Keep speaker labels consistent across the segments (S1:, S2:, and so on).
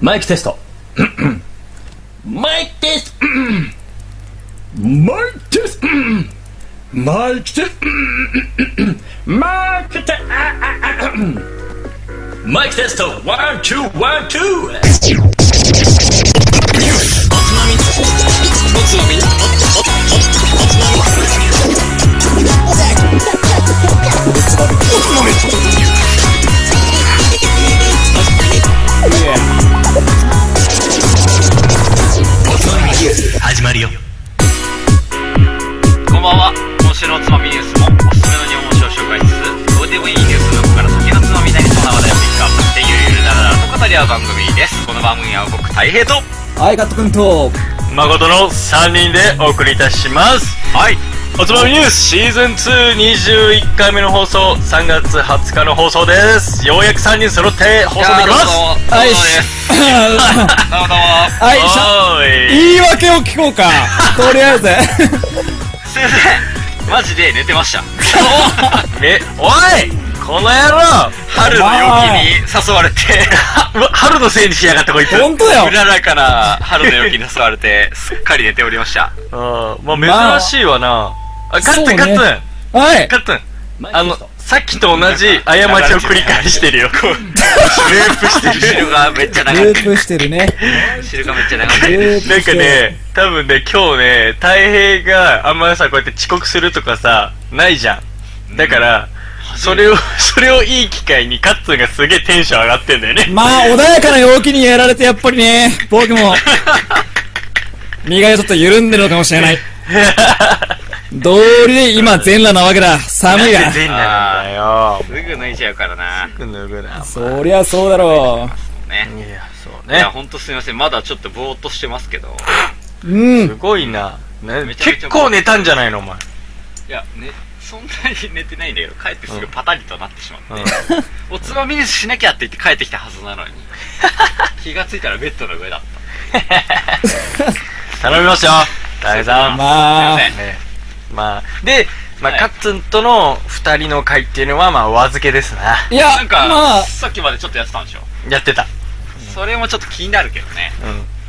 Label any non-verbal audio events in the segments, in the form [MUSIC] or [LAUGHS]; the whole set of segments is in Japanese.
S1: マイクテスト。 [CLEARS THROAT] マイクテスト。マイクテスト。マイクテスト。マイクテスト。マイクテスト。ワン、ツー、ワン、ツー。
S2: 始まるよこんばんは今週のおつまみニュースもおすすめの日本酒を紹介しつつどうでもいいニュースの中から先のつまみなりそうな話題をピックアップしてゆるゆるだらだらと語り合う番組ですこの番組は僕たい平と
S3: はい、ガット君と、
S4: 誠の3人でお送りいたします
S2: はい
S4: おつまみニュースシーズン221回目の放送3月20日の放送ですようやく3人揃って放送できます
S2: は
S3: はいい
S2: どうもです [LAUGHS] どうもどうも
S3: はい、しゃ
S4: おーい
S3: 言い訳を聞こうか。とりあえず。
S2: すいませんマジで寝てま
S4: [LAUGHS]
S2: した
S4: めおいこの野郎
S2: 春の陽気に誘われて
S4: [LAUGHS] うわ春のせいにしやがったこいつ
S3: 本当だ
S2: う
S3: よ。
S2: ららかな春の陽気に誘われて [LAUGHS] すっかり寝ておりま
S4: [LAUGHS]
S2: した
S4: うんまあ珍しいわなあカッ
S3: そ
S4: ト
S3: う
S4: ン
S3: ね
S4: カットン
S3: はい
S4: カ。ットンあ
S1: あ
S4: の
S1: の、
S4: さっきと同じ過ちを繰り返してるよこうループしてる
S2: 汁がめっちゃ
S3: ル
S2: 長く
S3: ープしてるね。
S2: 汁がめっちゃ長く
S3: ループしてる
S4: [LAUGHS] なんか、ね、多分ね、今日ね、太平があんまりさ、こうやって遅刻するとかさ、ないじゃん。だから、それを、 [LAUGHS] それをいい機会にカッツンがすげえテンション上がってんだよね。
S3: まあ、穏やかな陽気にやられて、やっぱりね、僕
S4: [LAUGHS]
S3: も、身がちょっと緩んでるのかもしれない。道理で今、全裸なわけだ。寒いが。
S4: 全なんだよ。
S2: すぐ脱いじゃうからな。
S4: 脱ぐな。
S3: そりゃそうだろ
S2: ね。
S4: いや、そう
S2: い
S4: ね
S2: や、。ほんとすみません。まだちょっとぼーっとしてますけど。
S4: す
S3: う。うん。
S4: ごいな。
S2: めち
S4: ね
S2: ゃめちゃ
S4: 結構寝たんじゃないの、お前。
S2: いや、ね、そんなに寝てないんだけど、帰ってすぐパタリとなってしまって。
S4: う
S2: [LAUGHS] おつまみにしなきゃって言って帰ってきたはずなの
S4: [LAUGHS]
S2: に。気がついたらベッドの上だった。す
S4: ん頼みますよ、太平さん。
S2: いま
S3: まあ
S2: せ、ん。
S4: ねまあ、で、まあ、
S2: はい
S4: カッツンとの二人の会っていうのは、まあ、お預けですな。
S3: いや
S2: なん、
S3: ま
S2: か、
S3: あ、
S2: さっきまでちょっとやってたんでしょ。
S4: やってた。
S2: それもちょっと気になるけどね。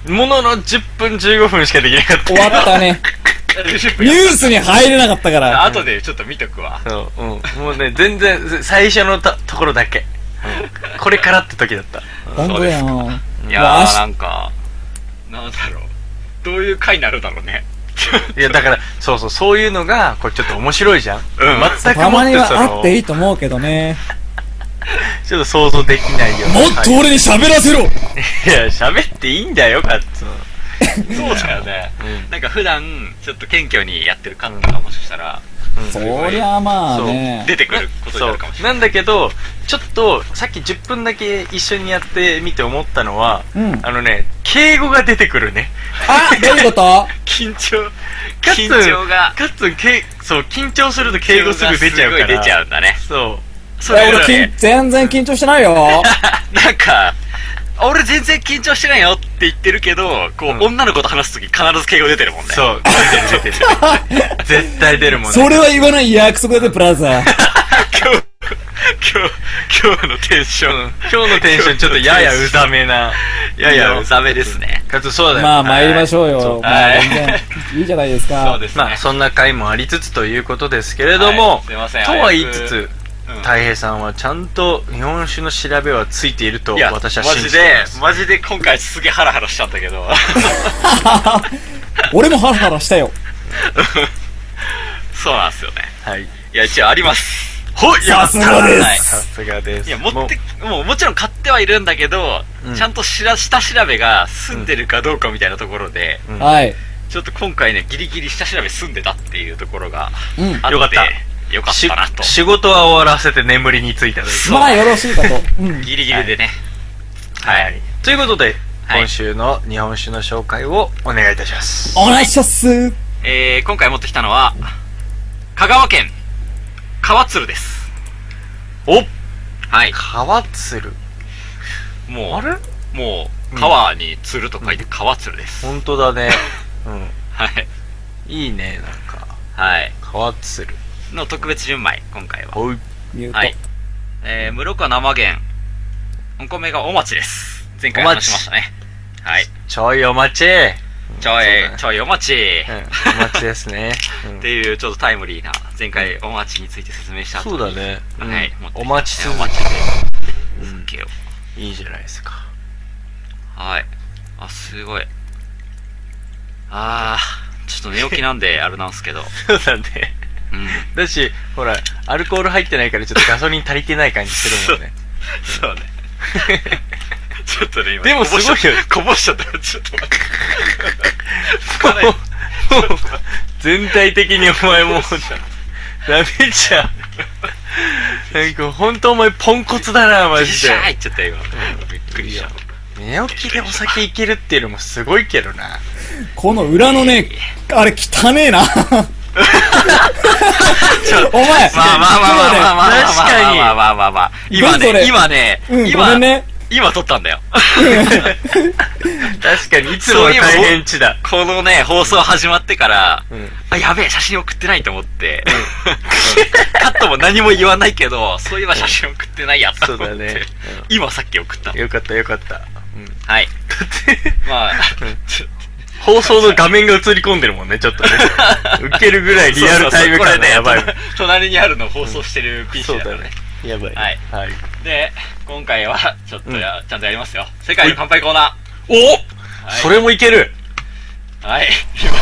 S4: うん。ものの10分15分しかできなかった。
S3: 終わったね。ニュースに入れなかったから。
S2: 後でちょっと見とくわ。
S4: そう、うん。もうね、全然、ぜ最初のたところだけ。うんこれからって時だった。
S3: 本当だよ。
S2: いや
S3: わ
S2: ー、
S3: し
S2: なんか、なんだろう。どういう回になるだろうね。
S4: いや、だから、そうそう、そういうのが、これちょっと面白いじゃん。
S2: うん
S4: 全く
S3: た
S4: も
S3: ま
S4: っ
S3: に
S4: て
S3: は
S4: そ
S3: あ
S4: の、
S3: っていいと思うけどね。
S4: ちょっと想像できないような。
S3: もっと
S4: はい
S3: 俺に喋らせろ
S4: いや、喋っていいんだよ、カッツン。
S2: そうだよね。
S4: うん
S2: なんか普段、ちょっと謙虚にやってるカットがもしかしたら、
S3: そりゃまあね。
S2: 出てくることに
S4: そ
S2: な
S4: う
S2: るかもしれない。
S4: なんだけどちょっとさっき10分だけ一緒にやってみて思ったのは、
S3: うん
S4: あのね敬語が出てくるね
S3: あ、どういうこと
S2: 緊張。
S4: カッツン
S2: 緊張が。
S4: かつけそう緊張すると敬語すぐ出ちゃうか
S2: 緊張がすご
S4: ら
S2: い出ちゃうんだね。
S4: そう
S3: い
S4: そ
S3: や
S4: れ
S3: 俺
S4: が
S3: き
S4: ね
S3: ん全然緊張してないよ。
S2: [LAUGHS] なんか、俺全然緊張してないよって言ってるけど、こう、
S4: うん
S2: 女の子と話すとき必ず敬語出てるもんね。
S4: そう出てる出て
S3: [LAUGHS]
S4: る絶対出るもんね
S3: それは言わない約束だぜ、ブ [LAUGHS] ラザー。
S2: 今日、今日、今日のテンション、
S4: 今日のテンションちょっとややうざめな
S2: ややうざめですね。
S4: かつそうだよ
S3: まあ参りましょう
S4: そ
S3: よ。ま
S2: は
S3: あ
S2: い
S3: 全然、いいじゃないです
S2: そ
S3: か
S2: う。ですね。
S4: まあそんな回もありつつということですけれども、
S2: はいすいません
S4: とは言いつつ
S2: 早くうん
S4: 太平さんはちゃんと日本酒の調べはついていると
S2: いや、
S4: 私は信じています
S2: マジで、マジで今回すげえハラハラしちゃった
S4: [LAUGHS]
S2: けど。
S3: 俺もハラハラしたよ。
S2: そうなんですよね。
S4: はい
S2: いや、一応あります。
S4: ほい
S3: さすがで
S2: はい
S4: さすがです
S2: いや、持って
S4: も、
S2: もうもちろん買ってはいるんだけど、
S4: うん
S2: ちゃんとしら下調べが済んでるかどうかみたいなところで、
S4: うん
S3: はい。
S2: ちょっと今回ね、ギリギリ下調べ済んでたっていうところがあって、
S3: うん。
S4: よかった
S2: よかっ
S4: した
S2: なと。
S4: 仕事は終わらせて眠りについたという
S2: そう
S3: まあよろしいかと。うん。
S2: ギリギリでね。はい。
S4: ということで、
S2: はい
S4: 今週の日本酒の紹介をお願いいたします
S3: お願いします。
S2: えー、今回持ってきたのは、香川県、川鶴です。
S4: お
S2: はい。
S4: 川鶴
S2: もう、
S4: あれ
S2: もう、川に鶴と書いて川鶴です。
S4: 本当だ
S2: [LAUGHS]
S4: ねうん
S2: はい。
S4: いいねなんか
S2: はい。
S4: 川鶴
S2: の特別純米、今回は。
S4: おい
S3: 言うと
S2: は。い。えー、室岡生源、お米がお餅です。前回話しましたね。はい。
S4: ちょいお待ち、
S2: ちょい、ちょいお餅。
S4: うん、
S2: っ
S4: お待ちで
S2: [LAUGHS]
S4: すね、うん
S2: ていう、ちょっとタイムリーな、前回お餅について説明した後
S4: そう
S2: に
S4: だね、うん
S2: はい。持ってきた
S4: お待ち続
S2: お
S4: き
S2: 待ちで。すっげえよ
S4: いいじゃないですか
S2: はい。あ、すごい。あー、ちょっと寝起きなん [LAUGHS] で、あれなんですけど。
S4: そうだね
S2: うん。
S4: だしほらアルコール入ってないからちょっとガソリン足りてない感じするもんね
S2: そうね。 [LAUGHS] ちょっとね、今
S4: でもすごいよ
S2: こぼしちゃったこぼしちゃった。ちょっと待って。拭かない
S4: もうもう [LAUGHS] 全体的にお前もうダメじゃんなんか本当お前ポンコツだなマ
S2: で。[LAUGHS]
S4: ジ
S2: シ
S4: で
S2: ャーいっちゃったよ、今。びっくりした。
S4: 寝起きでお酒いけるっていうのもすごいけどな
S3: この裏のね、あれ汚ねえな。
S2: まあまあまあまあまあま
S3: お前、
S2: あまあ
S4: 確かに
S2: まあまあまあまあ今
S3: 何そ
S2: ね
S3: れ
S2: 今ね
S3: うんごめ
S2: 今
S3: んね
S2: 今撮ったんだよ [LAUGHS]
S4: 確かにいつもの大変地だ
S2: このね放送始まってから
S4: うん
S2: あやべえ写真送ってないと思って [LAUGHS] カットも何も言わないけどそういえば写真送ってないやと思
S4: そ
S2: っ
S4: うだね
S2: て今さっき送った
S4: よかったよかった、うん
S2: はい
S4: [LAUGHS]
S2: まあ
S4: 放送の画面が映り込んでるもんね、ちょっと [LAUGHS] ね。ウケるぐらいリアルタイム
S2: そうそうそう
S4: 感がやばい
S2: これね隣にあるの放送してる PC だからね。
S4: やばい。
S2: はい
S4: はい。
S2: で今回はちょっとやちゃんとやりますよ世界の乾杯コーナー
S4: お、
S2: はい
S4: それもいける
S2: はい。今ね、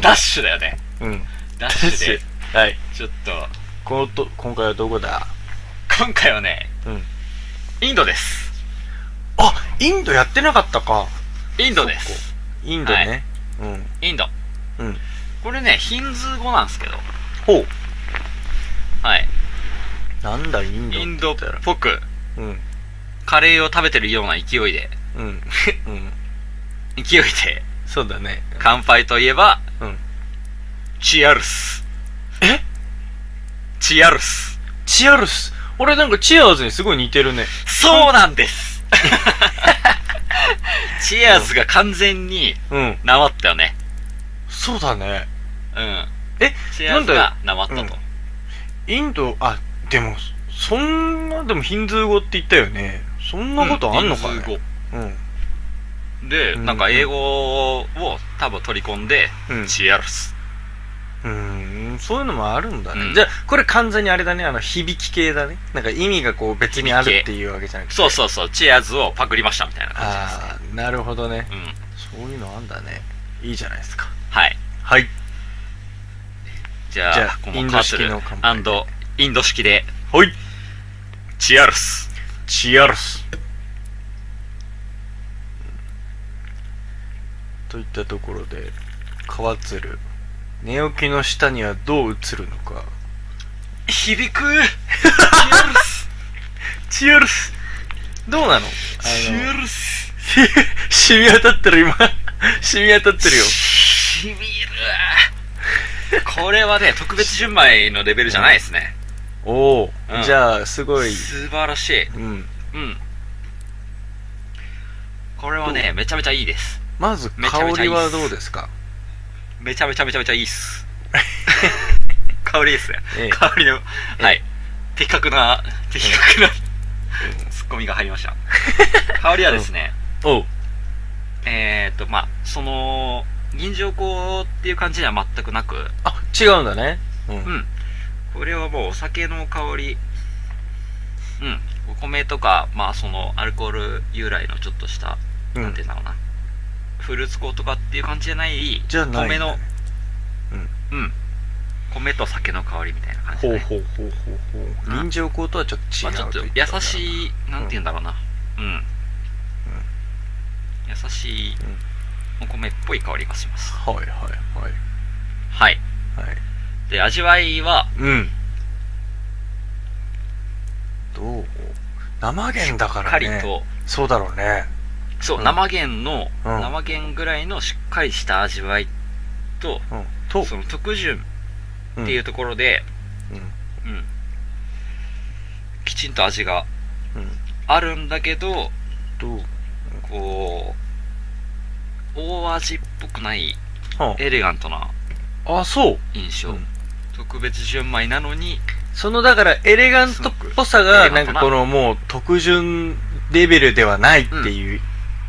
S2: ダッシュだよね。
S4: うん。
S2: ダッシュで。
S4: はい。
S2: ちょっと、
S4: このと、今回はどこだ
S2: 今回はね、
S4: うん。
S2: インドです。
S4: あ、インドやってなかったか。
S2: インドです。
S4: インドね。うん。
S2: インド。
S4: うん。
S2: これね、ヒンズー語なんですけど、
S4: ほう。
S2: はい。
S4: なんだ、インド。
S2: インドっぽく、
S4: うん。
S2: カレーを食べてるような勢いで、
S4: うん。 [LAUGHS] うん。
S2: 勢いで、
S4: そうだね。
S2: 乾杯といえば、
S4: うん。
S2: チアルス。
S4: え
S2: チアルス。
S4: チアルス。俺なんかチアーズにすごい似てるね。
S2: そうなん [LAUGHS] です。チアーズが完全に、
S4: うん。
S2: なまったよね。
S4: そうだね。
S2: うん。
S4: え、
S2: チアーズがなまった
S4: なんだ
S2: と
S4: よ。インド、あ、でも、そんな、でもヒンズー語って言ったよね。そんなことあんのか
S2: ヒン
S4: ね
S2: ズー語。
S4: うん。
S2: で、
S4: うん
S2: なんか英語を多分取り込んで、
S4: うん
S2: チアルス。
S4: うーん、そういうのもあるんだね。
S2: うん
S4: じゃあ、これ完全にあれだね、あの、響き系だね。なんか意味がこう別にあるっていうわけじゃなくて。
S2: そうそうそう、チアーズをパクりましたみたいな感じですね。
S4: ああ、なるほどね。
S2: うん。
S4: そういうのあんだね。いいじゃないですか。
S2: はい。
S4: はい。
S2: じゃあ、
S4: じゃあ
S2: こ
S4: イ
S2: の
S4: ン
S2: カ
S4: ド
S2: ー
S4: 式
S2: トル
S4: の乾杯
S2: アンドインド式で、
S4: はい。
S2: チアルス。
S4: チアルス。といったところで、川鶴。寝起きの下にはどう映るのか。
S2: 響 [LAUGHS] くチアル
S4: [LAUGHS]
S2: ス
S4: チアルスどうなのあの
S2: チアルス
S4: 染み当たってる今 [LAUGHS] 染み当たってるよ
S2: しみる [LAUGHS] これはね、特別純米のレベルじゃないですね。
S4: おお、
S2: うん
S4: じゃあすごい
S2: 素晴らしい。
S4: うん
S2: うん。これはね、めちゃめちゃいいです。
S4: まず
S2: めちゃ
S4: 香
S2: めちゃい
S4: り
S2: いっす
S4: はどうですか
S2: めちゃめちゃめちゃめちゃいいっ
S4: [LAUGHS]
S2: す。香りですね。
S4: ええ
S2: 香りの、
S4: え
S2: はい。的確な、的確な、ツッコミが入りま
S4: [LAUGHS]
S2: した。香りはですね、
S4: おう
S2: えーと、まあ、その、銀条香っていう感じでは全くなく、
S4: あ違うんだねうん、
S2: うん。これはもうお酒の香り、うん。お米とか、まあ、その、アルコール由来のちょっとした、
S4: うん
S2: なんていうんだろうな。フルーツ香とかっていう感じじゃない、
S4: じゃない
S2: 米の、うん。米と酒の香りみたいな感じ
S4: ほ
S2: だ
S4: う
S2: ね。
S4: ほうほうほうほう
S2: うん
S4: 臨場香とはちょっと違
S2: まあ、
S4: う
S2: ちょっと
S4: い
S2: 優
S4: ったところだな
S2: しい、なんて言うんだろうな。うん。優しいお米っぽい香りがします。
S4: はいはいはい
S2: はい。
S4: はい
S2: で、味わいは、
S4: うんどう生源だから
S2: カリ
S4: ね
S2: と、
S4: そうだろうね
S2: そう、
S4: うん
S2: 生源の、
S4: うん
S2: 生源ぐらいのしっかりした味わいと、
S4: うんと
S2: その特潤
S4: う
S2: っていうところで、
S4: んうん
S2: うん、きちんと味が
S4: うん
S2: あるんだけど、
S4: どう
S2: こう、大味っぽくない
S4: は
S2: エレガントな
S4: ああそう
S2: 印象。
S4: うん
S2: 特別純米なのに、
S4: そのだからエレガン
S2: す
S4: ト
S2: ごく
S4: ぽさが、なんかこのもう特順レベルではないっていう、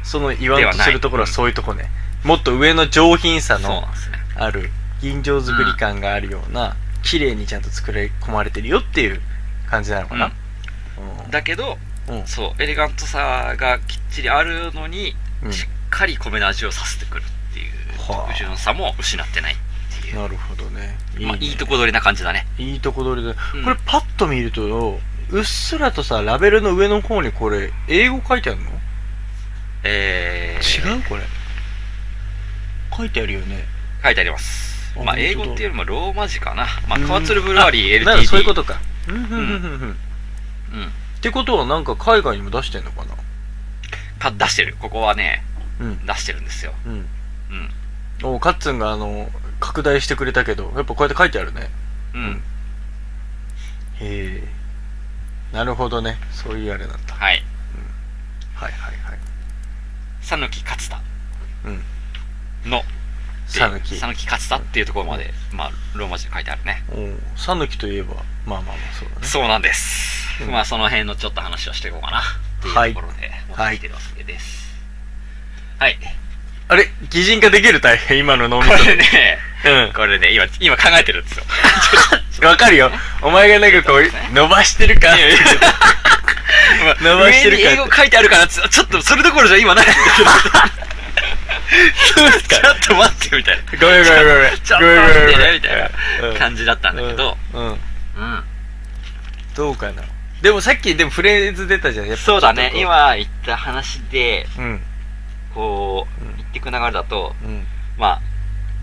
S4: その言わんとするところはそういうとこね。もっと上の上品
S2: そ
S4: さ
S2: う
S4: の
S2: なんですね
S4: ある、吟醸作り感があるような、綺麗にちゃんと作り込まれてるよっていう感じなのかな。
S2: だけど
S4: うん。うん
S2: そうエレガントさがきっちりあるのに、
S4: うん
S2: しっかり米の味をさせてくるっていう
S4: はあ
S2: 特殊さも失ってないっていう
S4: なるほどね。
S2: まあ、いいと
S4: こ。
S2: こ取りな感じだね
S4: いいとこ取りで。
S2: うん
S4: これパッと見ると、うっすらとさ、ラベルの上の方にこれ、英語書いてあるの
S2: えー、
S4: 違うこれ。書いてあるよね。
S2: 書いてあります
S4: あ
S2: まあ
S4: 本当だ
S2: 英語っていうよりもローマ字かな、まあ、川鶴ブルワリー LTD
S4: なんかそういうことか。うん、うん、うん、うん。
S2: うん
S4: ってことはなんか海外にも出してんのかな
S2: か出してるここはね
S4: うん
S2: 出してるんですよ
S4: うん
S2: うん
S4: おカッツンがあの拡大してくれたけどやっぱこうやって書いてあるね
S2: うん
S4: へえなるほどねそういうあれなんだ
S2: はい
S4: はいはいはい
S2: 讃岐勝田
S4: うん
S2: の
S4: さぬき
S2: 讃岐勝田っていうところまで、まあ、ローマ字で書いてあるね
S4: おさぬきといえばまあまあまあそうだね
S2: そうなんです、
S4: うん
S2: まあその辺のちょっと話をしていこうかなって
S4: はいいう
S2: ところで持
S4: は
S2: っ
S4: い
S2: てきてるわけですはい、
S4: あれ擬人化できる大変 [LAUGHS] 今の脳み
S2: こ
S4: そ
S2: れね
S4: うん
S2: これね今今考えてるんですよ
S4: [LAUGHS]
S2: [LAUGHS]
S4: わかるよお前がなんかこう伸ばしてるか
S2: いやいや
S4: 伸ばしてる
S2: 上に英
S4: か
S2: 語書いてあるからちょちょっとそれどころじゃ今ないんだけど
S4: そうですか
S2: [LAUGHS] ちょっと待ってみたいな
S4: ごめんごめんごめん
S2: ちょっと
S4: ごめんご
S2: 待
S4: めん
S2: って
S4: ごめ
S2: ね
S4: ん
S2: みたいな感じだったんだけど
S4: うんうん
S2: うん
S4: どうかなでもさっきでもフレーズ出たじゃんやっぱ
S2: そうだね
S4: ちょっとこ
S2: 今言った話で
S4: うん
S2: こ
S4: うん
S2: う言っていく流れだと
S4: うん
S2: まあ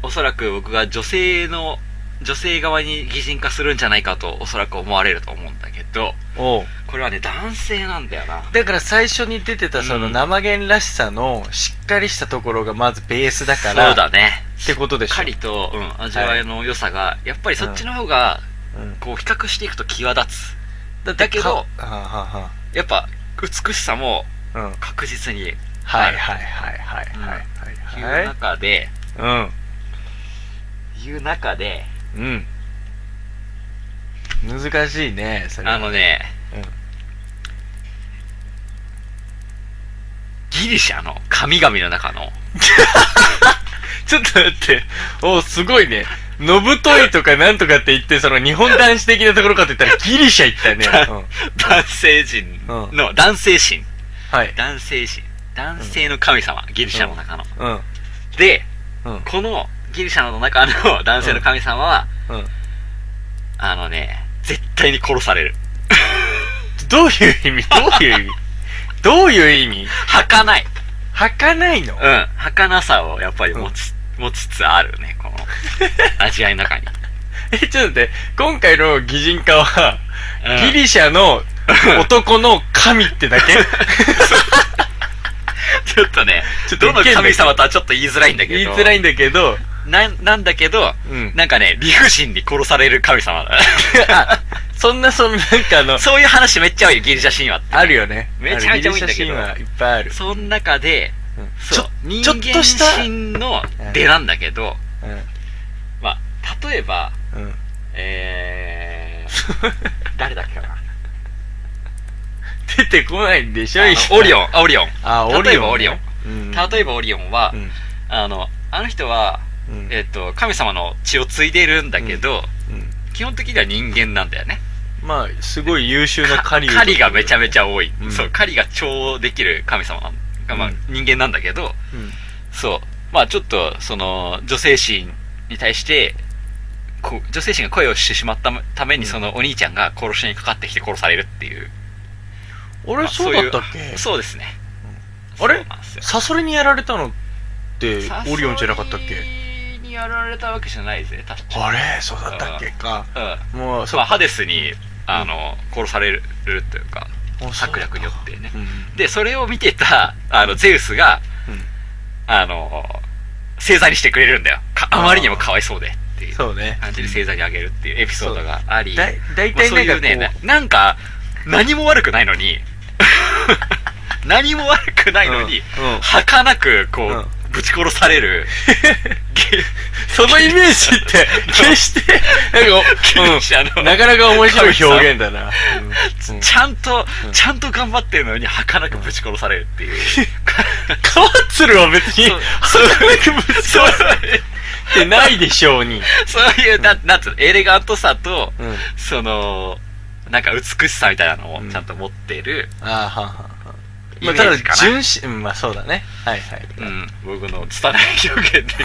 S2: おそらく僕が女性の女性側に擬人化するんじゃないかとおそらく思われると思うんだけど
S4: おう
S2: これはね男性なんだよな
S4: だから最初に出てたその
S2: うん
S4: 生源らしさのしっかりしたところがまずベースだ
S2: そ
S4: か
S2: う
S4: ら
S2: だね
S4: ってことで
S2: し
S4: し
S2: っ
S4: ょ
S2: かりと、うん、味わいの良さが、やっぱりそっちの方が
S4: うん
S2: こう比較していくと際立つ
S4: だ
S2: だけど
S4: はあは
S2: やっぱ美しさも
S4: あはあうん
S2: 確実に
S4: はいはいはいは
S2: い
S4: いは
S2: う
S4: いはい
S2: 中で、
S4: は
S2: いう中で
S4: いうんうん難しいねそれ
S2: あのね、
S4: うん
S2: ギリシャの神々の中
S4: [LAUGHS]
S2: の
S4: ちょっと待っておうすごいねのぶといとかなんとかって言ってその日本男子的なところかって言ったらギリシャ行っ
S2: [LAUGHS]
S4: たね
S2: 男性人の、男性神
S4: はい
S2: 男性神男性の神様、ギリシャの中の、
S4: うん
S2: で
S4: うん
S2: このギリシャの中の [LAUGHS] 男性の神様は、
S4: うん
S2: あのね絶対に殺される
S4: どういう意 [LAUGHS] 味どういう意味どういう意味
S2: 儚い
S4: 履かないの
S2: うん儚さをやっぱり持つ、持ちつつあるねこの味わいの中に、
S4: え、ちょっと待って、今回の擬人化は、
S2: うん
S4: ギリシャの男の神ってだけ
S2: [LAUGHS] ちょっとね、
S4: ちょっと
S2: どの神様とはちょっと言いづらいんだけど。
S4: 言いづらいんだけど、
S2: な、なんだけど、
S4: うん
S2: なんかね、理不尽に殺される神様 [LAUGHS] だ。
S4: そんな、そんな、なんかあの、
S2: そういう話めっちゃ多い、ギリシャ神話って。
S4: あるよね。
S2: めちゃめちゃ多いんだけど
S4: あのギリシャ神話いっぱいある。
S2: その中で、
S4: うん
S2: そう、人
S4: ちょ
S2: 間
S4: ちょっとした
S2: 神の出なんだけど、まあ、例えば、
S4: うん。 [LAUGHS] うん。
S2: えー、誰だっけかな。
S4: 出てこないんでしょ、
S2: あのオリオン、あオリオン。
S4: あ、オ
S2: 例
S4: リ
S2: えば
S4: オ
S2: オ
S4: ンね。
S2: リオン。
S4: うん
S2: 例えばオリオンは、
S4: うん。
S2: あの、あの人は、
S4: うん。
S2: えっ、と、神様の血を継いでるんだけど、
S4: うん
S2: 基本的には人間なんだよね。
S4: まあ、すごい優秀な狩り
S2: 狩りがめちゃめち
S4: ゃ。
S2: ゃ多い、
S4: うん
S2: そう狩りが超できる神様なんが、まあ
S4: うん、
S2: 人間なんだけど
S4: うん。
S2: そうまあちょっとその女性心に対してこう女性心が恋をしてしまったためにそのお兄ちゃんが殺しにかかってきて殺されるっていう、
S4: あれ、
S2: まあ
S4: そうだったっ
S2: そういう
S4: け
S2: そうですね
S4: あれ
S2: そうなんですよ
S4: サソリにやられたのって、オリオンじゃなかったっけ
S2: サソリにやられたわけじゃないぜ確か
S4: あれそうだったっけか。
S2: うんま
S4: もう、
S2: あ、ハデスにあの殺されるというか
S4: あ
S2: 策略によってね
S4: うん。
S2: でそれを見てたあのゼウスがあの、正座にしてくれるんだよ。かあまりにもかわいそうでっていう
S4: そうね。
S2: 感じで正座にあげるっていうエピソードがあり、
S4: だい大
S2: まあ
S4: 体
S2: そう
S4: なん
S2: いう
S4: かこう、
S2: ね、ななんか、何も悪くないの
S4: [LAUGHS]
S2: に、何も悪くないのに、
S4: うんうん
S2: 儚く、こう、
S4: う
S2: ぶち殺され
S4: [LAUGHS]
S2: る。
S4: そのイメー
S2: [LAUGHS]
S4: ジって、決して、なん
S2: 決してあ
S4: か、う
S2: の
S4: ん、なかなか面白い表現
S2: [LAUGHS]
S4: だな。うん
S2: ちゃんと、ちゃんと頑張ってるのに、儚くぶち殺されるって
S4: [LAUGHS]
S2: いう。
S4: カワッツルは別に、
S2: そう
S4: そんなにぶっ
S2: そう
S4: 刺さってないでしょうに。
S2: そういう、ななんつうの、エレガントさと、
S4: うん。
S2: その、なんか美しさみたいなのを
S4: うん
S2: ちゃんと持ってる、
S4: ああ、はんはんはん。
S2: イメ
S4: ま
S2: ー
S4: あ、
S2: ジか
S4: た
S2: な
S4: だ、純真、うんまあそうだね。はいはい。
S2: うん、僕の拙い表現で。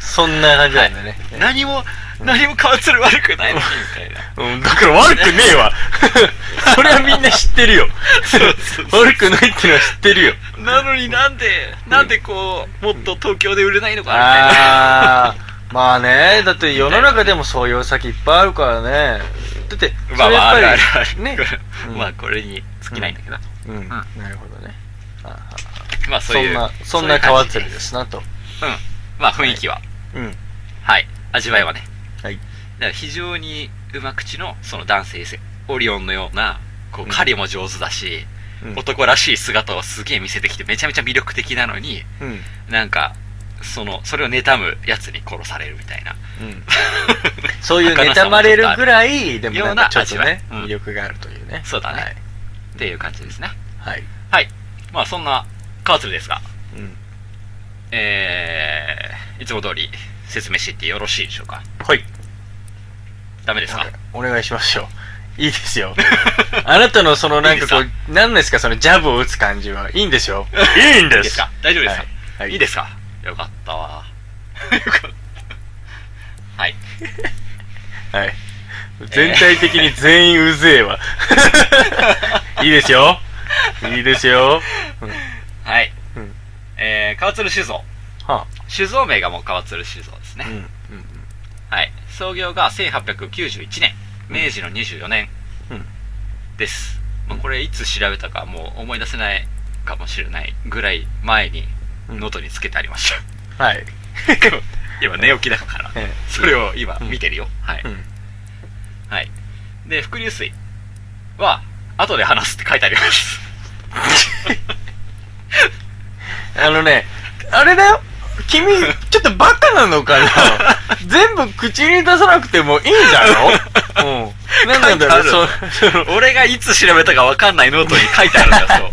S4: そんな感じなんだね。
S2: 何も、何も顔つる悪くないのに、みたいな。
S4: うん、だから悪くねえわ。 [LAUGHS] それはみんな知ってるよ。悪くないってのは知ってるよ。
S2: なのになんで、なんでこう、もっと東京で売れないのかなみたいな。
S4: ああ、まあね、だって世の中でもそういう先いっぱいあるからね。だって、
S2: まあ
S4: それ
S2: まあ、あ
S4: やっぱり
S2: るあるある。
S4: ね。う
S2: [LAUGHS]
S4: ん
S2: まあ、これに尽きないんだけど。
S4: うん、なるほどね。ああ
S2: まあ、そう
S4: そ
S2: い
S4: ん
S2: う。
S4: な、そん
S2: うい
S4: な
S2: う感
S4: 川
S2: じ
S4: 釣りですなと。
S2: うん。まあ、雰囲気は。
S4: うん。
S2: はい。味わいはね。
S4: はい
S2: だから非常にうま口の、その男性性。オリオンのような、こう、
S4: うん
S2: 狩りも上手だし、
S4: うん
S2: 男らしい姿をすげえ見せてきて、めちゃめちゃ魅力的なのに、
S4: うん。
S2: なんか、その、それを妬む奴に殺されるみた
S4: [LAUGHS]
S2: いな。
S4: うん。そういう妬まれるぐらい、でもなんかちょっと
S2: ような味
S4: ね、
S2: わいうん
S4: 魅力があるというね。
S2: そうだねっていう感じですね。
S4: はい。はい。
S2: はい。まあ、そんな、川鶴ですが、
S4: うん。
S2: えー、いつも通り説明していってよろしいでしょうか。
S4: はい。
S2: ダメです [LAUGHS] か
S4: お願いしますよ。いいですよ。あなたのそのなんかこ、
S2: いいう
S4: 何ですかそのジャブを打つ感じは。いいんですよ。いいん
S2: いいですか大丈夫ですか、、
S4: はいい
S2: いですかよかったわ。はい。
S4: はい。全体的に全員うぜ
S2: [LAUGHS]
S4: えわ。いいですよ。いいですよ。
S2: はい。
S4: うん
S2: えー、川鶴酒造。
S4: は
S2: 酒造名がもう川鶴酒造ですね。
S4: あ。うん。うん。
S2: はい。創業が1891年、明治の24年
S4: うん
S2: です。まあ、これいつ調べたかもう思い出せないかもしれないぐらい前に
S4: うん
S2: ノートにつけてありました。
S4: はい。
S2: 今寝起きだから、
S4: ええ
S2: それを今見てるよ。はい。
S4: うん。
S2: はい。で、伏流水は後で話すって書いてあります。
S4: あのね、あれだよ。君、ちょっとバカなのかな全部口に出さなくてもいいんだろうん。何なんだろう、
S2: 書いて
S4: そそ
S2: [LAUGHS]
S4: の、
S2: 俺がいつ調べたかわかんないノートに書いてあるんだ、そう。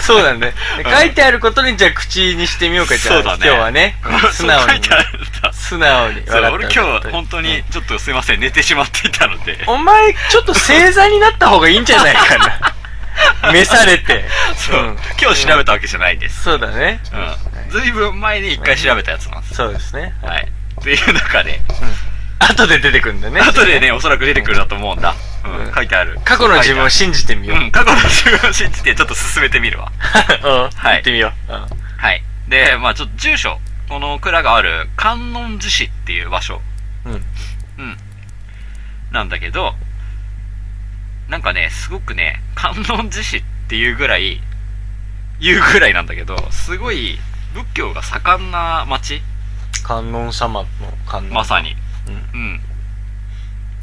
S4: そうだね。
S2: うん
S4: 書いてあることにじゃあ口にしてみようか、じゃ
S2: そ
S4: あ。
S2: うだね
S4: 今日はね。
S2: [LAUGHS]
S4: 素直
S2: そう書
S4: に
S2: い。てあるんだ。
S4: 素直に。
S2: そう
S4: わかった
S2: 俺今日は本当。
S4: わ
S2: に
S4: かっ
S2: ちょっとすいません、寝てしまっていたので。
S4: たお前、ちょっと正座になった方がいいんじゃないか
S2: [LAUGHS]
S4: な。召されて。
S2: そう、
S4: うん
S2: 今日調べたわけじゃないんです。
S4: そうだね。
S2: うん。ずいぶん前に一回調べたやつなんです。
S4: そうですね。
S2: はい。っていう中で、
S4: 後で出てくるんだね。
S2: 後でね、おそらく出てくるだと思うんだ。うん、書いてある。
S4: 過去の自分を信じてみよう。
S2: うん、過去の自分を信じてちょっと進めてみるわ。
S4: [LAUGHS] うん。
S2: はい
S4: 行ってみよう。うん
S2: はい。で、まあちょっと住所、この蔵がある観音寺市っていう場所。
S4: うん
S2: うん。なんだけど、なんかね、すごくね、観音寺市っていうぐらい、言うぐらいなんだけど、すごい仏教が盛んな町、
S4: 観音様の観音。
S2: まさに。
S4: うん。
S2: うん。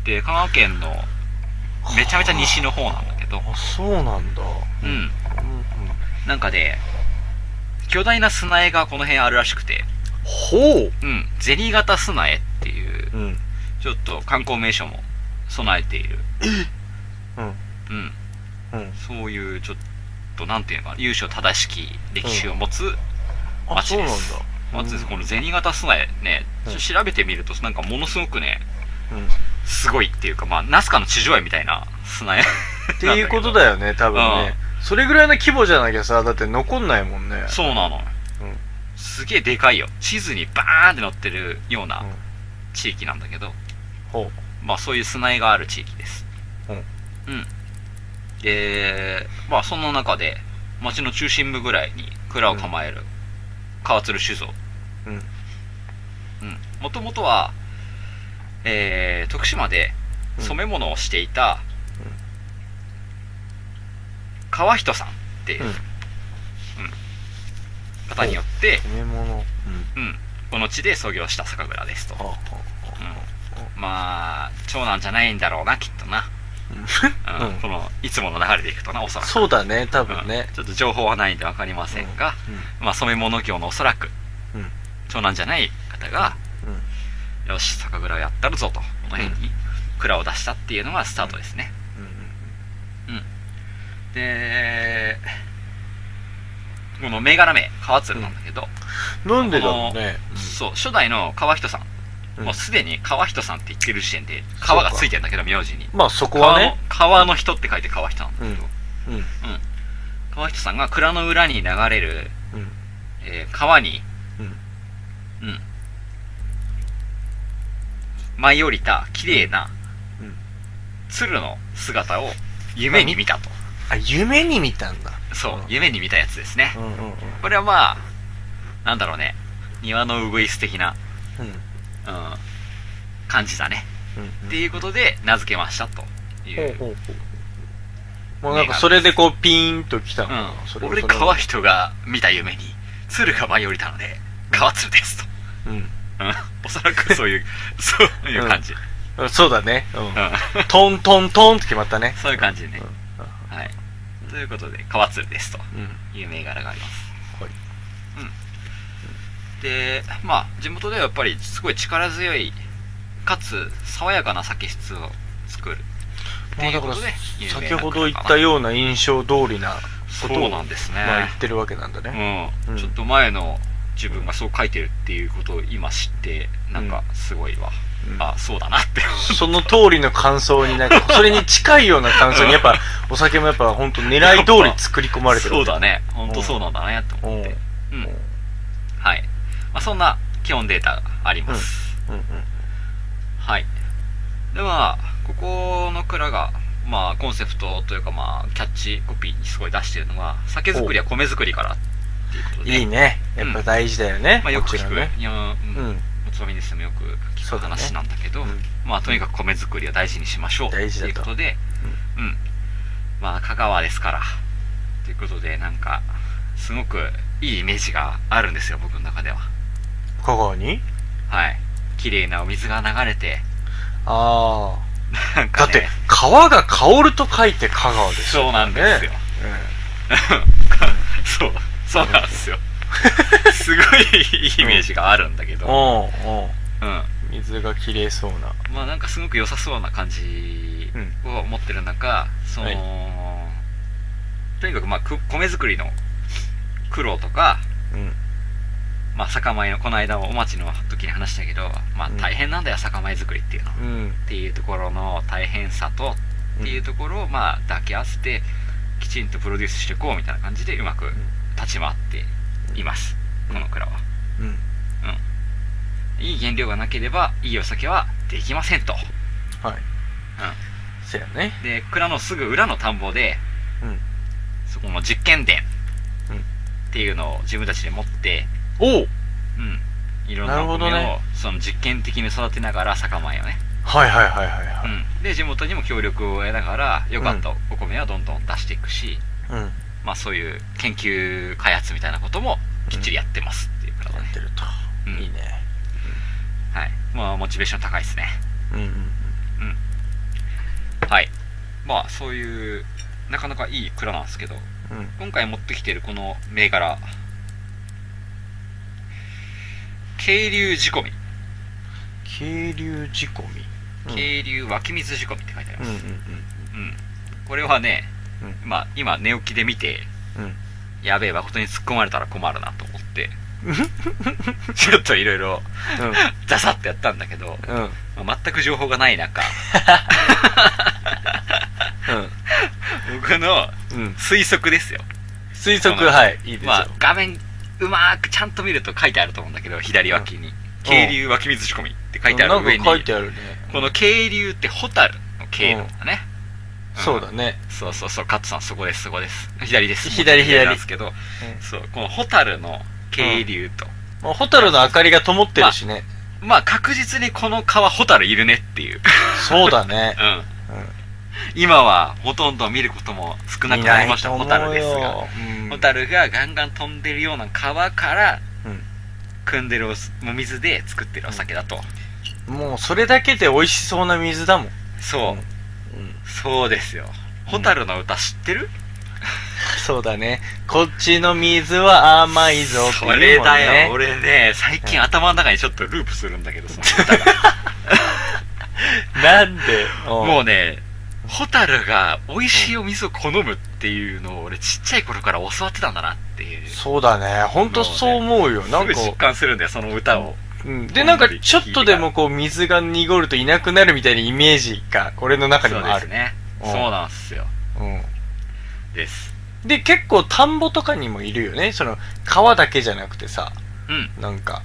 S2: で、香川県の、めちゃめちゃ西の方なんだけど、
S4: あ、そうなんだ。
S2: うん。
S4: うんうん
S2: なんかね、巨大な砂絵がこの辺あるらしくて、
S4: ほ
S2: うん、銭形砂絵っていう、
S4: う。うん。
S2: ちょっと観光名所も備えている。
S4: うん。
S2: うん。
S4: うん。
S2: そういう、ちょっと、なんていうのかな、優勝正しき歴史を持つ
S4: あ、
S2: 町
S4: そうなん
S2: で
S4: だ
S2: す。。
S4: うん
S2: まず、この銭形砂絵ね、ちょっと調べてみると、なんかものすごくね、
S4: うん。
S2: すごいっていうか、まあ、ナスカの地上絵みたいな砂絵。 [LAUGHS]
S4: っていうことだよね、多分ね。それぐらいの規模じゃなきゃさ、だって残んないもんね。
S2: そうなの。
S4: うん
S2: すげえでかいよ。地図にバーンって載ってるような
S4: うん
S2: 地域なんだけど、
S4: ほ
S2: まあそういう砂絵がある地域です。
S4: うん
S2: うん。で、まあその中で、町の中心部ぐらいに蔵を構える川鶴酒造。
S4: う。うん。
S2: うん。もともとは、えー、徳島で
S4: うん
S2: 染め物をしていた、
S4: うん
S2: 川人さんっていう、
S4: うん
S2: うん方によって、
S4: 染め物。うん。
S2: うん、この地で創業した酒蔵ですと
S4: あ、。あ、
S2: うんまあ、長男じゃないんだろうな、きっとな。うん
S4: うん
S2: このいつもの流れでいくとなおそらく
S4: そうだね、多分
S2: うん
S4: ね。
S2: ちょっと情報はないんで分かりませんが、まあ、染め物業のおそらく
S4: うん。うん。
S2: 長男じゃない方が、よし酒蔵をやったるぞとこの辺に蔵を出したっていうのがスタートですね、でこの銘柄名川鶴なんだけど、
S4: うん。なんでだろうね。
S2: そう初代の川人さん、
S4: うん
S2: もうすでに川人さんって言ってる時点で川がついてんだけど名字に
S4: まあそこは
S2: 川の
S4: ね。
S2: 川の人って書いて川人なんだけど、
S4: うんうん。
S2: 川人さんが蔵の裏に流れる、
S4: うん
S2: えー川に、うん舞い降りた綺麗な、
S4: うんうん
S2: 鶴の姿を夢に見たと、
S4: あ、夢に見たんだ。
S2: そう、
S4: うん
S2: 夢に見たやつですね、
S4: うんうんうん。
S2: これはまあなんだろうね庭のウグイス的な、
S4: うん。
S2: うん、感じだね、
S4: うん
S2: っていうことで名付けましたという、
S4: ほうほうほうもうなんかそれでこうピーンときたのかなそ
S2: うん、俺
S4: れそれ
S2: 川人が見た夢に鶴が舞い降りたので川鶴ですと
S4: う
S2: うんおそらくそういう、そういう感じ。うん
S4: んそうだねうんトントントンって決まったね
S2: そういう感じね
S4: うん。
S2: はい。ということで、川鶴ですと
S4: うん
S2: いう銘柄があります。
S4: はい
S2: うん。で、まあ、地元ではやっぱりすごい力強い、かつ爽やかな酒質を作る。
S4: まあだから
S2: っていうことで
S4: 先ほど言ったような印象通りなこと
S2: そ
S4: を
S2: うなんですね。
S4: まあ言ってるわけなんだね
S2: う、
S4: うんん
S2: ちょっと前の自分がそう書いてるっていうことを今知って、なんかすごいわ。
S4: うん
S2: あ、そうだなって思った
S4: その通りの感想になん
S2: [LAUGHS]
S4: かそれに近いような感想にやっぱお酒もやっぱ本当狙い通り作り込まれてる
S2: そうだね本当そうなんだねと
S4: うんう
S2: 思っ
S4: んうん
S2: てうん、はい、まあ、そんな基本データがあります、はいではここの蔵がまあコンセプトというかまあキャッチコピーにすごい出してるのは酒造りは米作りからっていうこと
S4: うん
S2: で
S4: いいねやっぱ大事だよね
S2: まあ、よく
S4: も
S2: 聞
S4: ち
S2: く、
S4: ろんね
S2: いやうん
S4: うん
S2: おつまみですもよく聞く
S4: そうだね
S2: 話なんだけど
S4: うん
S2: まあとにかく米作りは大事にしましょう
S4: 大事だと
S2: ということで、うんまあ香川ですからということでなんかすごくいいイメージがあるんですよ僕の中では
S4: 香川に
S2: はい綺麗なお水が流れて
S4: あ
S2: なん
S4: あだ
S2: か、
S4: っ
S2: ね、
S4: て川が香ると書いて香川ですよ
S2: そうなんですよ、 [LAUGHS] そうそうなんですよすごいいいイメージがあるんだけど、うん
S4: おうおう水が綺麗そうな
S2: まあなんかすごく良さそうな感じ
S4: うん
S2: を持ってる中、その、
S4: はい
S2: とにかくまあく米作りの苦労とか、
S4: うん
S2: まあ、酒米のこの間お待ちの時に話したけど、まあ、
S4: うん
S2: 大変なんだよ、酒米作りっていうのは
S4: うん
S2: っていうところの大変さとっていうところをまあ抱き合わせてきちんとプロデュースしていこうみたいな感じでうまく立ち回っていますこの蔵は
S4: うん
S2: いい原料がなければいいお酒はできませんと
S4: はいせやね
S2: で蔵のすぐ裏の田んぼで
S4: うん
S2: そこの実験田
S4: うん
S2: っていうのを自分たちで持って、
S4: おう
S2: うん、いろん
S4: な
S2: なお
S4: るほど
S2: 米を、
S4: ね
S2: その実験的に育てながら酒米をね、
S4: はいはいはいはいは
S2: う
S4: い
S2: ん、で地元にも協力を得ながら良かったお米はどんどん出していくし、
S4: うんや
S2: まあそういう研究開発みたいなこともきっちりやってますっていうからね、
S4: ってると
S2: うん
S4: いいね
S2: はいまあモチベーション高いですね
S4: うんうん
S2: はいまあそういうなかなかいい蔵なんですけど
S4: うん
S2: 今回持ってきてるこの銘柄渓流仕込み
S4: 渓流仕込みうん
S2: 渓流湧き水仕込みって書いてあり
S4: うん
S2: ま
S4: うん
S2: す、うんこれはね、まあ今寝起きで見て
S4: うんうん
S2: やべえ誠に突っ込まれたら困るなと思って [LAUGHS] ちょっといろいろザサッとやったんだけど、
S4: うんうん
S2: まあ全く情報がない中僕の
S4: うんうん
S2: 推測ですよ
S4: 推測はいいいですよ
S2: まあ画面うまーくちゃんと見ると書いてあると思うんだけど左脇に「渓流湧き水仕込み」って書いてあ
S4: な
S2: る
S4: んか
S2: 上に
S4: 書いてあるね
S2: この渓流ってホタルの渓流だね、ん
S4: そうだね
S2: そうそうそうカットさんそこですそこです左です
S4: 左左
S2: なんですけど、
S4: うん
S2: そうこのホタルの渓流と、
S4: まあホタルの明かりが灯ってるしね
S2: まあ確実にこの川ホタルいるねっていう、
S4: そうだね
S2: うん今はほとんど見ることも少なくなりましたホタルですがホタ
S4: ル
S2: ルがガンガン飛んでるような川から
S4: うん
S2: 汲んでるおすお水で作ってるお酒だと、
S4: もうそれだけで美味しそうな水だもん
S2: そう、そうですよ。ホタルの歌知ってる、
S4: そうだね。こっちの水は甘いぞって
S2: そ
S4: い
S2: れ
S4: うもんね。
S2: だよ。俺ね、最近頭の中にちょっとループするんだけど、その歌が。
S4: なんで
S2: も
S4: も
S2: うね、ホタルが美味しいお水を好むっていうのを俺ちっちゃい頃から教わってたんだなっていう。す
S4: そうだね。ほんとそう思うよ。なん
S2: ぐ
S4: か、
S2: 実感するんだよ、その歌を。
S4: うんで、なんかちょっとでもこう水が濁るといなくなるみたいなイメージが、俺の中に
S2: そう
S4: もあ
S2: で
S4: る。
S2: すね。
S4: うん
S2: そうなんですよ。です。
S4: うん。で、結構田んぼとかにもいるよね。その、川だけじゃなくてさ、
S2: うん。
S4: なんか。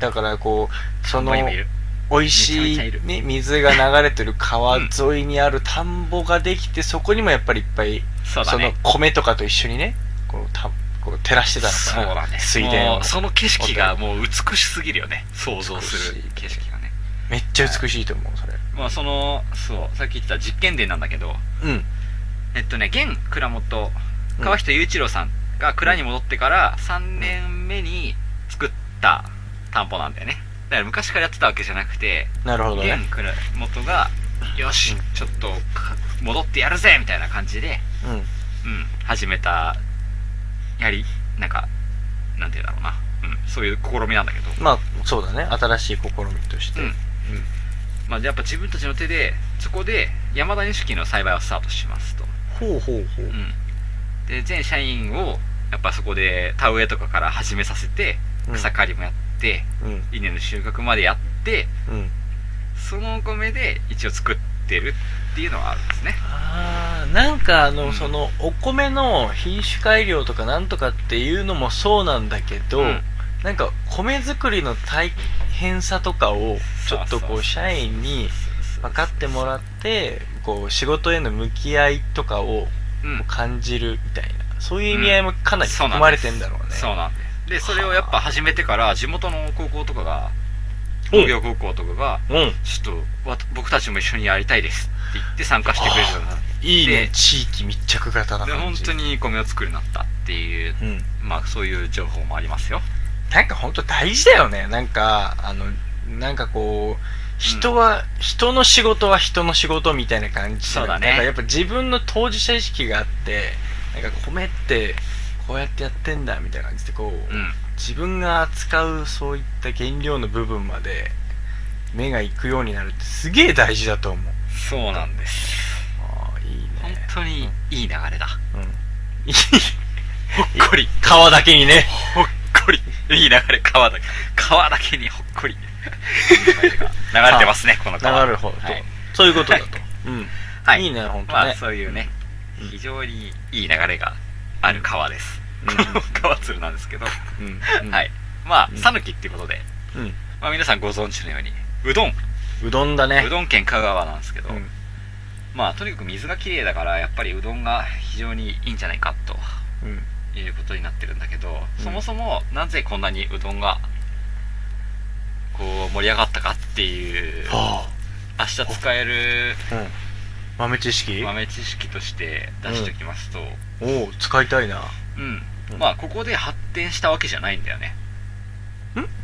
S4: だからこう、そ
S2: こ
S4: の、
S2: こにもいる。
S4: 美味し
S2: めちゃめちゃいる
S4: い、ね、水が流れてる川沿いにある田んぼができて、そこにもやっぱりいっぱい、
S2: そうだ
S4: その
S2: ね。
S4: 米とかと一緒にね、こう、たこう照らしてた
S2: そう
S4: のかな。
S2: だね。
S4: 水田
S2: も
S4: を
S2: う。その景色がもう美しすぎるよね。想像する景色がね。
S4: めっちゃ美しいと思う、それ。
S2: まあその、そう、さっき言ってた実験伝なんだけど、
S4: うん。
S2: えっとね、現蔵元、川下雄一郎さんが蔵に戻ってから3年目に作った田んぼなんだよね。だから昔からやってたわけじゃなくて、
S4: なるほど
S2: 現
S4: ね。
S2: 蔵元が、よし、ちょっとか戻ってやるぜみたいな感じで、
S4: うん。
S2: うん、始めた、やり、なんか、なんて言うんだろうな。うん、そういう試みなんだけど。
S4: まあ、そうだね。新しい試みとして。
S2: うんまあ、やっぱ自分たちの手で、そこで山田錦の栽培をスタートしますと。
S4: ほうほうほう
S2: う。ん、で全社員をやっぱそこで田植えとかから始めさせて
S4: うん
S2: 草刈りもやって、
S4: うん。
S2: 稲の収穫までやって
S4: うん。
S2: そのお米で一応作ってるっていうのはあるんですね
S4: あーなんかあの、
S2: うん
S4: そのお米の品種改良とかなんとかっていうのもそうなんだけど、
S2: うん
S4: なんか米作りの大変さとかをちょっと
S2: そうそう
S4: こ
S2: そう
S4: う社員に分かってもらってこう仕事への向き合いとかを
S2: うん
S4: 感じるみたいなそういう意味合いもかなり
S2: そうなんです
S4: 含まれてんだろうね、
S2: そうなんですでそれをやっぱ始めてから地元の高校とかが
S4: おう
S2: 農業高校とかが
S4: うん
S2: ちょっとわ僕たちも一緒にやりたいですって言って参加してくれるようになっ
S4: いい
S2: で
S4: ね地域密着型な
S2: てで
S4: 感
S2: 本
S4: じ
S2: 当にいい米を作るようになったっていう
S4: うん
S2: まあそういう情報もありますよ
S4: なんか本当大事だよね。なんか、あの、なんかこう、人は、人の仕事は人の仕事みたいな感じで
S2: そうだね
S4: なんかやっぱ自分の当事者意識があって、なんか米って、こうやってやってんだみたいな感じで、こう、
S2: うん
S4: 自分が扱うそういった原料の部分まで、目が行くようになるってすげえ大事だと思う。
S2: そうなんです
S4: ああ、いい
S2: 本
S4: ね。
S2: 当にいい流れだ。
S4: うん。いい
S2: [LAUGHS] ほっこり。
S4: 川だけに [LAUGHS] ね。
S2: ほっこり。いい流れ、川だけ。川だけにほっこり。いい流れが流れて
S4: [LAUGHS]
S2: ますね、この
S4: 流
S2: 川。
S4: れるほど、
S2: はい。
S4: そういうことだと。うん。
S2: はい。
S4: いいね、ほんとね。
S2: まあ、そういうね、
S4: うん
S2: 非常にいい流れがある川です。
S4: うん
S2: この川鶴なんですけど、は
S4: うん。うん
S2: い。まあ
S4: う、ん
S2: 讃岐っていうことで、
S4: うん。
S2: まあ皆さんご存知のように、うどん、
S4: うどんだね
S2: う。どん県香川なんですけど
S4: う、ん。
S2: まあ、とにかく水がきれいだから、やっぱりうどんが非常にいいんじゃないかと
S4: うん。
S2: いうことになってるんだけど、
S4: うん
S2: そもそもなぜこんなにうどんがこう盛り上がったかっていう
S4: は
S2: 明日使える
S4: あ。うん。豆知識
S2: 豆知識として出しておきますと、
S4: おお、使いたいな。ん
S2: うん
S4: うん
S2: まあここで発展したわけじゃないんだよね、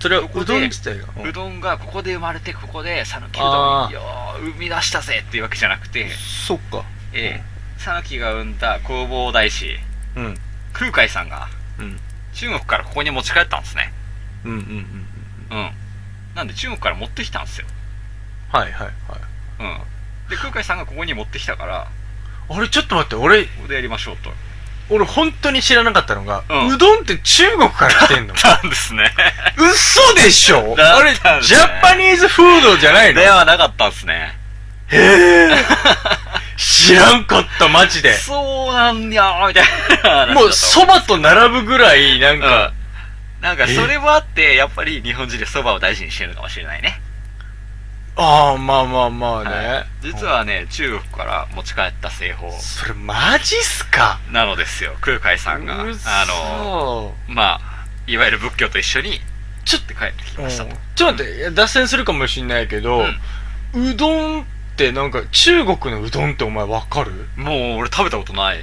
S4: それは
S2: そこで
S4: うどん自体が。うん
S2: うどんがここで生まれてここで讃岐うどんよー生み出したぜっていうわけじゃなくて
S4: そっか。
S2: ええ讃岐、が生んだ弘法大師
S4: うん。
S2: 空海さんが
S4: うん。
S2: 中国からここに持ち帰ったんですね
S4: うんうんうんうん。
S2: うんなんで中国から持ってきたんですよ
S4: はいはいはい。
S2: うん。で、空海さんがここに持ってきたから、
S4: あれ、ちょっと待って、俺、
S2: ここでやりましょうと。
S4: 俺本当に知らなかったのが、
S2: うん
S4: うどんって中国から来てんの
S2: なんですね。
S4: [LAUGHS] 嘘でしょ
S2: だ
S4: あれ、ジ
S2: だね
S4: ャパニーズフードじゃないの
S2: ではなかったんですね。
S4: へえ。知らんかった、マジで。
S2: そうなんや、みたいな話だと。
S4: もう、蕎麦と並ぶぐらい、なん
S2: うん
S4: か、。
S2: なんか、それもあって、やっぱり日本人で蕎麦を大事にしてるのかもしれないね。
S4: ああ、まあまあまあね。
S2: はい実はね、中国から持ち帰った製法
S4: それマジっすか
S2: なのですよ、空海さんが。あ
S4: うっそ
S2: の、まあ、いわゆる仏教と一緒に、
S4: ちょ
S2: って帰ってき
S4: う
S2: ま
S4: ん
S2: し
S4: ち
S2: た
S4: ょっ
S2: と。
S4: と待って、いや脱線するかもしんないけど、うどんってなんか中国のうどんってお前わかる
S2: もう、俺食べたことない。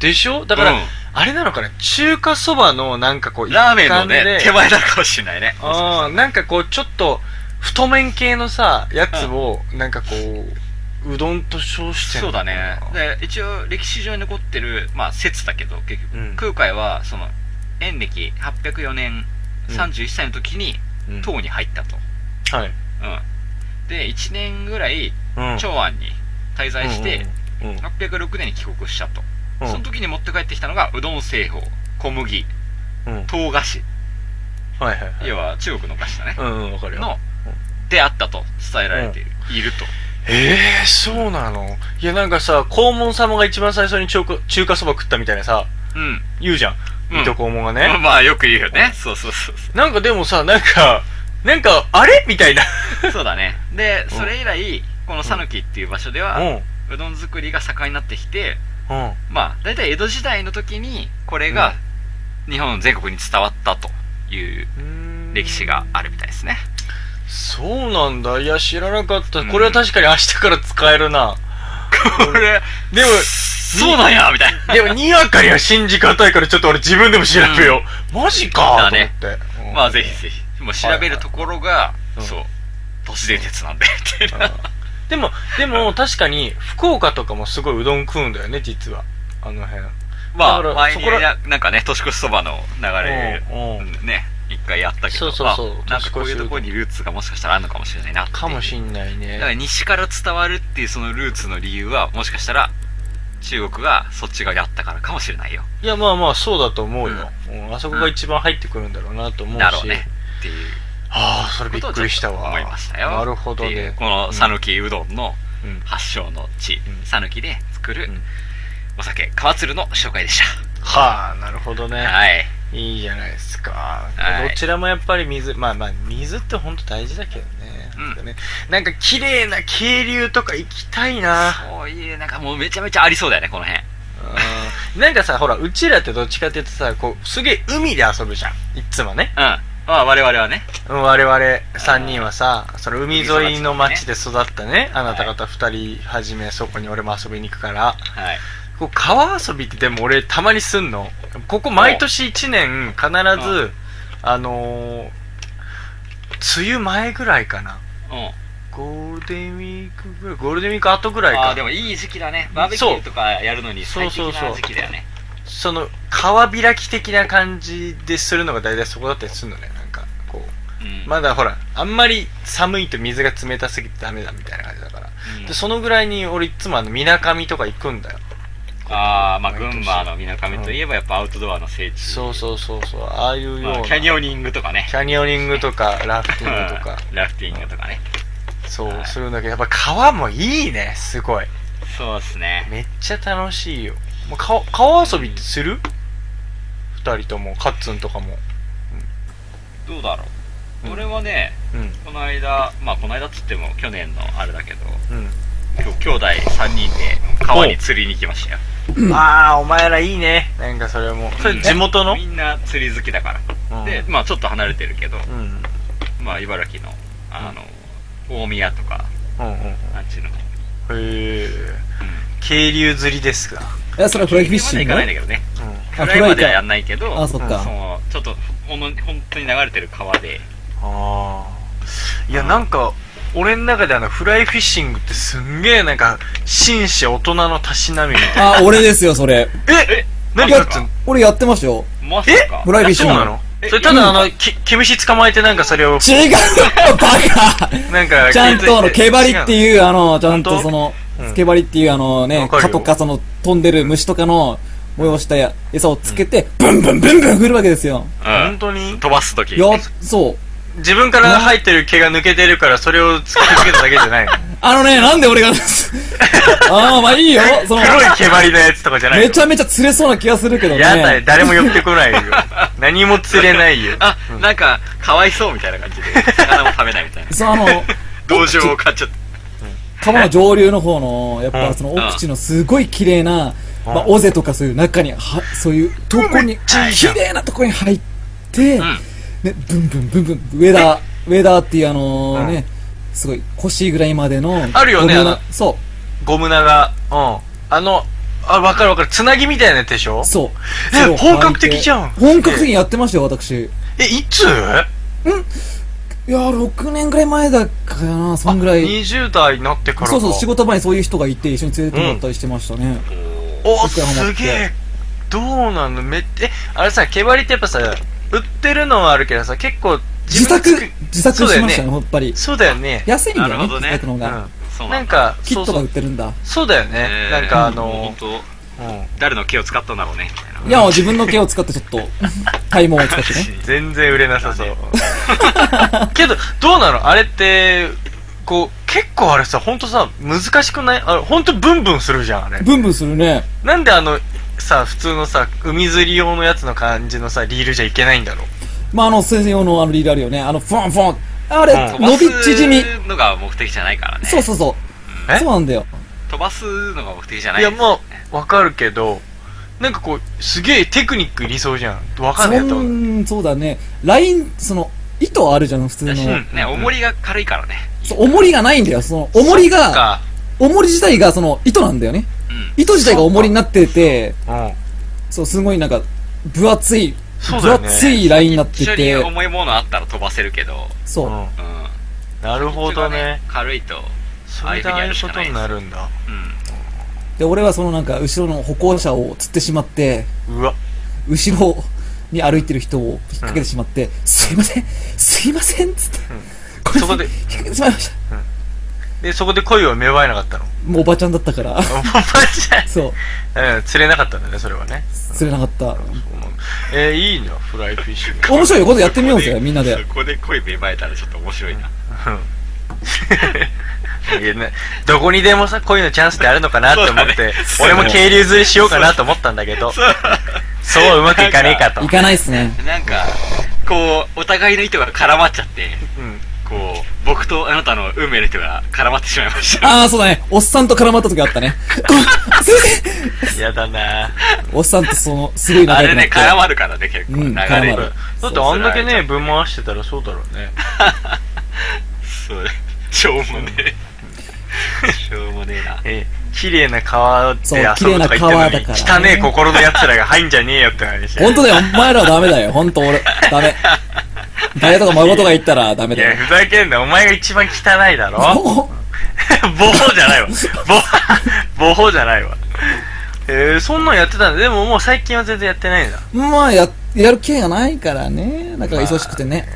S4: でしょだから、
S2: うん
S4: あれなのかな中華そばのなんかこう、
S2: ラーメンの
S4: 一環
S2: ね、
S4: で
S2: 手前なのかもしれないね。
S4: あーなんかこう、ちょっと、太麺系のさ、やつを、なんかこう、うどんと称してん
S2: そうだ
S4: のかな
S2: ねで一応歴史上に残ってる、まあ、説だけど結局、
S4: うん
S2: 空海はその延暦804年
S4: うん
S2: 31歳の時に
S4: うん
S2: 唐に入ったと、
S4: はい
S2: うんで1年ぐらい
S4: うん
S2: 長安に滞在して、
S4: うんうんうん
S2: 806年に帰国したと、
S4: うん
S2: その時に持って帰ってきたのがうどん製法小麦
S4: うんうん
S2: 唐菓子
S4: はいはいはい
S2: 要は中国の菓子だね
S4: うんうんわかるよ
S2: のであったと伝えられている,、いると
S4: ええそうなのいやなんかさ黄門様が一番最初に中華中華そば食ったみたいなさ
S2: うん
S4: 言うじゃん
S2: うん
S4: 水戸黄門が
S2: まあ
S4: ね、
S2: まあよく言うよねそうそうそうそ
S4: なんかでもさなんかなんかあれみたいな
S2: うそうだねで
S4: うん
S2: それ以来この讃岐っていう場所で
S4: う
S2: は、
S4: ん
S2: うどん作りが盛んになってきて
S4: うん
S2: まあ大体江戸時代の時にこれが日本全国に伝わったという歴史があるみたいですね
S4: そうなんだいや知らなかった、
S2: うん
S4: これは確かに明日から使えるな
S2: これ [LAUGHS]
S4: でも
S2: そうなんやみたいな
S4: でもにわかには信じがたいからちょっと俺自分でも調べよう、マジか
S2: だね
S4: と思って、うん
S2: まあぜひぜひもう調べるところが、
S4: うん
S2: そう都市伝説なんでみたいな
S4: でもでも確かに福岡とかもすごいうどん食うんだよね実はあの辺
S2: まあ
S4: だから
S2: 前に
S4: そこら
S2: やなんかね年越しそばの流れ
S4: うんうん
S2: ね一回やったけど
S4: そうそうそう
S2: あなんかこういう
S4: 年越し
S2: ところにルーツがもしかしたらあるのかもしれないなっていう
S4: かもしんない
S2: だから
S4: ね
S2: 西から伝わるっていうそのルーツの理由はもしかしたら中国がそっち側にあったからかもしれないよ
S4: いやまあまあそうだと思うよ、うんあそこが一番入ってくるんだろうなと思うし、
S2: だろうねっていう
S4: ああそれびっ
S2: こと
S4: く
S2: を
S4: り
S2: ち
S4: し
S2: ょ
S4: た
S2: っと
S4: わ
S2: 思いましたよ
S4: なるほど
S2: っていう
S4: ね
S2: この讃岐うどんの
S4: うん
S2: 発祥の地
S4: うん
S2: 讃岐、で作る
S4: うん
S2: お酒川鶴の紹介でし
S4: はあなるほどね、
S2: た、はい
S4: いいじゃないですか、
S2: はい
S4: どちらもやっぱり水まあまあ水って本当大事だけどね,、
S2: うん
S4: なんかねなんか綺麗な渓流とか行きた
S2: [LAUGHS]
S4: いな
S2: そういうなんかもうめちゃめちゃありそうだよねこの辺
S4: うんなんかさほらうちらってどっちかって言うとさこうすげえ海で遊ぶじゃんいっつもね
S2: うんまあ我々はね
S4: うん我々3人はさその海沿いの町で育ったねあなた方2人はじめそこに俺も遊びに行くから
S2: はい
S4: こう川遊びってでも俺たまにすんのここ毎年1年必ずあのー、梅雨前ぐらいかな
S2: うん
S4: ゴールデンウィークぐらいゴールデンウィーク後ぐらい
S2: ああー
S4: か
S2: でもいい時期だねバーベキューとかやるのに最適
S4: そうそうそ
S2: な
S4: う
S2: 時期だよね
S4: その川開き的な感じでするのが大体そこだったりするのねなんかこう
S2: うん
S4: まだほらあんまり寒いと水が冷たすぎてダメだみたいな感じだから
S2: うん
S4: でそのぐらいに俺いつもあのみなかみとか行くんだよ
S2: ああまあ
S4: 毎年
S2: 群馬のみなかみといえばやっぱアウトドアの聖地
S4: そうそうそうそうああいうよう
S2: ま
S4: な
S2: あキャニオニングとかね
S4: キャニオニング
S2: [LAUGHS]
S4: とかラフティングとか
S2: うんラフティングとかね
S4: そう、
S2: はい
S4: するんだけど、やっぱ川もいいね、すごい。
S2: そうですね
S4: めっちゃ楽しいよ。もう川川遊びってする二人とも、カッツンとかも。
S2: どうだろう、
S4: うん
S2: 俺はね
S4: うん、
S2: この間まあこの間っつっても去年のあれだけど
S4: う
S2: きょ兄弟3人で川に釣りに行きましたよ
S4: ん。ああ、お前らいいね。なんかそれも。それ地元の
S2: みんな釣り好きだから、
S4: うん
S2: でまあちょっと離れてるけど、
S4: うん。うん
S2: まあ茨城のあの、大宮とか
S4: うんうん。へ
S2: あっちの
S4: え。渓流釣りですか。
S3: え、それはフライフィッシ
S2: まで
S3: ン
S2: 行
S3: グ
S2: かないんだけどね
S4: う
S2: フ
S4: ん。
S2: ライまではやんないけど
S3: あ、そ
S2: そ
S3: っか。
S2: のちょっとほんの本当に流れてる川で
S4: ああ。いや、なんか、俺の中であの、フライフィッシングってすんげえなんか、紳士大人のたしなみみたいな。
S3: あ、俺ですよ、それ。
S4: え何
S3: い
S4: カ
S3: や
S4: ッツン、
S3: 俺やってましたよ。
S2: まさか
S3: フライフィッシング。
S4: そうなの
S2: え
S4: それただあの、き、毛虫捕まえてなんかそれを、
S3: 違うよ、バ
S4: なん
S3: カ
S4: か、
S3: ちゃんとあの、毛張りって
S4: う。
S3: いう、あの、ちゃんと
S4: 本当
S3: その
S4: う、ん
S3: 毛張りっていう、あのね
S4: わ、かるよ
S3: 蚊とかその、飛んでる虫とかの、催したや餌をつけて、ブンブンブンブン振るわけですよ。
S2: うん
S4: 本当に
S2: 飛ばす時
S3: よ、そう。
S4: 自分から入ってる毛が抜けてるからそれを突きつけただけじゃないの
S3: あのね、なんで俺が、 [LAUGHS] ああ、まあいいよ、その、
S4: 黒い毛張りのやつとかじゃ
S3: [LAUGHS]
S4: ないの
S3: めちゃめちゃ釣れそうな気がするけどね。
S4: やだよ、誰も寄ってこ
S3: [LAUGHS]
S4: ないよ。何も釣れないよ。
S2: あ、なんかかわいそうみたいな感じで魚も食べないみ
S3: [LAUGHS]
S2: たいな
S3: そう、あの、
S2: 同情を買っちゃった
S3: 川の上流の方の、やっぱその
S2: うん
S3: 奥地のすごい綺麗な、まあ、尾瀬とかそういう中に、は、そういうとこに、
S4: ゃいいじゃん
S3: 綺麗なとこに入って、
S2: ん
S3: ね、ブンブンブンブン、ウェダー、ウェダーっていうあのーね、すごい腰ぐらいまでの、
S4: あるよね
S3: ゴム
S4: あ
S3: な
S4: の
S3: そ
S4: ゴム長。うん。あの、あ、わかるわかる。つなぎみたいなやつでしょ
S3: う、そう。
S4: え
S3: それを履いて
S4: 本格的じゃん
S3: 本格的にやってましたよ、私。
S4: え、いつ
S3: うんいやー、6年ぐらい前だかな、そんぐらい。
S4: 20代になってからか
S3: そうそう、仕事場にそういう人がいて、一緒に連れてもらったりしてましたね。
S4: お
S3: 一回ハマ
S4: す
S3: って
S4: げえどうなのめっえあれさ毛針ってやっぱさ売ってるのはあるけどさ結構
S3: 自
S4: 分
S3: 作
S4: で作、
S3: 自作しまし
S4: そう
S3: たね、
S4: だよね
S3: やっぱり。
S4: そうだよね
S3: 安いんだ
S2: な
S3: よ
S2: る
S3: ね、
S2: ほどね
S3: 自作の方
S4: う
S3: が。
S2: そうんな
S4: なんん
S2: だ。
S4: か
S3: キ
S4: そ
S3: ッ
S4: う
S3: トが
S4: そ
S3: 売っ
S4: う
S3: てるんだ。
S4: そうだよね、
S2: えー
S4: なんか
S2: も
S4: あ
S2: う
S4: の
S2: 本
S4: うん
S2: 当誰の毛を使ったんだろうね、みたいな。
S3: いや、自分の毛を使ってちょっと、体毛を使ってね。
S4: 全然売れなさそう [LAUGHS]
S3: [LAUGHS]
S4: けどどうなのあれってこう結構あれさ本当さ難しくないあれ本当ブンブンするじゃんあれ
S3: ブンブンするね。
S4: なんであのさ普通のさ海釣り用のやつの感じのさリールじゃいけないんだろう
S3: まあ、あの、先生用のあのリールあるよね。あの、フォンフォン。あれ、
S4: うん
S3: 伸び縮み。
S2: 飛ばすのが目的じゃないからね。
S3: そうそうそう。
S4: え
S3: そうなんだよ。
S2: 飛ばすのが目的じゃない。
S4: いやまあわかるけどなんかこうすげえテクニック理想じゃんわかんないやった
S3: そ
S4: もん
S3: んそうだね。ライン、その、糸あるじゃん、普通の
S2: だ。し、
S4: ん
S2: ね、重りが軽いからね。
S3: そう、重りがないんだよ。その、重りが、
S4: か
S3: 重り自体がその、糸なんだよね。
S2: うん。
S3: 糸自体が重りになってて、
S4: うん
S3: そう、すごいなんか、分厚い、
S4: そうだ
S3: 分
S4: よね
S3: 厚いラインになって
S2: 一緒に
S3: て、
S2: 重いものあったら飛ばせるけど、
S3: そうう。
S4: ん
S2: うん。
S4: なるほどね。
S2: 軽いと。
S4: それでああいうことになるんだ
S2: うん。
S3: で、俺はそのなんか、後ろの歩行者を釣ってしまって、
S4: うわ
S3: 後ろに歩いてる人を引っ掛けてしまって、すいません、すいませんっつって、
S4: うん
S3: これ
S4: そこで
S3: 引っ掛けてしまいました。
S4: でそこで恋は芽生えなかったの [LAUGHS]
S3: もうおばちゃんだったから、
S4: おばちゃ
S3: そう、
S4: んうん釣れなかったんだねそれはね
S3: 釣れなかっ
S4: えー、いいなフライフィッシング
S3: た。面白いよ、今度やってみようぜ、みんなで。
S2: そこで恋芽生えたらちょっと面白いな。 [LAUGHS]
S4: いやねどこにでもさ恋のチャンスってあるのかなって思って、
S2: そうだね
S4: 俺も渓流釣りしようかなと思ったんだけどそううまくいかねえかと
S3: 行かないっすね。
S2: なんか、こう、お互いの糸が絡まっちゃって、
S4: うん
S2: こう、僕とあなたの運命の人が絡まってしまいました。
S3: ああ、そうだね。おっさんと絡まった時あったね。 [LAUGHS] あすいません
S4: やだな
S3: おっさんとその、すごい
S2: あ
S3: 仲
S2: れ
S3: 良くなっ
S2: ね、
S3: て。
S2: 絡まるからね、結構。
S3: う
S2: 流
S3: ん
S2: れ
S3: 絡ま
S2: に
S3: る。
S4: だってあんだけね、ぶん回してたらそうだろうね。
S2: そう、超もねえ。しょうもねえな。
S4: ええ、綺麗な川で
S3: そう
S4: 遊ぶとか言
S3: 綺麗な川
S4: って
S3: だ
S4: る
S3: か
S4: のに、汚
S3: ら
S4: ねえ心の奴らが入んじゃねえよって話。
S3: 本当だよ、お前らはダメだよ。本当俺、ダメ。誰とか孫とか言ったらダメ
S4: いや、
S3: だよ。
S4: ふざけんな。お前が一番汚いだろ。
S3: [LAUGHS] お
S4: ボホじゃないわ。ボホ、ボホじゃないわ。えー、そんなんやってたんだ。でももう最近は全然やってないんだ。
S3: まあ、や、やる気がないからね。なんか忙しくてね。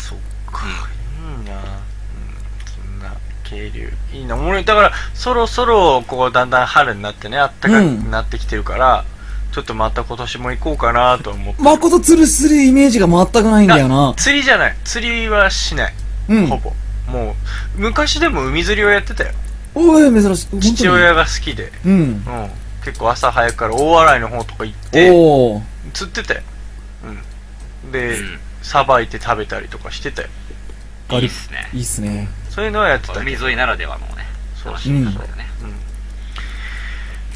S4: そっか。いいなうん、そんな、渓流。いいな。俺、だから、そろそろ、こう、だんだん春になってね、あったかくなってきてるから、ちょっとまた今年も行こうかなと思って。 [LAUGHS]
S3: 誠つるするイメージが全くないんだよな。
S4: 釣りじゃない釣りはしない、
S3: うん
S4: ほ。ぼもう昔でも海釣りをやってたよ
S3: おい、珍しい。本当に
S4: 父親が好きで、
S3: うん
S4: う。ん、結構朝早くから大洗の方とか行って
S3: おー。
S4: 釣ってたよ、うん、で
S2: うん
S4: さばいて食べたりとかしてたよ
S3: ガ
S2: いい
S3: リ
S2: っすね。
S3: いいっすね。
S4: そういうのはやってたけど
S2: 海沿いならではのね、
S4: そう
S2: 楽
S4: そ
S2: し
S4: う、
S3: う
S2: み
S3: ん
S2: 方だよね。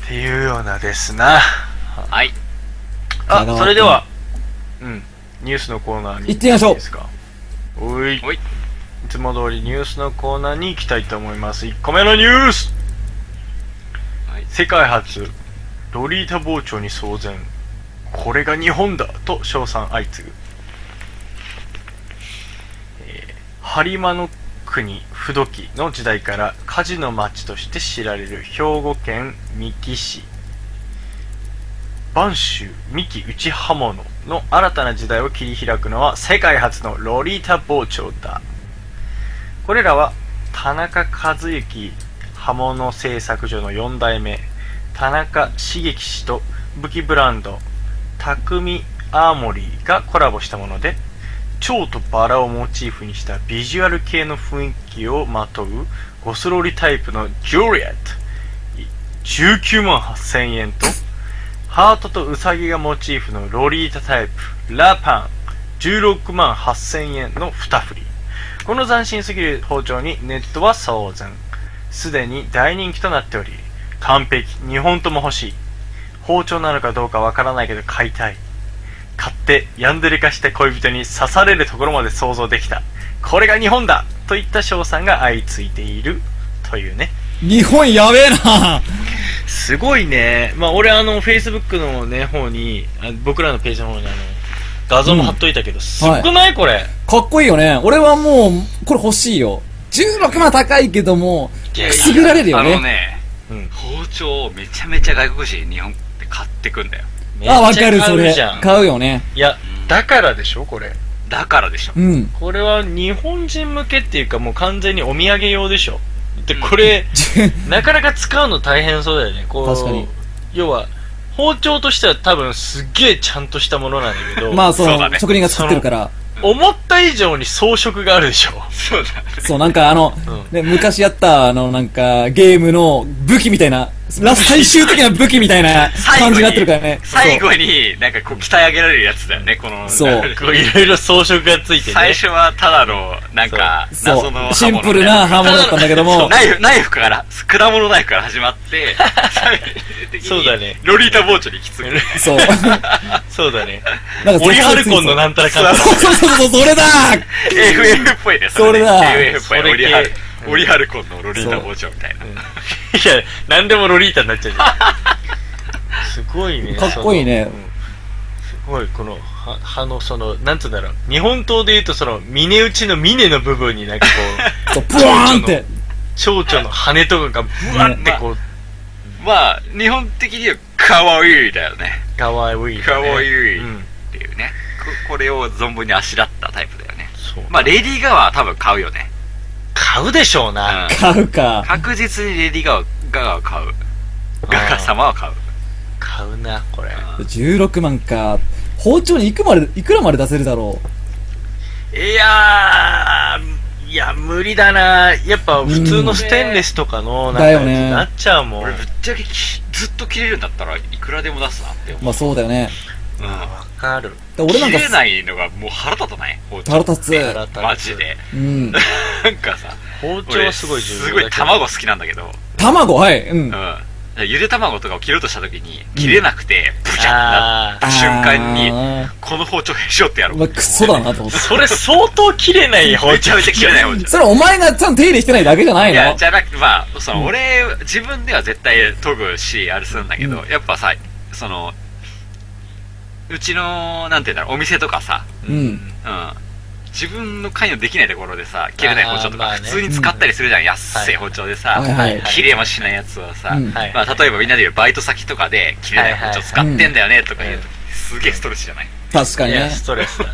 S4: っていうようなですな
S2: はい。
S4: あ
S3: 香川
S4: それではうんニュースのコーナーに
S3: 行ってみましょう
S4: いですかおい
S2: おい。
S4: いつも通りニュースのコーナーに行きたいと思います1個目のニュース
S2: はい
S4: 世界初ロリータ傍聴に騒然これが日本だと称賛相次ぐ、えー、播磨の国不土記の時代から火事の町として知られる兵庫県三木市播州三木内刃物の新たな時代を切り開くのは世界初のロリータ傍聴だこれらは田中和幸刃物製作所の4代目田中茂樹氏と武器ブランド匠アーモリーがコラボしたもので蝶とバラをモチーフにしたビジュアル系の雰囲気をまとうゴスロリタイプのジュリエット19万8000円とハートとウサギがモチーフのロリータタイプラパン16万8000円の2振りこの斬新すぎる包丁にネットは騒然すでに大人気となっており完璧2本とも欲しい包丁なのかどうかわからないけど買いたい買ってヤンデレ化して恋人に刺されるところまで想像できたこれが日本だといった称賛が相次いでいるというね
S3: 日本やべえな
S4: すごいね、まあ、俺あの、フェイスブックの、ね、方にあ僕らのページの方にあの画像も貼っといたけど、すごくないこれ。
S3: かっこいいよね。俺はもう、これ欲しいよ。16万高いけども、
S4: いやい
S3: く
S4: や
S3: すぐられるよ
S2: あの
S3: ね。
S2: ね、
S4: うん
S2: 包丁をめちゃめちゃ外国人日本って買ってくんだよ
S4: めっち
S3: あ、
S4: ゃ
S3: わかる、
S4: 買
S3: そうれ
S4: じゃ。ん
S3: 買うよね。
S4: いや、だからでしょ、これ。
S2: だからでしょ
S3: うん。
S4: これは日本人向けっていうか、もう完全にお土産用でしょ。で、これ、なかなか使うの大変そうだよね。こう
S3: 確かに
S4: 要は、包丁としては多分すっげえちゃんとしたものなんだけど、
S3: [LAUGHS] まあ、
S2: そ
S3: そ
S2: うだ
S3: の、
S2: ね
S3: 職人が作ってるから。
S4: 思った以上に装飾があるでしょ。
S2: [LAUGHS] そうだ
S3: そう、なんかあの、
S4: う
S3: ね、昔やった、あの、なんか、ゲームの武器みたいな、ラス最終的な武器みたいな
S2: 最
S3: 感
S2: 後
S3: じに
S2: に
S3: なってるからね。
S2: 最後になんかこう鍛え上げられるやつだよねこの
S3: そう
S2: なんか
S4: こういろいろ装飾がついてね。
S2: 最初はただのなんか
S3: そう
S2: 謎の
S3: シンプルな刃物だったんだけども
S2: [LAUGHS] そうナイフナイフから果物ナイフから始ま
S3: [LAUGHS]
S2: って最終的に
S4: そうだね
S2: ロリータ包丁にきつく
S3: そう。そう。
S4: そうだね。
S3: なん
S4: オリハルコンのなんんたらかんたら。
S3: そうそうそうそう、それだ
S2: [LAUGHS] FF っぽいねね
S3: それだ
S2: FF っぽい
S4: それ系
S2: オリハル
S4: うん
S2: オリハルコンのロリータ包丁みたいな
S4: うんいや、なんでもロリータになっちゃうじゃん。 [LAUGHS] すごいね。
S3: かっこいいね
S4: そのうんすごい、この、は歯の、その、なんつうんだろう。日本刀で言うと、その、峰打ちの峰の部分になんかこう、
S3: そう、ブワーンって。
S4: [LAUGHS] 蝶々の羽とかがブワってこう、
S2: まあ日本的にはかわいいだよね
S4: かわいい、ね。
S2: かわいい
S4: うん。
S2: っていうねここれを存分にあしらったタイプだよね
S4: そう。
S2: まあレディー・ガワは多分買うよね
S4: 買うでしょうな。
S2: うん
S3: 買うか。
S2: 確実にレディーガガガガは買うガガ様は買う
S4: 買うな、これ。
S3: 16万か。包丁にいくまで、いくらまで出せるだろう。
S4: いやー、いや、無理だな。やっぱ、普通のステンレスとかの、なんか、
S3: だよね
S4: なっちゃうもん。
S2: 俺ぶっちゃけきずっと切れるんだったらいくらでも出すなって思う、
S3: まあそうだよね。
S2: うん
S4: わかる。
S3: で俺なん
S2: 切れ
S3: か、
S2: ないのがもう腹立たない包丁
S3: 腹立つ。
S4: 新たな
S2: マジ [LAUGHS] で
S3: うん。
S2: なんかさ
S4: 包丁
S2: 俺
S4: は
S2: す
S4: す
S2: ご
S4: ご
S2: い
S4: い重要だけど
S2: 卵好きなんだけど、
S3: 卵、はい。うん
S2: うん。ゆで卵とかを切ろうとした時に切れなくてブキャッてなった瞬間に
S3: あ
S2: この包丁へし折ってやろ
S3: ー
S2: う
S3: まあ、クソだなと思って。
S4: それ相当切れない
S2: [LAUGHS]
S4: 包
S2: めち
S4: 丁
S2: ゃめちゃ切れない包丁
S3: それお前がちゃんと手入れしてないだけじゃない
S2: い
S3: の
S2: やじゃなくてまあその俺自分では絶対研ぐしあれするんだけど、やっぱさそのうちのなんて言うんだろうお店とかさ、
S3: うん。
S2: うん、自分の関与できないところでさ切れない包丁と
S4: あーま
S2: か
S4: あ
S2: 普
S4: ね
S2: 通に使ったりするじゃん、安い
S4: は
S2: 包丁でさ、
S3: はいはい
S2: 切れもしないやつはさ、
S3: うん
S4: はい
S2: まあ、例えばみんなで言うバイト先とかで切れない包丁使ってんだよねとか言うと、
S4: は
S2: すげえストレスじゃない、
S3: 確か
S4: い
S3: に
S4: や
S3: ね。
S4: ストレスだね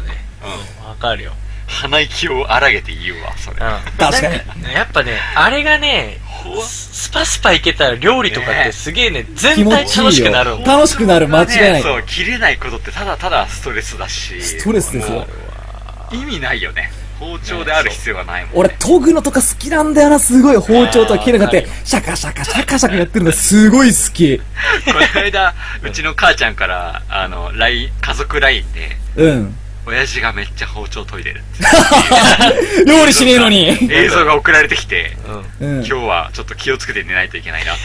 S2: う
S4: わかるよ、
S2: ん、鼻息を荒げて言うわそれ、
S4: うん、
S3: 確かに
S4: なんやっぱねあれがね
S2: ほわ
S4: スパスパいけたら料理とかってすげえね
S3: 気
S4: 全
S3: 持
S4: 体
S3: ちいいよ
S4: 楽しくなるもん
S3: 楽しくなる、間違いな
S2: そ
S3: い。
S2: う切れないことってただただストレスだし
S3: ストレスです
S2: も
S3: よ
S2: う。意味ないよね包丁である必要はないもん、 [LAUGHS]
S3: 俺、研ぐのとか好きなんだよな、すごい。包丁とか切れなく
S4: あー
S3: て
S4: わ、
S3: シャカシャカシャカシャカやってるのすごい好き。
S2: この間うちの母ちゃんからあの LINE 家族 LINE で
S3: うん。
S2: 親父がめっちゃ包丁研いでるって
S3: 料理しねえのに。
S2: 映像が送られてきて
S4: うん、
S3: う
S2: 今
S3: ん。
S2: 日はちょっと気をつけて寝ないといけないなっ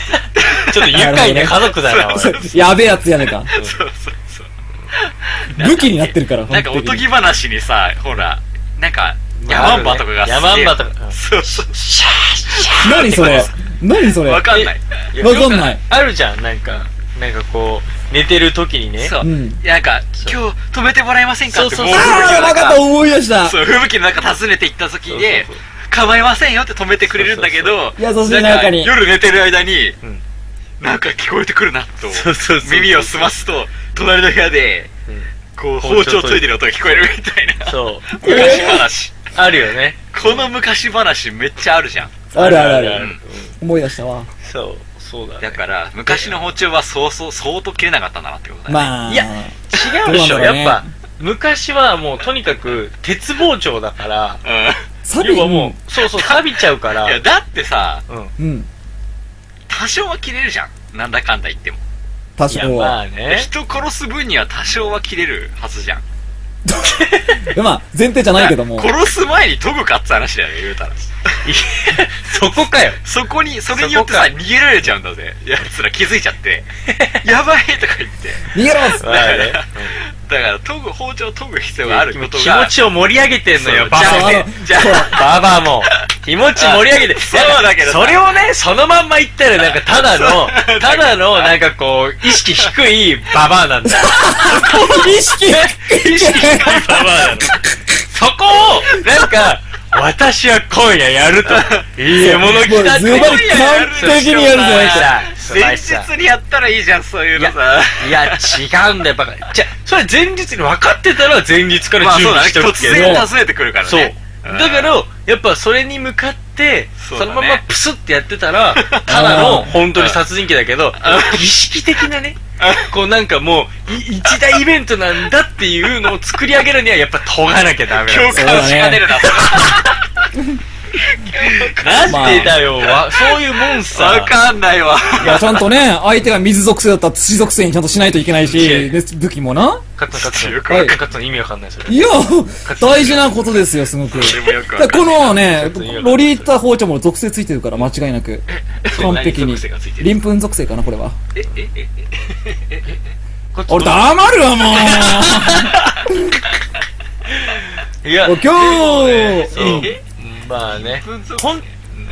S2: て
S4: ちょっと愉快な家族だな
S3: そう
S4: 俺
S3: [LAUGHS] やべえやつやねえか。
S2: そうそうそう
S3: [LAUGHS] 武器になってるから、
S2: なんかお
S3: 本当
S2: と
S3: に
S2: ぎ話にさほらなんかヤ
S4: ま
S2: マ
S4: あ
S2: ンバとかがすげえ
S4: ヤマンバとかうん
S2: そうそうシ
S3: 何それ何そ
S2: ャー
S3: れ
S2: わかんない
S4: いや
S3: わかんない
S4: あるじゃんなんかなんかこう寝てる時にね
S2: そう、
S3: うん
S2: いやなんか今日止めてもらえませんかって
S4: そうそう
S2: も
S4: そう
S2: 吹雪の
S3: ああ、わかった、
S2: 中
S3: 思い出した。
S2: そう吹雪の中訪ねて行った時で
S4: そうそう
S2: 構いませんよって止めてくれるんだけど
S3: そうそうそう優しい中に
S2: んか夜寝てる間に、
S4: ん
S2: なんか聞こえてくるなと
S4: そうそうそう
S2: 耳を澄ますと隣の部屋で
S4: うん
S2: こう包
S4: 包
S2: 丁
S4: 丁
S2: ついてる音が聞こえるみたいな
S4: そう
S2: 昔話
S4: あるよね
S2: この昔話めっちゃあるじゃん
S3: あるあるある
S4: うん
S3: 思い出したわ。
S4: そうそうだ
S2: だ
S4: ね
S2: から昔の包丁はそうそう相当切れなかったんだなってことだね
S3: まあ、
S4: いや違うでしょ
S3: どうなんだろうね
S4: やっぱ昔はもうとにかく鉄包丁だから
S2: う
S3: サビ
S4: 要はもうそうそう錆びちゃうか
S2: んいや
S4: ら
S2: だってさ
S4: うん
S3: う、うん。
S2: 多少は切れるじゃんなんだかんだ言っても
S3: 多
S4: いや
S3: 少
S4: ま
S3: は。
S4: あね
S2: 人殺す分には多少は切れるはずじゃん
S3: まあ、前提じゃないけども。
S2: 殺す前に研ぐかって話だよね言うたら
S4: そこかよ
S2: そこにそれによってさ
S4: そ
S2: 逃げられちゃうん
S3: [LAUGHS]
S2: だぜやつら気づいちゃってやばいとか言って [LAUGHS]
S3: 逃げろっつって
S4: まあね
S2: だから研ぐ包丁を研ぐ必要があること
S4: 気
S2: が
S4: 持ちを盛り上げてんのよ、
S2: そう
S4: バ
S2: じゃ
S4: バ
S2: あ
S4: ア
S2: ね
S4: ね。
S2: じゃあ
S4: [LAUGHS] ババアも。気持ち盛り上
S2: [LAUGHS]
S4: げて。
S2: そうだけど
S4: それをね、そのまんま言ったら、なんかた
S2: [LAUGHS]
S4: だの、ただの、なんかこう、意識低いババアなんだよ。
S3: 意識
S4: 意識低いババアなんだよ。そこを、なんか、私は今夜やると。いいもの来たって。
S3: もうズバリ
S4: 今夜やる
S3: 完璧にやるじゃない
S4: さ
S2: 前日にやったらいいじゃんそういうのさ
S4: いや、違うんだよ、バカ。じゃあ、それ前日に分かってたら前日から
S2: まあ
S4: 準
S2: そうだね
S4: 備しておく
S2: 突
S4: けど。
S2: 然訪ねてくるから
S4: そう
S2: ね。
S4: だから、やっぱそれに向かって、
S2: そ
S4: そう
S2: だね
S4: のままプスってやって
S2: [LAUGHS]
S4: たら、ただの本当に殺人鬼だけど、儀式的なね、こうなんかもう、い一大イベントなんだっていうのを作り上げるには、やっぱ研がなきゃダメ
S2: 共
S4: だ。
S2: 感しかねるなそれ
S4: なんでだよ、わそういうもんさ
S2: わ。かんないわ
S3: いや、ちゃんとね、相手が水属性だったら土属性にちゃんとしないといけないし、
S4: い
S3: で武器もな。
S4: カットンカットン
S3: はい
S4: カットン意味わかんない、それ。
S3: いや、大事なことですよ、すごく。
S2: でもよくわか
S3: だ
S2: ん
S3: か
S2: ない
S3: らこのね
S4: ちょっと意味わかんない、
S3: ロリータ包丁も属性ついてるから、間違い
S2: [LAUGHS]
S3: なく。完璧
S2: 何
S3: に
S2: 属性がついて。る
S3: 鱗粉属性かな、これは。
S4: カットン
S3: 俺黙るわ、も
S4: いや、
S2: [LAUGHS]
S3: うお今
S4: ね
S3: 日
S4: そう
S2: え
S4: まあね、ほん、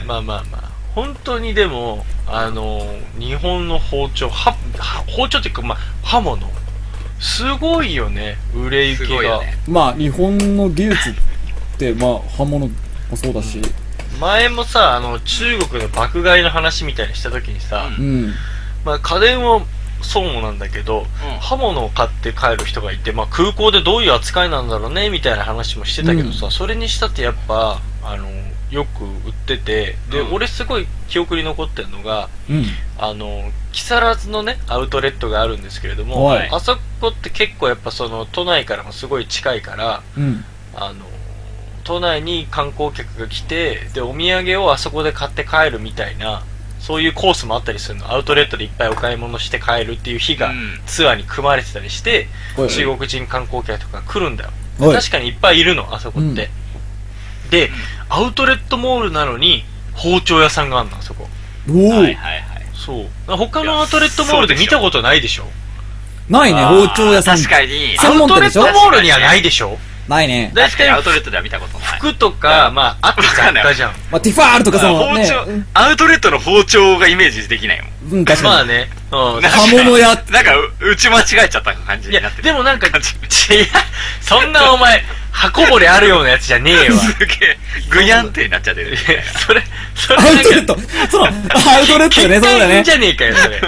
S4: まあまあまあ、本当にでも、あの、日本の包丁、は、は包丁っていうか、まあ、刃物。すごいよね、売れ行
S2: す
S4: き
S2: ごい
S4: が。
S2: よね
S3: まあ、日本の技術って、まあ、刃物もそうだし、
S4: 前もさ、あの、中国の爆買いの話みたいにした時にさ、
S2: うん
S3: うん。
S4: まあ、家電はそうもなんだけど、
S2: うん
S4: 刃物を買って帰る人がいて、まあ、空港でどういう扱いなんだろうねみたいな話もしてたけどさ、それにしたってやっぱあのよく売っててで、
S2: うん
S4: 俺すごい記憶に残ってるのが
S3: うん。
S4: あの木更津のねアウトレットがあるんですけれども、
S3: はい
S4: あそこって結構やっぱその都内からもすごい近いから
S3: うん。
S4: あの都内に観光客が来てでお土産をあそこで買って帰るみたいなそういうコースもあったりするのアウトレットでいっぱいお買い物して帰るっていう日が、
S2: うん
S4: ツアーに組まれてたりして、
S3: おい
S4: 中国人観光客とか来るんだよ。
S3: おい
S4: 確かにいっぱいいるの、あそこって。で、アウトレットモールなのに、包丁屋さんがあるの、あそこ。
S3: お
S2: はい
S3: ー
S2: はいはい
S4: そう。他のアウトレットモールで見たことないでしょ
S3: ないね、包丁屋さん。
S2: 確かに
S3: そう
S4: ア
S3: でしょ
S4: ウトレットモールにはないでしょ
S3: ないね。
S4: 大
S2: 確かにア
S4: 体
S2: ウトレットでは見たことない
S4: 服とか、まあ、あったじゃん。じゃん
S3: まあ、ティファールとかその、
S2: 包
S3: ね、
S2: 丁アウトレットの包丁がイメージできないもん
S3: うん、確
S4: ま
S3: か
S4: あ
S3: に。
S4: ね。うん。
S2: な
S3: 刃物屋
S2: なんかう打ち間違えちゃった感じ
S4: い
S2: にな
S4: や
S2: って、る
S4: でもなんか、違う
S2: 感じ
S4: そんなお前、箱ぼれあるようなやつじゃねえわ。
S2: すげえぐにゃんってなっちゃってるみたいな
S4: [LAUGHS] それ、それ
S3: アウトレ
S4: な
S3: ッ
S4: んか、
S3: ト。その、ア
S2: [LAUGHS]
S3: ウトレットね、そうだね
S4: じ。ゃねえかよ、そ [LAUGHS] れ。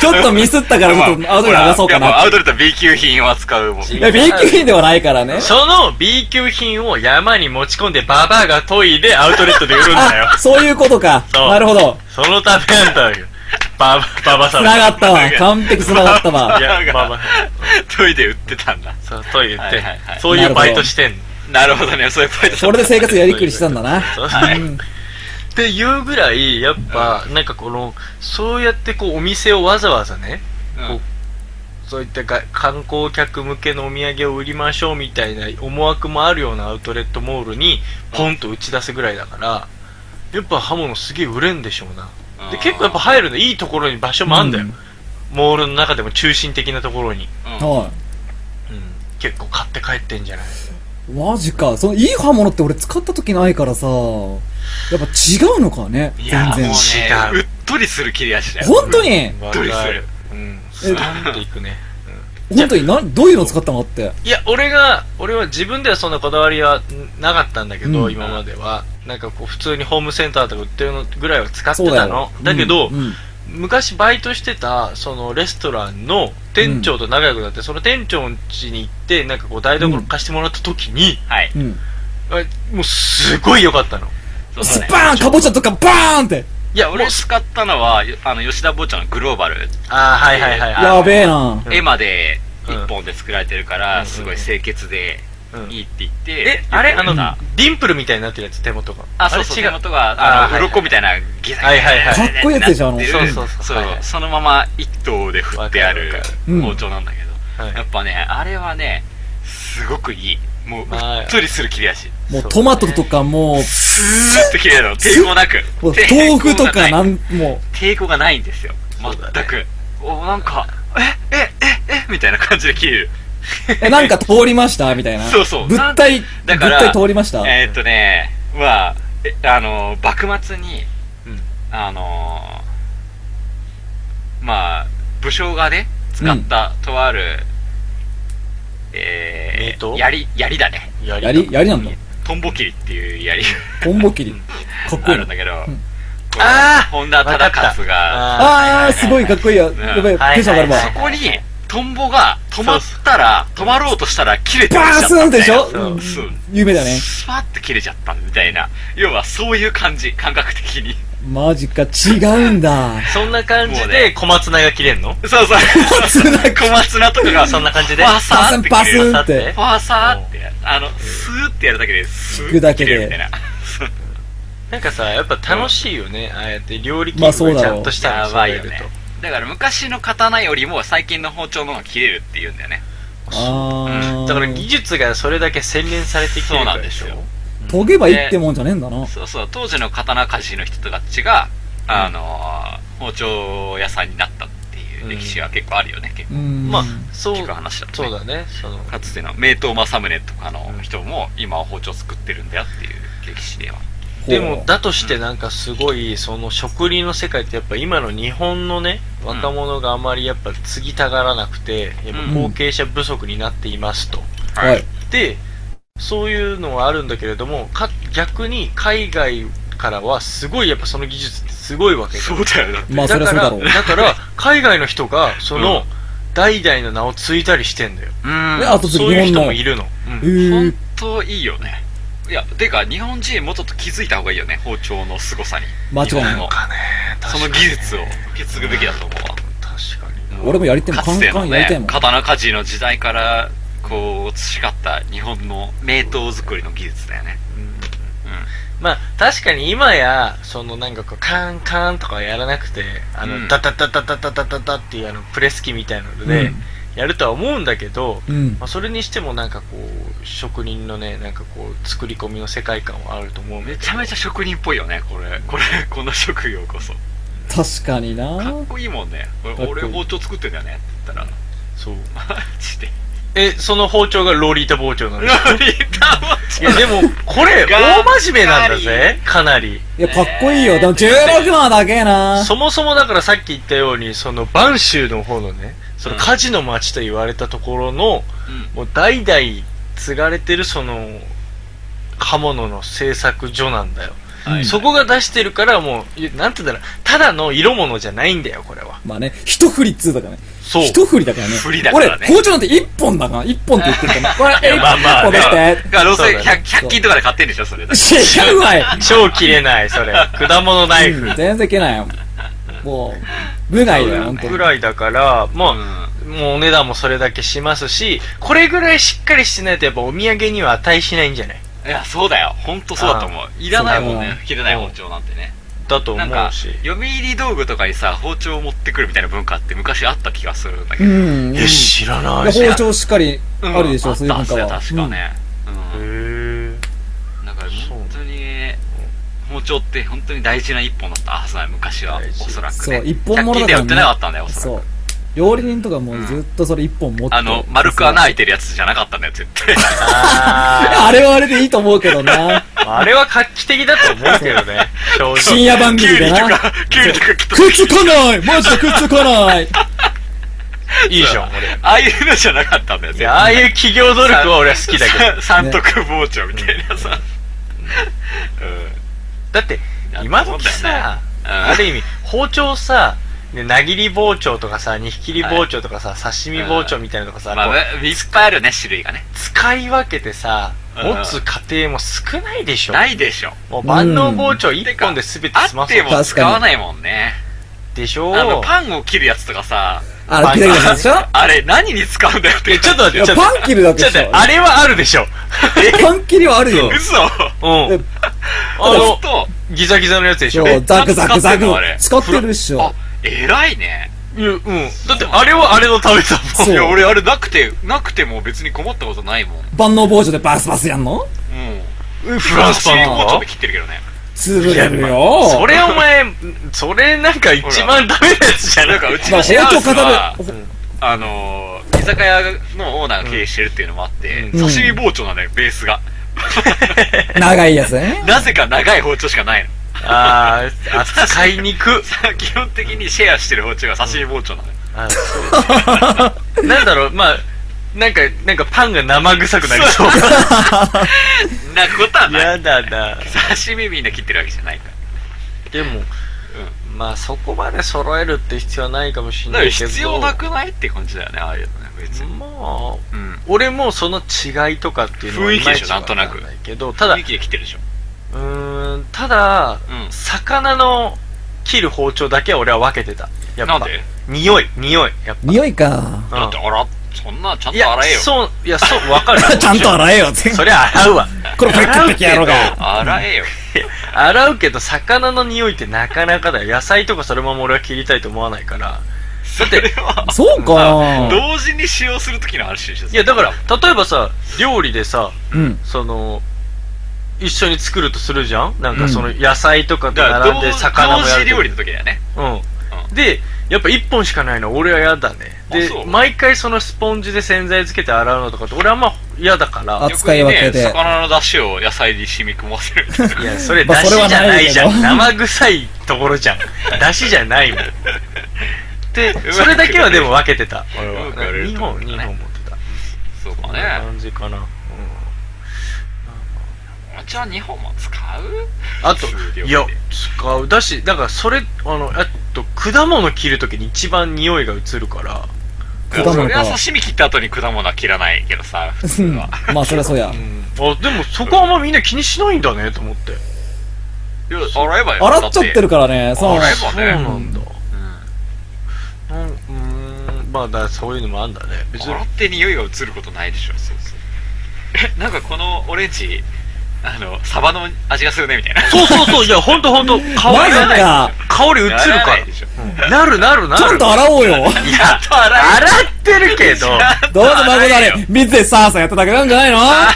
S3: ちょっとミスったから、ちょっとアウトレット流そうか
S2: ほらやっぱ
S3: な
S2: ア。ウトレットは B 級品を扱うもん
S3: いや、B 級品ではないからね。
S4: その B 級品を山に持ち込んでババアがトイでアウトレットで売るん [LAUGHS] だよ
S3: あ、。そういうことか。
S4: そう
S3: なるほど。
S4: そのためなんだよ。ババ、ババさん。
S3: 繋がったわ。完璧繋がったわ
S4: い。や、ババ、
S2: トイで売ってたんだ
S4: そう、トイレ行っ
S2: はい
S4: て
S2: はいはい、
S4: そういうバイトしてんの。
S2: なるほどねそういうポイント
S3: それで生活やりくりしてたんだな。
S4: そう
S2: はい
S3: うん
S4: っていうぐらい、やっぱ、なんかこの、そうやってこう、お店をわざわざね、
S2: うん
S4: そういったが観光客向けのお土産を売りましょうみたいな思惑もあるようなアウトレットモールにポンと打ち出すぐらいだからやっぱ刃物すげえ売れんでしょうなで結構やっぱ入るのいいところに場所もあんだよ、
S3: うん
S4: モールの中でも中心的なところに、
S2: うん
S3: は
S4: うん、結構買って帰ってんじゃない
S3: い。マジか。その、いい刃物って俺使った時ないからさ、やっぱ違うのかね。
S2: いや
S3: 全
S2: もうね
S3: 然。
S4: 違う
S2: うっとりする切れ味だよ
S3: 本当に
S4: わ
S2: どうす
S4: か
S2: る
S4: るうんスーンといくね
S3: 本当にな、どういうの使ったのって。
S4: いや俺が俺は自分ではそんなこだわりはんなかったんだけど、
S3: うん
S4: 今まではなんかこう普通にホームセンターとか売ってるのぐらいは使って
S3: そうだ
S4: た
S3: よ
S4: の。だけど、
S3: うんうん
S4: 昔バイトしてたそのレストランの店長と仲良くなって、その店長の家に行ってなんかこう台所貸してもらった時に、
S2: はい
S3: うん。
S4: あもうすごい良かったの
S2: そう
S3: ス
S2: だね
S3: パーンかぼちゃとかバーンって。
S4: いや俺
S2: 俺使ったのはあの吉田坊ちゃんのグローバル
S4: ああはいはいはいはい
S3: やべえな。
S4: うん
S2: 絵まで
S4: うん
S2: 一本で作られてるから、
S4: うん
S2: すごい清潔で
S4: うん
S2: いいって言って、
S4: えあれあの
S2: よく売れた
S4: ディンプルみたいになってるやつ手元が
S2: あ、そうそう、
S4: れ違
S2: 手
S4: う
S2: 元が、
S4: あ
S2: あ
S4: ー
S2: の、
S4: はいはい
S2: 鱗みたいな、ギザ
S4: はいはいはい
S3: かっこいいやつじゃんあの
S2: なってる
S4: そうそうそうはいはい
S2: そのまま一刀で振ってある
S4: わかるわ
S3: かる
S2: 包丁なんだけど、
S4: はい
S2: やっぱね、あれはね、すごくいい。もう、う
S4: はい
S2: っとりする切れ味。
S3: もうトマトとかもう、
S2: スーッと切れるの、抵抗なく。
S3: も
S4: [LAUGHS]
S3: う
S2: 抵抗が
S3: 豆腐とか
S2: な
S3: ないん、も
S2: 抵抗がないんですよ。
S4: そうだね
S2: 全く。お、なんか、え、え、え、え、みたいな感じで切れる。
S3: え、なんか通りましたみたいな。
S2: そうそう
S3: 物体、
S2: だ
S3: 物
S2: から
S3: 体通りました
S2: えーっとねまあえあの幕末に、あのまあ武将がね使ったとある、え
S4: 名
S2: ー、
S4: 刀
S2: 槍槍だね
S4: や
S3: やり、やりなんだ。
S2: トンボ切りっていう槍
S3: トンボ切り。かっこ
S2: あ
S3: い
S2: る。
S3: いなん
S2: だけど、こう
S4: あー
S2: 本田忠勝が
S4: あ
S3: あー、すごいかっこいいや。やべえ、テンション上がるわ。
S2: そこにトンボが止まったら止まろうとしたら切れて
S3: バ
S2: 落ちち
S3: ー
S2: ゃっ
S3: ス
S2: た
S3: ン
S2: みた
S3: で
S2: い
S3: し
S2: な
S3: ょ
S2: そうそう
S3: 夢だね。
S2: スパッと切れちゃったみたいな要はそういう感じ感覚的に [LAUGHS]
S3: マジか、違うんだ。
S4: そんな感
S2: も
S4: じ
S2: うね
S4: で小松菜が切れんの
S2: そうそう
S3: 松菜
S2: 小松菜とかが
S4: そんな感じで
S2: ファーサ
S3: パ
S2: ーっ
S3: スン
S2: て
S3: パス
S2: 切れる
S3: ンって
S2: フ。ァーサーってあのスーってやるだけでスー
S3: 引くだけ
S2: 切
S3: で
S2: れるみたいな
S4: なんかさやっぱ楽しいよね、ああやって料理器
S3: まあ
S4: 具
S3: そう
S4: が
S3: だ
S4: ち
S3: ろう
S4: ゃんとしたの
S2: やばいよね
S4: 揃える
S2: だから昔の刀よりも最近の包丁の方が切れるっていうんだよね
S3: あ
S4: と
S3: ー。
S4: だから技術がそれだけ洗練されてきてるから
S2: そうなんで
S3: 研げばいいってもんじゃねえんだな。
S2: そうそう当時の刀鍛冶の人たちが、あのー包丁屋さんになったっていう歴史は結構あるよね、結構
S3: うん。
S4: まあそう
S2: 聞く話だと
S4: そ
S2: ね
S4: うだねその
S2: かつての名刀政宗とかの人も今は包丁作ってるんだよっていう歴史では
S4: でもだとしてなんかすごいその食林の世界ってやっぱ今の日本のね若者があまりやっぱ継ぎたがらなくてやっぱ後継者不足になっていますと、
S3: はい。
S4: でそういうのはあるんだけれどもか逆に海外からはすごいやっぱその技術ってすごいわけ
S2: そうだよな
S3: まあ、そ
S4: だ
S3: れは
S4: か
S3: そうだ
S4: ら
S3: ろう。
S4: だから海外の人がそ
S2: うん
S4: の代々の名を継いだりしてんだよ、
S3: えあと次
S4: そういう
S3: 日
S4: 人
S3: 本
S4: も
S3: の。
S4: い
S3: え
S4: るの、うん
S2: 本
S3: ー、
S2: 当いいよねいやてか日本人もうちょっと気づいた方がいいよね包丁の凄さに
S3: 間違いない
S2: 日本の
S4: かね
S2: その技術を受け継ぐべきだと思うわ
S4: 確かに
S3: 俺もやりても
S2: か
S3: カ
S2: つ
S3: ン
S2: て
S3: カ
S2: の
S3: ンやりたい
S2: ね
S3: もん。
S2: 刀鍛冶の時代からこう培った日本の名刀作りの技術だよね
S4: まあ確かに今やそのなんかこうカーンカーンとかやらなくてあ
S2: うん
S4: のダダダダダダダダダっていうあのプレス機みたいなのでやるとは思うんだけど、
S3: うん
S4: ま。あ、それにしてもなんかこう職人のねなんかこう作り込みの世界観はあると思うんだけ
S2: め
S4: ど
S2: ちゃめちゃ職人っぽいよねこれこれこの職業こそ
S3: 確かに
S2: かっ
S3: な
S2: こいいもんねこれ
S3: かっこいい
S2: 俺包丁作ってんだよねって言ったら
S4: そう
S2: マジ
S3: [LAUGHS]
S2: で
S4: えその包丁がローリータ包丁なの
S2: ロ
S4: い
S2: リータ包 [LAUGHS] 丁
S4: やでもこれ
S2: が
S4: 大真面目なんだぜかなり
S3: いや、かっこいいよ。でも16万はだけえな。
S4: そもそもだからさっき言ったようにその播州の方のねその火事の町と言われたところの、もう代々継がれてるその刃物の製作所なんだよ、
S2: はい
S4: そこが出してるからもういなんて言うんだろうただの色物じゃないんだよこれは
S3: まあね、一振りっつうだからね。
S4: そう
S3: 一振りだからね。
S2: 振りだからね
S3: 俺、包丁なんて一本だから、一本って言ってるから。これ、え、
S4: まあまあ
S3: 一本出して。
S2: がどうせ
S4: そうだね
S2: 100, 100均とかで買ってんでしょそれだ
S3: 違うわい。
S4: 超切れないそれ果物ナイフ
S3: うん全然いけないよ。もう、部外だよ、ほんとに
S4: ぐ。らいだからまあ、
S2: う
S4: もうお値段もそれだけしますしこれぐらいしっかりしてないとやっぱお土産には値しないんじゃない
S2: んいやそうだよ本当そうだと思ういらないもんね切れない包丁なんてね
S4: だと思
S2: なんか
S4: うし
S2: 読売道具とかにさ包丁を持ってくるみたいな文化って昔あった気がするんだけ
S3: う
S2: ど
S3: ん。
S4: え知らない
S3: で包丁しっかり
S2: うん
S3: あるでしょ、
S2: っ
S3: そういう文化は。
S2: たっすよ確かね
S4: へ
S2: うん
S4: え
S2: だから本当に包丁って本当に大事な一本だったはずだよ昔は
S4: 大事
S2: おそらく
S3: そ
S2: ね
S3: う一本
S2: 100
S3: 物
S2: 均
S3: だ
S2: で
S3: からね
S2: 売ってなかったんだよ
S3: う
S2: お
S3: ん。
S2: そ
S3: そ
S2: ら
S3: う
S2: く。
S3: 料理人とかもずっとそれ一本持って。
S2: あの丸く穴開いてるやつじゃなかったんだよ絶
S4: [LAUGHS]
S2: 対
S4: あ
S3: あれはあれでいいと思うけどな。
S4: ーあれは画期的だと思うけど [LAUGHS] ね正直
S3: 深夜番
S2: キ
S3: 組
S2: ュウ
S3: で
S2: リと
S3: な。
S4: [LAUGHS]
S2: かキュウリとか切った
S3: くっつかないマジでくっつかない
S4: いいじゃん俺
S2: ああいうのじゃなかったんだよ [LAUGHS]
S4: いやああ
S2: う
S4: いう企業努力は俺は好きだけど。
S2: 三徳包丁みたいなさう
S4: [LAUGHS] だって、今時さ、
S2: ん
S4: ある意味、包丁さ、ね、なぎり包丁とかさ、にひきり包丁とかさ、刺身包丁みたいなのとかさ、
S2: ま
S4: こ
S2: あ
S4: う
S2: いっぱいあるよね種類がね
S4: 使い分けてさ、
S2: うん
S4: 持つ家庭も少ないでしょ。
S2: ないでしょ
S4: もう万能包丁一本で全て
S2: あ
S4: 済ま
S2: っ
S4: せ
S2: て
S4: る
S2: も使わないもんね
S4: でしょ
S2: あのパンを切るやつとかさ
S3: あの、ピタリだでしょ
S2: あれ何に使うんだよっ
S4: い
S2: て
S4: や、ちょっと待
S3: い
S4: って、
S3: や、
S4: ちょっと
S3: パ
S4: 待
S3: ン切るだ
S4: って、
S3: け
S4: ちょっと待って、あれはあるで
S2: [LAUGHS]
S4: しょ。
S3: パン切りはあるよ。
S2: 嘘
S4: [LAUGHS] うん。
S3: え
S4: あ
S2: ほ
S4: の
S2: ん、と
S4: ギザギザのやつでし
S3: そ
S4: ょ。
S3: う、
S4: え
S3: ザクザク
S2: 使
S3: ザク
S2: ってんのあれ。
S3: 使ってるっし
S2: あ
S3: ょ。
S2: 偉いね
S4: いやうん。だって、あれはあれの食べたもん。
S3: そ
S2: いうや俺あれなくてなくても別に困ったことないもんうん
S3: 万能包丁でバスバスやんの
S4: フランスパンと
S2: 包
S4: か
S2: 丁で切ってるけどね
S3: 潰れるよ。
S4: それ
S2: [LAUGHS]
S4: お前、それなんか一番ダメなやつじゃ
S2: な
S4: なんい
S2: かうちの
S3: まあ、包
S2: シェアハウ
S3: 丁
S2: スは
S3: 片手、
S2: あのー居酒屋のオーナーが経営してるっていうのもあって、
S3: うん
S2: 刺身包丁なんだよ、ベースが。
S3: 長いやつね。
S2: なぜか長い包丁しかないの。 [LAUGHS]
S4: あー、あ [LAUGHS] 使いにく。
S2: さ基本的にシェアしてる包丁が刺身包丁なのよ。
S4: あそう [LAUGHS] なんだろう、まあ、なんか、なんかパンが生臭くなりそう。
S2: んなことはな
S4: [LAUGHS] や
S2: い。
S4: だな。
S2: 刺身みんな切ってるわけじゃないから。
S4: でも、まあそこまで揃えるって必要はないかもしれ
S2: だ
S4: な
S2: か
S4: い
S2: ら
S4: けど。
S2: 必要なくないって感じだよね、ああいうのね、別に。
S4: まあ、
S2: うん。
S4: 俺もその違いとかっていうのは
S2: 雰囲気でしょ
S4: いまいちわか
S2: なんとなく
S4: ないけど、ただ、
S2: 雰囲気で切ってるでしょ。
S4: うーん、ただ、
S2: うん
S4: 魚の切る包丁だけは俺は分けてた。やっ
S2: な
S4: ぱ
S2: んで
S4: 匂い、匂い、やっぱ。
S3: 匂いか。
S4: うん
S2: だって、あら、そんな、ちゃん
S4: い
S2: と
S4: や
S2: 洗え、よ。
S4: そう、いや、そう、わかる
S3: [LAUGHS] [LAUGHS] 。ちゃんと
S4: う。
S3: 洗えよ、全
S4: そ
S3: 部。
S4: りゃ洗うわ。
S3: これペッペッペやろうが。
S2: 洗えよ。
S4: 洗うけど、魚の匂いってなかなかだよ。野菜とかそのまま俺は切りたいと思わないから。
S2: それは、
S3: そうか。
S2: 同時に使用するときの話でしょ。
S4: いや、だから、例えばさ、料理でさ、
S3: うん。
S4: その、一緒に作るとするじゃんなん
S3: う
S4: か
S3: ん
S4: その野菜とかと
S2: だから
S4: 並んで魚
S2: 同
S4: もや
S2: 時
S4: ると
S2: 料理の時だよね。
S4: うん。で、やっぱ1本しかないの俺は嫌だね。
S2: あ
S4: で
S2: そ、う
S4: 毎回そのスポンジで洗剤つけて洗うのとかって俺はあんま嫌だから。
S3: 扱い分けで
S2: 逆にね魚の出汁を野菜に染み込ませ
S4: [LAUGHS]
S2: る。
S4: いや、それ出
S3: まあそれ
S4: 汁
S3: は
S4: じゃないじゃ
S3: ない
S4: ん。
S3: けど
S4: 生臭いところじゃん。出汁じゃないもん。 [LAUGHS] で、それだけはでも分けてた。俺
S2: う
S4: は。
S2: まくやれる
S4: 2
S2: と思
S4: 本、
S2: うね
S4: 2本持ってた。
S2: そうか
S4: こんな
S2: ね。
S4: 感じかな。うん
S2: お茶2本も使う
S4: あと
S2: 数量、で
S4: いや、使う。だし、だからそれ、あの、あと、果物切るときに一番匂いが移るから。
S3: 果物か
S2: それは刺身切った後に果物は切らないけどさ、普通
S3: うん
S2: は。
S3: まあ、そりゃそうや
S4: う。ん。あ、でもそこはあんまみんな気にしないんだね、と思って。
S2: いや洗えばよ。
S3: 洗っちゃってるからね、そ
S2: あ
S3: う。
S2: れ
S4: そう
S2: もね
S4: なんだ。
S2: うん
S4: うん、うーん、まあ、だからそういうのもあんだね。別に
S2: 洗。って匂いが移ることないでしょそうそうえなんかこのオレンジあのサバの味がするねみたいな
S4: そうそうそう、いや、ほんとほんと、香り
S3: マジ
S4: がない。
S3: か。
S4: 香り移る
S2: なら
S4: か
S2: ないでしょ
S4: ら。なるなるなる。
S3: ちゃんと洗おうよ。
S4: いや、洗ってるけど。い
S3: どうぞまことあれ、水でサーサーやっただけなんじゃないの
S4: や、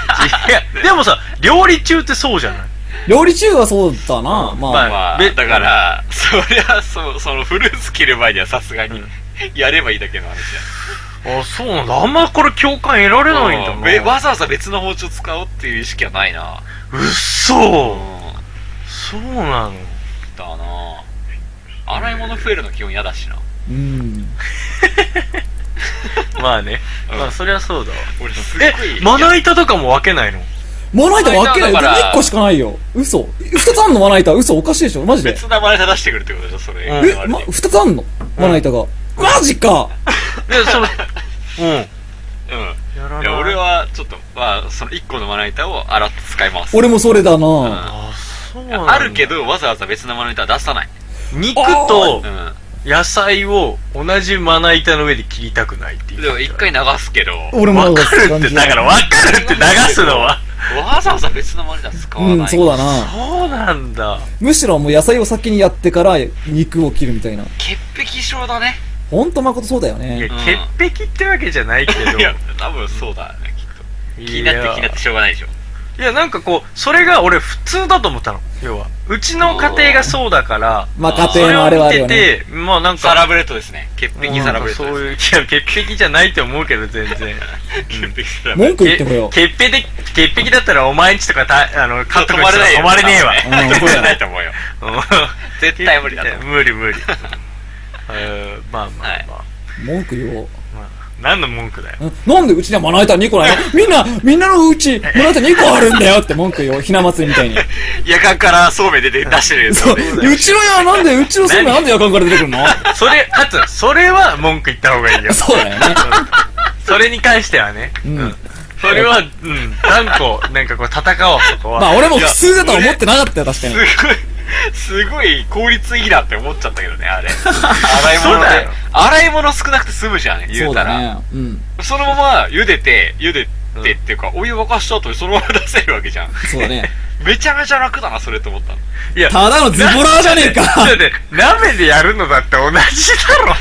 S4: でもさ、料理中ってそうじゃない
S3: 料理中はそうだな。ま
S4: ま
S3: あ、
S2: まあ
S4: べ
S2: だからそりゃそうそのフルーツ切る前にはさすがにやればいいだけの話
S4: あ、そうなんだ。あんまこれ共感得られ
S2: だ
S4: ないんだ
S2: べ
S4: な。
S2: わざわざ別の包丁使おうっていう意識はないな。
S4: うっそうそうなの。
S2: だな洗い物増えるの基本嫌だしな
S3: うん。
S4: まあね。
S2: うん
S4: まあ、そりゃそうだわ。
S2: 俺すっごい
S4: え、まな板とかも分けないの
S3: まな板分けない。
S2: まな板だから
S3: 1個しかないよ。嘘。2つあんのまな板。嘘。おかしいでしょマジで。
S2: 別なまね出してくるってことでしょそれ、
S4: うん
S2: 言わ
S3: え、
S2: れて
S3: ま、2つあんのまな板が。マジか
S4: で、その、 [LAUGHS] うん。
S2: うん
S4: やら
S2: いや俺はちょっとまあその1個のまな板を洗って使います
S3: 俺もそれだ
S2: うん
S3: な。
S4: あそう
S2: い
S4: なん
S2: や
S4: だ
S2: あるけどわざわざ別のまな板は出さない
S4: 肉と
S2: う
S4: 野菜を同じまな板の上で切りたくないってい
S2: ん
S4: う
S2: でも一回流すけど
S3: 俺もなん
S4: 分
S3: か
S4: かるってだから分かるって流すのは
S2: わざわざ別のまな板使わない
S3: うん、そうだな。
S4: そうなんだ
S3: むしろもう野菜を先にやってから肉を切るみたいな。
S2: 潔癖症だね
S3: ほんと誠そうだよ
S4: いや
S3: ね。
S4: 潔癖ってわけじゃないけど
S2: いや多分そうだねきっと気になって気になってしょうがないでしょ
S4: いやなんかこうそれが俺普通だと思ったの要はうちの家庭がそうだから
S3: ま
S2: あ
S3: あ
S2: ー
S3: 家
S4: それ
S3: 庭の
S4: を
S3: あれはあ
S4: 見
S3: るよ
S4: て
S3: ね。
S4: てまあなん
S2: サラ
S4: か
S2: ブレッドですね潔
S4: う
S2: 癖
S4: ん
S2: サラブレッド
S4: そう
S2: で
S4: いういや潔癖じゃないって思うけど全然
S2: すね潔癖サラブレッ
S3: 文句言ってこよ
S4: 潔癖で潔癖だったらお前んちとかたあの
S2: ド
S4: カットまれない止まれねえわ
S2: 止まれ
S3: うん
S2: 止まれないと思うよ
S4: うん
S2: 絶対無理だと思う
S4: 無理 [LAUGHS] 無理えーまあまあまあ、
S3: う。文句言おう。
S4: まあ、何の文句だよ
S3: んなんでうちにはまな板2個ないのみんな、みんなのうち、まな板2個あるんだよって文句言おう。ひな祭りみたいに。
S2: 夜間からそうめんで出してるやつ
S3: そう。
S2: ね
S3: うちの家はなんで、うちのそうめんなんで夜間から出てくるの
S4: [LAUGHS] それかつそれは文句言った方がいいよ
S3: そうだよね。
S4: [LAUGHS] それに関してはね、
S3: うん
S4: それは、うん、断固、なんかこう、戦おう、そこは。
S3: まあ俺も普通だとは思ってなかったよ、確かに
S2: す。ごい、すごい効率いいなって思っちゃったけどね、あれ。洗い
S4: そう
S2: 物
S4: だ
S2: で
S4: よ。
S2: 洗い物少なくて済むじゃん、言
S3: そうう
S2: た
S3: だ
S2: ら。
S3: ね。うん。
S2: そ,、のまま茹でて、茹でてっていうか、お湯沸かした後にそのまま出せるわけじゃん。
S3: そうだね。
S2: めちゃめちゃ楽だな、それって思ったの。
S4: いや、
S3: ただのズボラーじゃね
S4: [LAUGHS]
S3: えか
S4: だって、鍋でやるのだって同じだ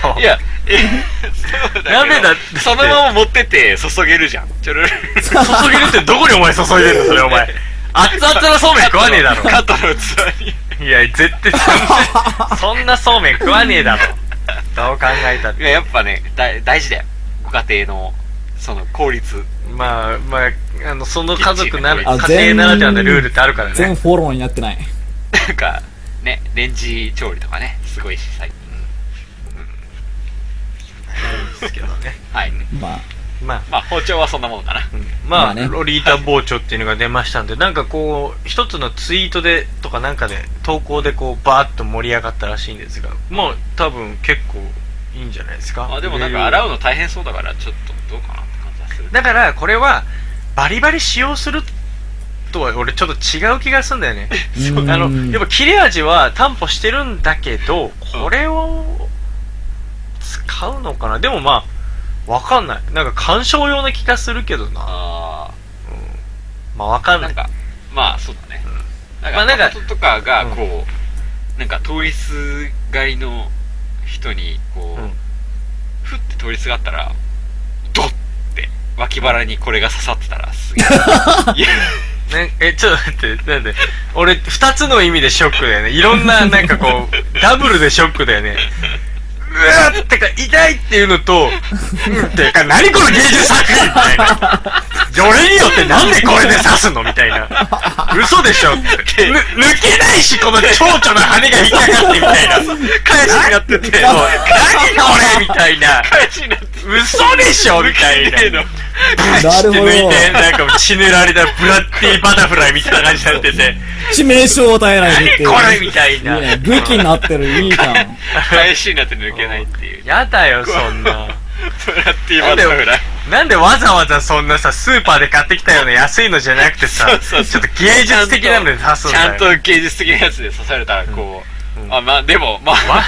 S4: ろ。
S2: い、や、え、そうだけど
S4: 鍋だって
S2: そのまま持ってって注げるじゃん。ちょろろ
S4: 注げるってどこにお前注いでるの、それお前。 [LAUGHS] 熱々のそうめん食わね
S2: [LAUGHS]
S4: えだろ。
S2: カットの器に。
S4: いや、絶対そんな、そんなそうめん食わねえだろ。どう考えたっ
S2: い
S4: て。
S2: や、やっぱね、だ大事だよ。家庭の、その効率。
S4: まあ、まあ、あの、その家族なら、
S3: あ
S4: 家庭ならではのルールってあるから
S3: 全
S4: ね。
S3: フォローになってない。
S2: なんか、ね、レンジ調理とかね、すごいし、最近。
S4: ですけどね。
S2: はい。
S3: まあ、
S4: まあ、
S2: まあ、包丁はそんなものかな。
S4: まあ、
S3: まあね
S4: ロリータ包丁っていうのが出ましたんで、なんかこう、一つのツイートで、とかなんかで、投稿でこう、バーッと盛り上がったらしいんですが、もう多分結構いいんじゃないですか。
S2: まあ、でもなんか、洗うの大変そうだから、ちょっとどうかなって感じはする。
S4: だから、これは、バリバリ使用するとは、俺ちょっと違う気がするんだよね。
S3: うーん
S4: あの、やっぱ切れ味は担保してるんだけど、これを、使うのかなでもまあ、わかんない。なんか鑑賞用な気がするけどな。
S2: あ
S4: まあわか
S2: あ、
S4: ん
S2: な
S4: ない
S2: ん。か、まあ、そうだね。なん
S4: ま
S2: か、
S4: あなんか
S2: 誠とかが
S4: う、ん
S2: こう、なんか、通りすがりの人に、こ
S4: うん
S2: う、ふって通りすがったら、ドッって、脇腹にこれが刺さってたら、すげ
S4: [LAUGHS]
S2: え。いや
S4: ね、え、ちょっと待って、なんで、俺、二つの意味でショックだよね。いろんな、なんかこ [LAUGHS] う、ダブルでショックだよね。うわーってか、痛いっていうのと、うんってか、何この芸術作品みたいな。よれによってなんでこれで刺すのみたいな。嘘でしょって。ぬ抜けないし、この蝶々の羽が引っかかってみたいな。返しになってて、そう何これみたいな。
S2: 返しになって
S4: 嘘でしょみたいな。 [LAUGHS]
S3: なるほど
S4: ブチって抜いて、なんか血塗られたブラッディバタフライみたいな感じになってて、
S3: 致命傷を与えないでっていう。
S4: これみたいな。
S3: いいね。武器になってる、いいじゃん。
S2: 返しになって抜けないっていう。
S4: やだよ、そんな。
S2: ブラッティバタフライ。
S4: なんでわざわざそんなさ、スーパーで買ってきたような安いのじゃなくてさ、ちょ
S2: そうそう
S4: っ
S2: そ
S4: と
S2: う
S4: 芸術的なので刺すん
S2: ち
S4: だよ。
S2: ゃんと芸術的なやつで刺されたら、こう、
S4: うん
S2: あ、まあ、でも、まあ、
S4: わわ
S2: わ
S4: ざ
S2: ざ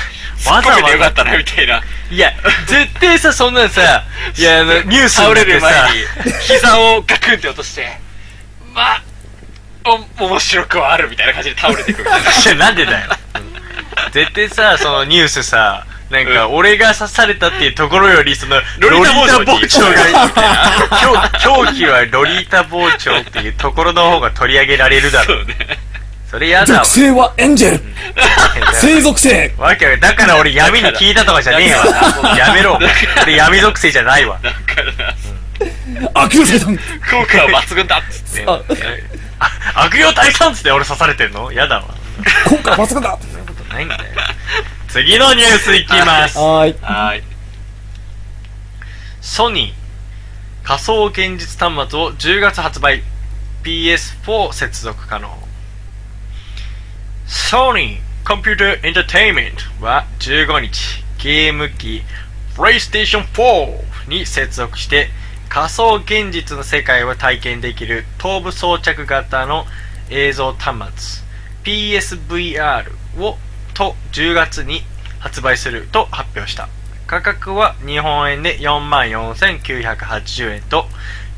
S2: [LAUGHS]
S4: わざ
S2: わざよかったな、みたいな。
S4: いや、絶対さ、そんなん [LAUGHS] さ、いや、あの、ニュース
S2: 倒
S4: にな
S2: れ
S4: って
S2: る前
S4: さ、
S2: に、膝をガクンって落として、まあ、お、面白くはあるみたいな感じで倒れてくるみたいな。
S4: いや [LAUGHS] なんでだよ。絶対さ、そのニュースさ、なんか、
S2: う
S4: 俺が刺されたっていうところより、その、ロ
S2: ロ
S4: リ
S2: リ
S4: ー
S2: ー
S4: タ
S2: タ
S4: 包
S2: 包
S4: 丁
S2: 丁
S4: が
S2: に
S4: いいみ [LAUGHS] たいな。狂狂気はロリータ包丁っていうところの方が取り上げられるだ
S2: そ
S4: ろう。
S2: うね。
S4: [LAUGHS] それやだわ
S3: 属。性はエンジェル生属性
S4: わけわだから俺闇に聞いたとかじゃね [LAUGHS] え
S2: だか
S4: わ。
S2: ら
S4: やめろ、お前俺闇属性じゃない [LAUGHS] わ。
S2: だからな、
S3: アクロセイトン
S2: 効果は抜群だっつって。
S3: あ
S4: あ悪霊退散っつって俺刺されてんのやだわ。
S3: 今回抜群だ
S4: そんなことないんだよ。次のニュースいきます。
S3: はーい。
S2: はーい。
S4: ソニー仮想現実端末を10月発売 PS4 接続可能ソニーコンピューターエンターテインメントは15日ゲーム機 PlayStation 4に接続して仮想現実の世界を体験できる頭部装着型の映像端末 PSVR をと10月に発売すると発表した価格は日本円で4万4980円と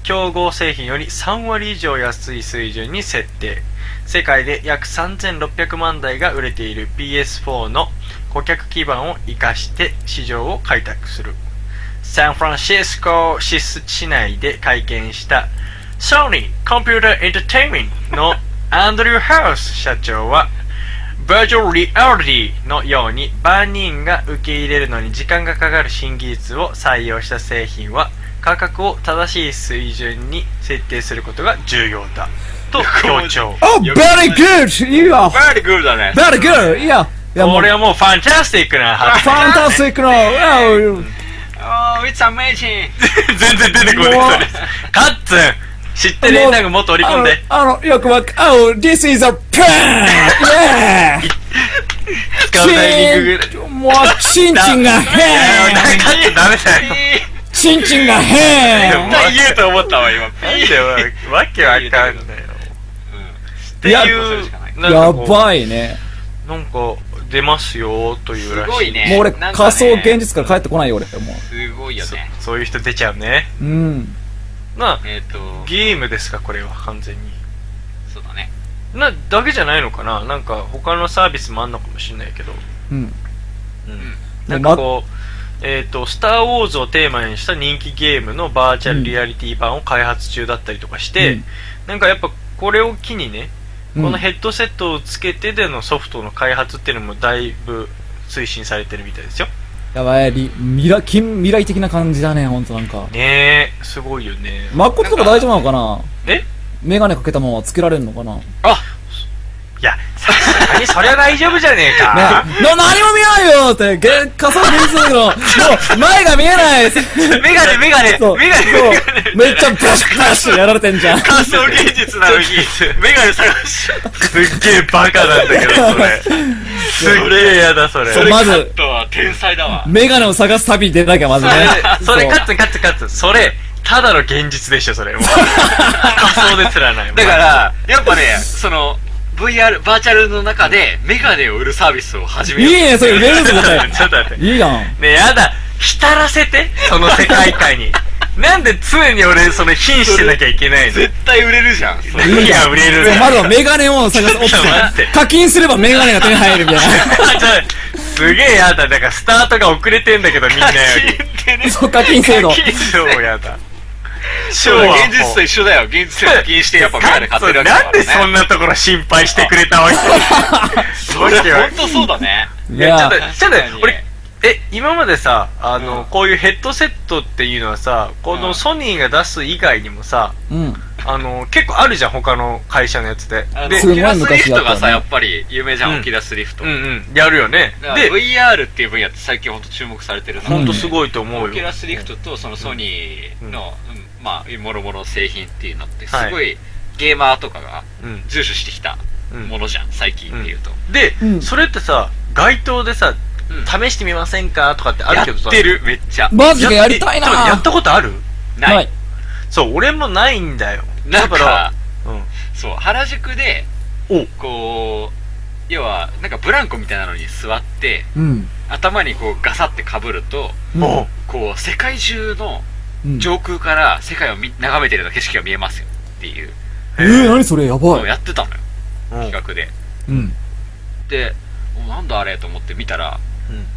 S4: 競合製品より3割以上安い水準に設定世界で約3600万台が売れている PS4 の顧客基盤を生かして市場を開拓するサンフランシスコシス市内で会見したソニーコンピューターエンターテインメントのアンドリュー・ハウス社長はバーチャルリアリティのように万人が受け入れるのに時間がかかる新技術を採用した製品は価格を正しい水準に設定することが重要だ [LAUGHS] と強調
S3: Oh, very good! いいよ
S2: バーリグーだね。
S3: !very good! いいよいや、もう
S4: 俺、はもうファンタスティックな発
S3: ファンタスティックな、うん
S2: おー、it's amazing!
S4: [LAUGHS] 全然出てこない
S3: もう
S4: それカッツン知ってるなんかもっと織り込んで
S3: あの、あのよくわか、oh, this is a plan!
S4: 使うタイミングぐらい
S3: yeah! もう、チンチンが
S4: いや
S3: 変
S4: カッツンダメだよ
S3: チンチンが変
S2: 絶対言うと思ったわ、今。
S4: なんだよわけわかんないよって
S3: いや
S4: いうなん
S3: や
S4: かこう
S3: ばいね。
S4: なんか出ますよというらし
S2: す
S4: い
S2: ごいね
S3: もう俺、
S2: なんかね
S3: 仮想現実から帰ってこないよ、俺。も
S2: すごいよ
S4: そ
S2: ね。
S4: そういう人出ちゃうね
S3: う。うん。
S4: な
S2: えっ、ー、と、
S4: ゲームですかこれは完全に
S2: そうだね。
S4: なだけじゃないのかななんか他のサービスもあんのかもしれないけど
S3: うん。
S4: なんかこう、えっ、と、スター・ウォーズをテーマにした人気ゲームのバーチャルリアリティ版を開発中だったりとかして、
S3: うん
S4: なんかやっぱこれを機にね、
S3: うん
S4: このヘッドセットをつけてでのソフトの開発っていうのもだいぶ推進されてるみたいですよ。
S3: やばい、り未来、近未来的な感じだね、ほんとなんか。
S4: ねえ、すごいよね。
S3: マッコとか大丈夫なのかな
S4: え
S3: メガネかけたままつけられるのかなね
S4: あいや、さすがにそれは大丈夫じゃねえ
S3: [LAUGHS]
S4: か。
S3: な、何も見えないよって、げ、仮想現実の、もう、前が見えない
S4: メガネ、メガネ、
S3: そう、
S4: メガネ、メガネ
S3: [LAUGHS] そう、。めっちゃバシバシやられてんじゃん。
S2: 仮想現実なのに、メガネ探しちゃった。
S4: すっげえバカなんだけど、そ
S3: [LAUGHS]
S4: れ。すっげえやだ、それ。
S3: そうまず、
S2: とは天才だわ。
S3: メガネを探す旅に出なきゃまずね。
S4: それ、
S3: う
S4: カッツン、カッツン、カッツン。それ、ただの現実でしょ、それ。もう仮想で釣らない。
S2: だから、やっぱね、その、VR、バーチャルの中で、メガネを売るサービスを始め
S3: いい
S2: よう。
S3: ね、それ売れる
S4: ち
S3: ぞ、
S4: ょっ
S3: 絶
S4: と待っ
S3: 対
S4: て、。ちょっと待って。
S3: いいやん。
S4: ねえやだ、浸らせて、その世界観
S2: [LAUGHS]
S4: に。なんで常に俺、その、瀕してなきゃいけないの
S2: 絶対売れるじゃん。それ
S3: いい
S4: い
S3: じゃ
S4: や、
S3: ん
S4: 売れる [LAUGHS]
S3: そう
S4: ね。
S3: まずはメガネを探すオプシ
S4: いや待って
S3: ョン。課金すればメガネが手に入るみた
S4: [LAUGHS]
S3: いな。
S4: すげえやだ。だからスタートが遅れてんだけど、みんなより。
S2: てね
S3: そう、課金制度。
S4: 超やだ。超
S2: そうだ現実と一緒だよ。現実と課金してやっぱメガネ買ってるわけだから、ね。
S4: なんでそんなところ心配してくれたわけ
S2: [LAUGHS] それ本当そうだね。
S3: い
S4: いや、ちょっと、、
S3: や
S4: ちょっと
S2: 確かに、
S4: 俺、え、今までさ、あの、
S2: うん
S4: こういうヘッドセットっていうのはさ、こ
S2: う
S4: の
S2: ん
S4: ソニーが出す以外にもさ、
S3: うん。
S4: あの、結構あるじゃん、他の会社のやつで。
S2: あの、
S4: で
S2: オ
S3: すごい
S2: キラスリフトが
S3: 昔だった
S2: さ、
S3: ね
S2: やっぱり有名じゃ
S4: うん
S2: ん、オキラスリフト。
S4: うんうん、やるよね
S2: だ。から
S4: で、
S2: VR っていう分野って最近本当注目されてるな
S4: ほんとす
S2: い
S4: ごいと思うよ。
S2: オキラスリフトとそのソニーの、うんまあ、もろもろ製品っていうのって、す
S4: はい
S2: ごいゲーマーとかが
S4: うん。
S2: 重視してきたものじゃん、最近っていうと。
S4: で、
S3: うん
S4: それってさ街頭でさ
S2: うん
S4: 試してみませんかとかってあ
S2: や
S4: る
S2: っ
S4: けどさ
S2: てる、めっちゃ。
S3: マジでやりたいな
S4: やってやったことある
S2: ない。。
S4: そう俺もないんだよ
S2: な
S4: だ
S2: ん
S4: か、
S2: から
S4: う
S2: そう、原宿で、
S4: ん、
S2: こう、要は、なんかブランコみたいなのに座って、
S3: うん。
S2: 頭にこうガサってかぶると、
S3: うん
S4: おお
S2: こう、世界中の
S3: うん
S2: 上空から世界を見眺めてるような景色が見えますよっていう
S3: えー、何それや
S2: の
S3: ば
S2: を
S3: い。
S2: やってたのよ、
S4: うんうん
S2: 企画で。
S3: うん。
S2: で、おなんだあれと思って見たら、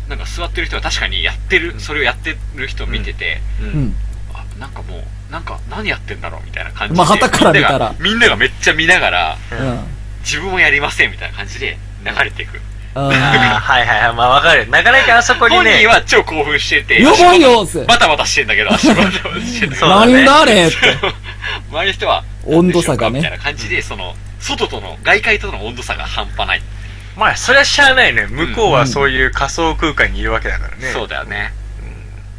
S2: なんか座ってる人は確かにやってる、それをやってる人を見てて、
S4: うん
S3: うん。
S2: あ、なんかもう、なんか何やってんだろうみたいな感じで。
S3: まあ旗から見たら
S2: みんながみんながめっちゃ見ながら、
S3: うん。
S2: 自分もやりませんみたいな感じで流れていく。
S4: [LAUGHS]
S3: あ
S4: あーはいはいはいまあわかるなかなかあそこ
S2: 本
S4: にね
S2: 人は超興奮してて、
S3: ーやばいよって。
S2: バタバタしてんだけど、
S3: [LAUGHS]
S2: 足バタバタしてんだけ
S4: そ
S2: ど
S4: う、だね
S3: なんだあれって。
S2: 周りの人は、
S3: 温度差が
S2: な
S3: ね
S2: んでしょうかみたいな感じで、その、外との、外界との温度差が半端ない。
S4: まあそりゃしゃあないね向こうはそういう仮想空間にいるわけだからね、
S2: そうだよね。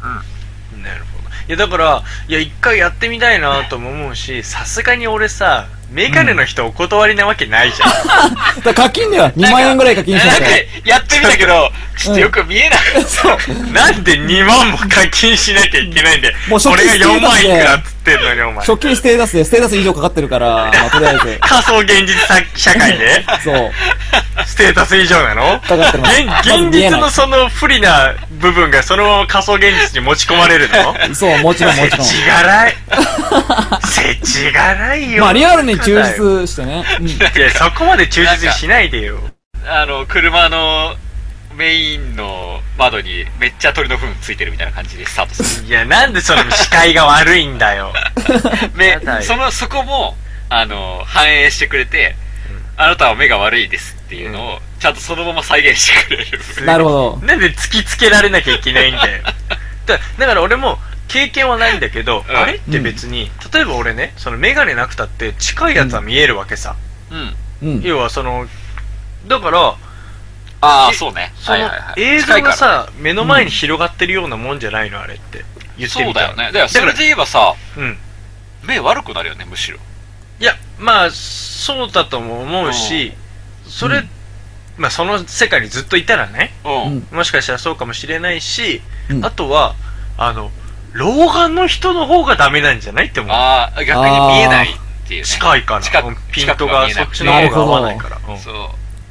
S4: なるほどいやだからいや一回やってみたいなとも思うしさすがに俺さメガネの人お断りなわけないじゃん、
S3: だから課金だよ。2万円ぐらい課金し
S2: な
S3: なん
S2: か
S3: きゃ。、
S2: やってみたけど、ちょっとよく見え
S3: [LAUGHS]
S2: ない。
S3: そう。
S4: なんで2万も課金しなきゃいけないんで、
S3: もう初期
S4: 俺が4万い
S3: ステータスで
S4: くらっつってんのに、お前。
S3: 初期ステータスで、ステータス以上かかって
S4: [LAUGHS]
S3: るから、まあ、とりあえず。
S4: 仮想現実さ社会で
S3: そう。
S4: ステータス以上なの
S3: かかってます
S4: 現現実のその不利な部分がそのまま仮想現実に持ち込まれるの
S3: そう、もちろんも
S4: せ
S3: ちろん。
S4: ちがらい。せちがらいよ。
S3: まあ、リアルに
S4: い
S3: 抽出してね。うん。
S4: や、そこまで忠実にしないでよ。
S2: あの、車の、メインの窓にめっちゃ鳥の糞ついてるみたいな感じでスタートす
S4: いや、なんでその視界が悪いんだよ。
S2: [LAUGHS] る。目
S4: やだよ、
S2: その、そこも、あの、反映してくれて、あなたは目が悪いですっていうのを、ちゃんとそのまま再現してくれる。
S3: [LAUGHS]
S4: [LAUGHS]
S3: なるほど。
S4: なんで突きつけられなきゃいけないんだよ。だだから俺も経験はないんだけど、
S2: うん
S4: あれって別に、例えば俺ね、そのメガネなくたって近いやつは見えるわけさ。
S2: うん。
S3: うん。
S4: 要はその、だから、
S2: ああ、
S4: え
S2: そうね。
S4: その
S2: はいはいはい
S4: 映
S2: 近
S4: 像
S2: いか
S4: が
S2: ら
S4: さ、目の前に広がってるようなもんじゃないの、あれって。言って
S2: そう
S4: みた
S2: だ
S4: ら
S2: よね。だから、そ
S4: だか
S2: れ
S4: ら
S2: で、言えばさ、
S4: うん。
S2: 目悪くなるよね、むしろ。
S4: いや、まあ、そうだとも思うし、それ、
S3: うん
S4: まあその世界にずっといたらね、
S2: う
S3: うん。
S4: もしかしたらそうかもしれないし、
S3: うん
S4: あとは、あの、老眼の人の方がダメなんじゃないって思う。
S2: ああ、逆に見えないっていう、ね。
S4: 近いから。
S2: 近く
S4: うんピントがそっち
S2: 近く
S4: の
S2: が
S3: 見
S4: 方
S3: えない
S4: が合わないから。うん
S2: そう。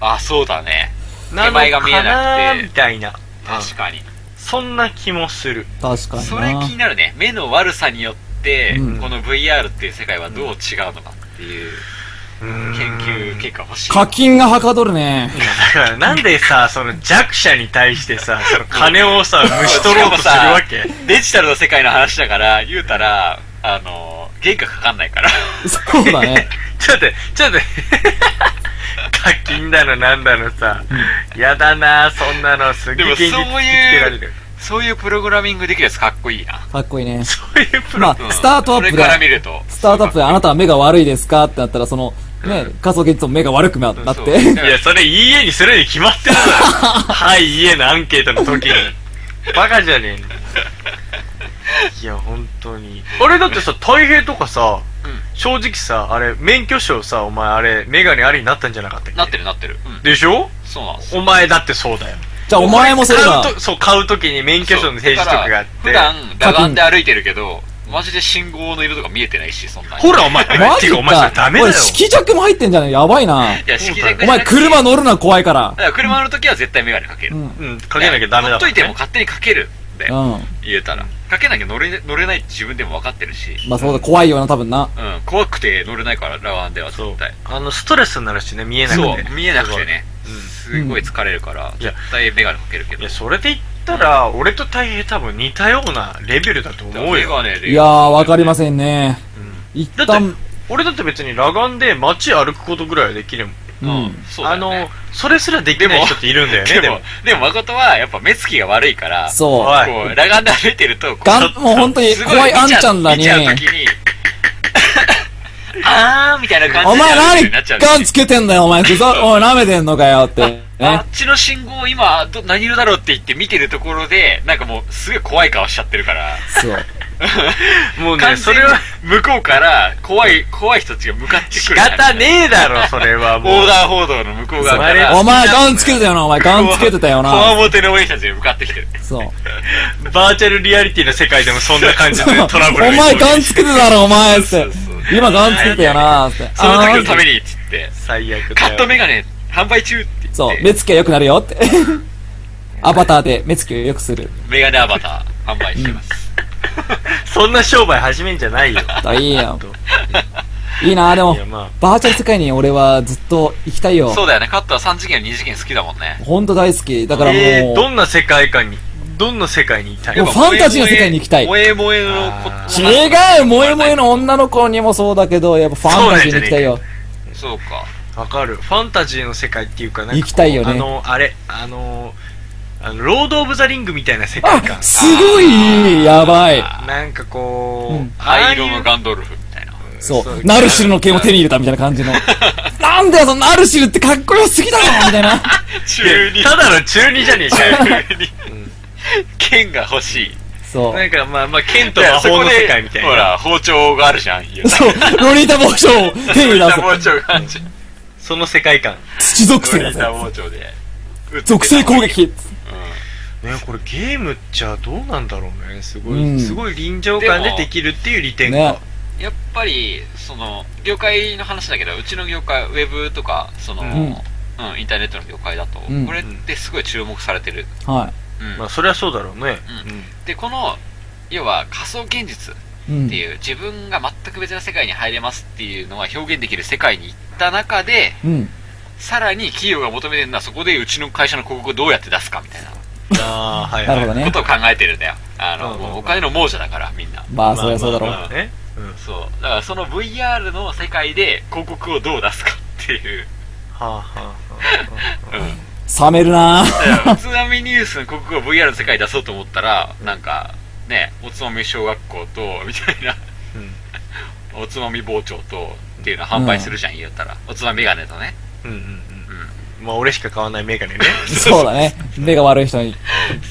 S2: ああ、そうだね。
S4: な
S2: 手前が見えなくて
S4: のかみたいな。
S2: 確かに。
S4: そんな気もする。
S3: 確かにな。
S2: それ気になるね。目の悪さによって、
S3: うん
S2: この VR っていう世界はどう違うのかっていう
S4: 研
S2: 研究結果欲しい。
S3: 課金がはかど
S4: [LAUGHS]
S3: るね。
S4: だからなんでさ、その弱者に対してさ、その金をさ、虫取ろうとするわけ
S2: デジタルの世界の話だから、言うたら、あの、原価かかんないから。
S3: そうだね。
S4: [LAUGHS] ちょっと待って、ちょっと待って。課金だのなんだのさ、やだなそんなのすっ
S2: で
S4: げえ
S2: も
S4: 現実
S2: そう
S4: 見つけられ
S2: い
S4: る
S2: う。、そういうプログラミングできるやつかっこいいな。
S3: かっこいいね。
S2: そういうプロ
S3: まあスタートアッ
S2: こ
S3: プが
S2: れから見ると。
S3: スタートアップであなたは目が悪いですかってなったら、その、ね、仮想現実も目が悪くななっ
S2: そう
S3: て。
S4: いや、それいいえにするに決まってるだ [LAUGHS] ろ。はい、いいえのアンケートの時に。バカじゃねえの。いや、本当に。あれだってさ、大平とかさ、
S2: うん
S4: 正直さ、あれ、免許証さ、お前あれ、メガネありになったんじゃなかったっけ
S2: なってるなってる。うん。
S4: でしょ
S2: そうなんです。
S4: お前だってそうだよ。
S3: [LAUGHS] じゃあお前もそれ
S4: 買
S3: だ
S4: う。とそう、買う時に免許証の提示とかがあっ
S2: 普
S4: て。
S2: 段、裸眼で歩いてるけど、マジで信号の色とか見えてないし、そんなに。
S4: ほら、お前、
S3: マ
S4: て
S3: ジ
S4: か
S3: か。
S4: お前それダメだ
S3: お
S4: よ
S3: い。色弱も入ってんじゃないやばいな。
S2: いや、色弱
S3: お前車
S2: の。
S3: 乗るな怖いから
S2: だ。から車乗るときは絶対メガネかける。
S3: うん。
S4: うん、かけなきゃダメだ
S2: 乗っといても
S4: ね
S2: 勝手にかけるんだ
S3: う
S2: よ。
S3: ん。
S2: 言えたら。かけなきゃ乗れ乗れないって自分でも分かってるし。
S3: まあそうだ、怖いよな、多分な。
S2: うん、怖くて乗れないから、ラワンでは
S4: そう
S2: 絶対。。
S4: あの、ストレスになるしね、見えなく
S2: そ
S4: て。
S2: う、見えなくてね。
S4: そう。うん
S2: すごい疲れるから、
S4: いや
S2: 絶対メガネかけるけ
S4: い
S2: ど
S4: や、。それで言ったら、俺と大平多分似たようなレベルだと思う
S2: メ
S4: よ。
S2: ガネで。
S3: いやー、わかりま
S2: ん。
S3: せんね。
S4: うん
S3: 一
S4: だって
S3: 旦、、
S4: 俺だって別に裸眼で街歩くことぐらいはできるもん。
S2: う
S3: う
S2: ん
S3: ん。、
S2: そうだ
S4: あ
S2: よね
S4: の、それすらできない人っているんだよね、で
S2: で
S4: も
S2: も。、でも誠はやっぱ目つきが悪いから、こ、
S3: そう。
S4: はいう
S2: 裸眼で歩いてると、こう
S3: がん、もう本当に
S2: すご
S3: 怖いあんちゃんらに
S2: 見、ちゃうときに、 [LAUGHS] あーみたいな感じ
S3: お前
S2: になっちゃ
S3: 何
S2: う
S3: ガン
S2: んで
S3: つ
S2: すよ
S3: けてんだよ、お前。ふざ、おい、舐めてんの
S4: [LAUGHS]
S3: かよって。
S2: あ
S3: ね
S2: っ。ちの信号今ど、何色だろうって言って見てるところで、なんかもうすごい怖い顔しちゃってるから、
S3: そう。
S4: もうね、
S2: 完
S4: そ
S2: 全に
S4: れは、
S2: 向こうから怖い、怖い人たちが向かって
S4: 仕
S2: くるみたいな。
S4: 方ねえだろ、 [LAUGHS] それは
S2: 横
S4: もう。
S2: 断歩道の向こう側か
S4: そ
S2: ら。
S4: れ
S3: お前、ガンつけてたよな、お前。ガンつけてたよ
S2: こわ
S3: な。
S2: もてのお兄たちが向かってきてる。
S3: そう。
S4: バーチャルリアリティの世界でもそんな感じ
S3: そ
S4: の
S3: う
S4: ねトラブル
S3: お
S4: に遭
S3: 前、
S4: 遇
S3: ガンつけてたろ、お前。っ
S2: そ
S3: て
S2: うそう。
S3: 今、ガンつけてたよな、って。
S2: その時のた
S3: あ
S2: めに、つって。
S4: 最悪だよ。
S2: カットメガネ販売中って言って。
S3: ーそう。目つきが良くなるよって。アバターで目つきを良くする。
S2: メガネアバター販売してます。
S4: そんな商売始めんじゃ
S3: [LAUGHS]
S4: ないよ。
S3: あいいやん
S4: と。
S3: いいなでも
S4: いや、まあ、
S3: バーチャル世界に俺はずっと行きたいよ。
S2: そうだよね、カットは3次元、2次元好きだもんね。
S3: ほんと大好き。だからもう、
S4: えー、どんな世界観に、どんな世界にいたい
S3: もうファンタジーの世界に行きたい
S2: 萌え萌えのこ
S4: あ
S2: と。
S3: 違う萌え萌えの女の子にもそうだけど、やっぱファンタジーに行きたいよ。
S2: そうか。
S4: わかる。ファンタジーの世界っていうかなんかこう
S3: 行きたいよね
S4: あの、あれ、あの、あのロード・オブ・ザ・リングみたいな世界観
S3: あ、。すごいやばい。
S4: なんかこう、
S3: うん
S4: ああ
S2: 灰
S4: いう
S2: 色のガンドルフみたいな。
S3: そう。ナルシルの剣を手に入れたみたいな感じの。なんだよ、そのナルシルってかっこよすぎだろみた
S2: 中
S3: いな。
S4: いや
S2: 二。
S4: ただの中二じゃねえかよ。
S3: [LAUGHS]
S2: 中二。剣が欲しい。
S3: そ
S4: なん
S3: う。
S4: かまあまあ、剣と魔
S2: そ
S4: 法
S2: こ
S4: の
S2: で
S4: 世界みたいな。
S2: ほら、包丁があるじゃん。家
S3: そう。ロリータ帽子を手に入れたん
S2: 包
S3: ですよ。
S2: 丁があるじゃん。
S4: その世界観。
S3: 土属性だ
S2: ロリータ
S3: ぜ。
S2: 包丁で。
S3: 属性攻撃。
S4: ね、これゲームっちゃどうなんだろうね。すごい、
S3: うん
S4: すごい臨場感でできるっていう利点が。
S3: ね
S2: やっぱり、その、業界の話だけど、うちの業界、ウェブとか、その、
S4: う
S2: うんん、インターネットの業界だと、
S3: うん
S2: これってすごい注目されてる。
S3: は
S2: うん
S4: まあ、それはそうだろうね。
S2: うんで、この、要は仮想現実
S3: い。うん
S2: って。いう、自分が全く別の世界に入れますっていうのは表現できる世界に行った中で、
S3: うん。
S2: さらに企業が求めてるのはそこでうちの会社の広告をどうやって出すかみたいな
S4: ああ、はい、は。
S3: ないるほどね
S2: こ。とを考えてるんだよ。あの、
S4: うん
S2: もうお金の亡者だから、みんな。
S3: まあ、
S4: ま
S3: そりゃそうだろ
S4: まあま
S3: う。
S4: あね。うん。は
S2: そう。だからその VR の世界で広告をどう出すかって
S4: [LAUGHS]
S2: いう。
S4: あ、はあ、はあ。
S2: うん
S3: 冷めるな
S2: [LAUGHS] おつまみニュースの広告を VR の世界に出そうと思ったら、なんか、ね、おつまみ小学校と、みたいな、
S4: う
S2: おつまみ包丁と、っていうの販売するじゃん、言ったら。おつまみメガネとね。
S4: ん。うん。うん。
S2: う
S4: うん。まあ、俺しか買わないメガネね。 [LAUGHS]
S3: そうだね。目が悪い人に。
S2: ん。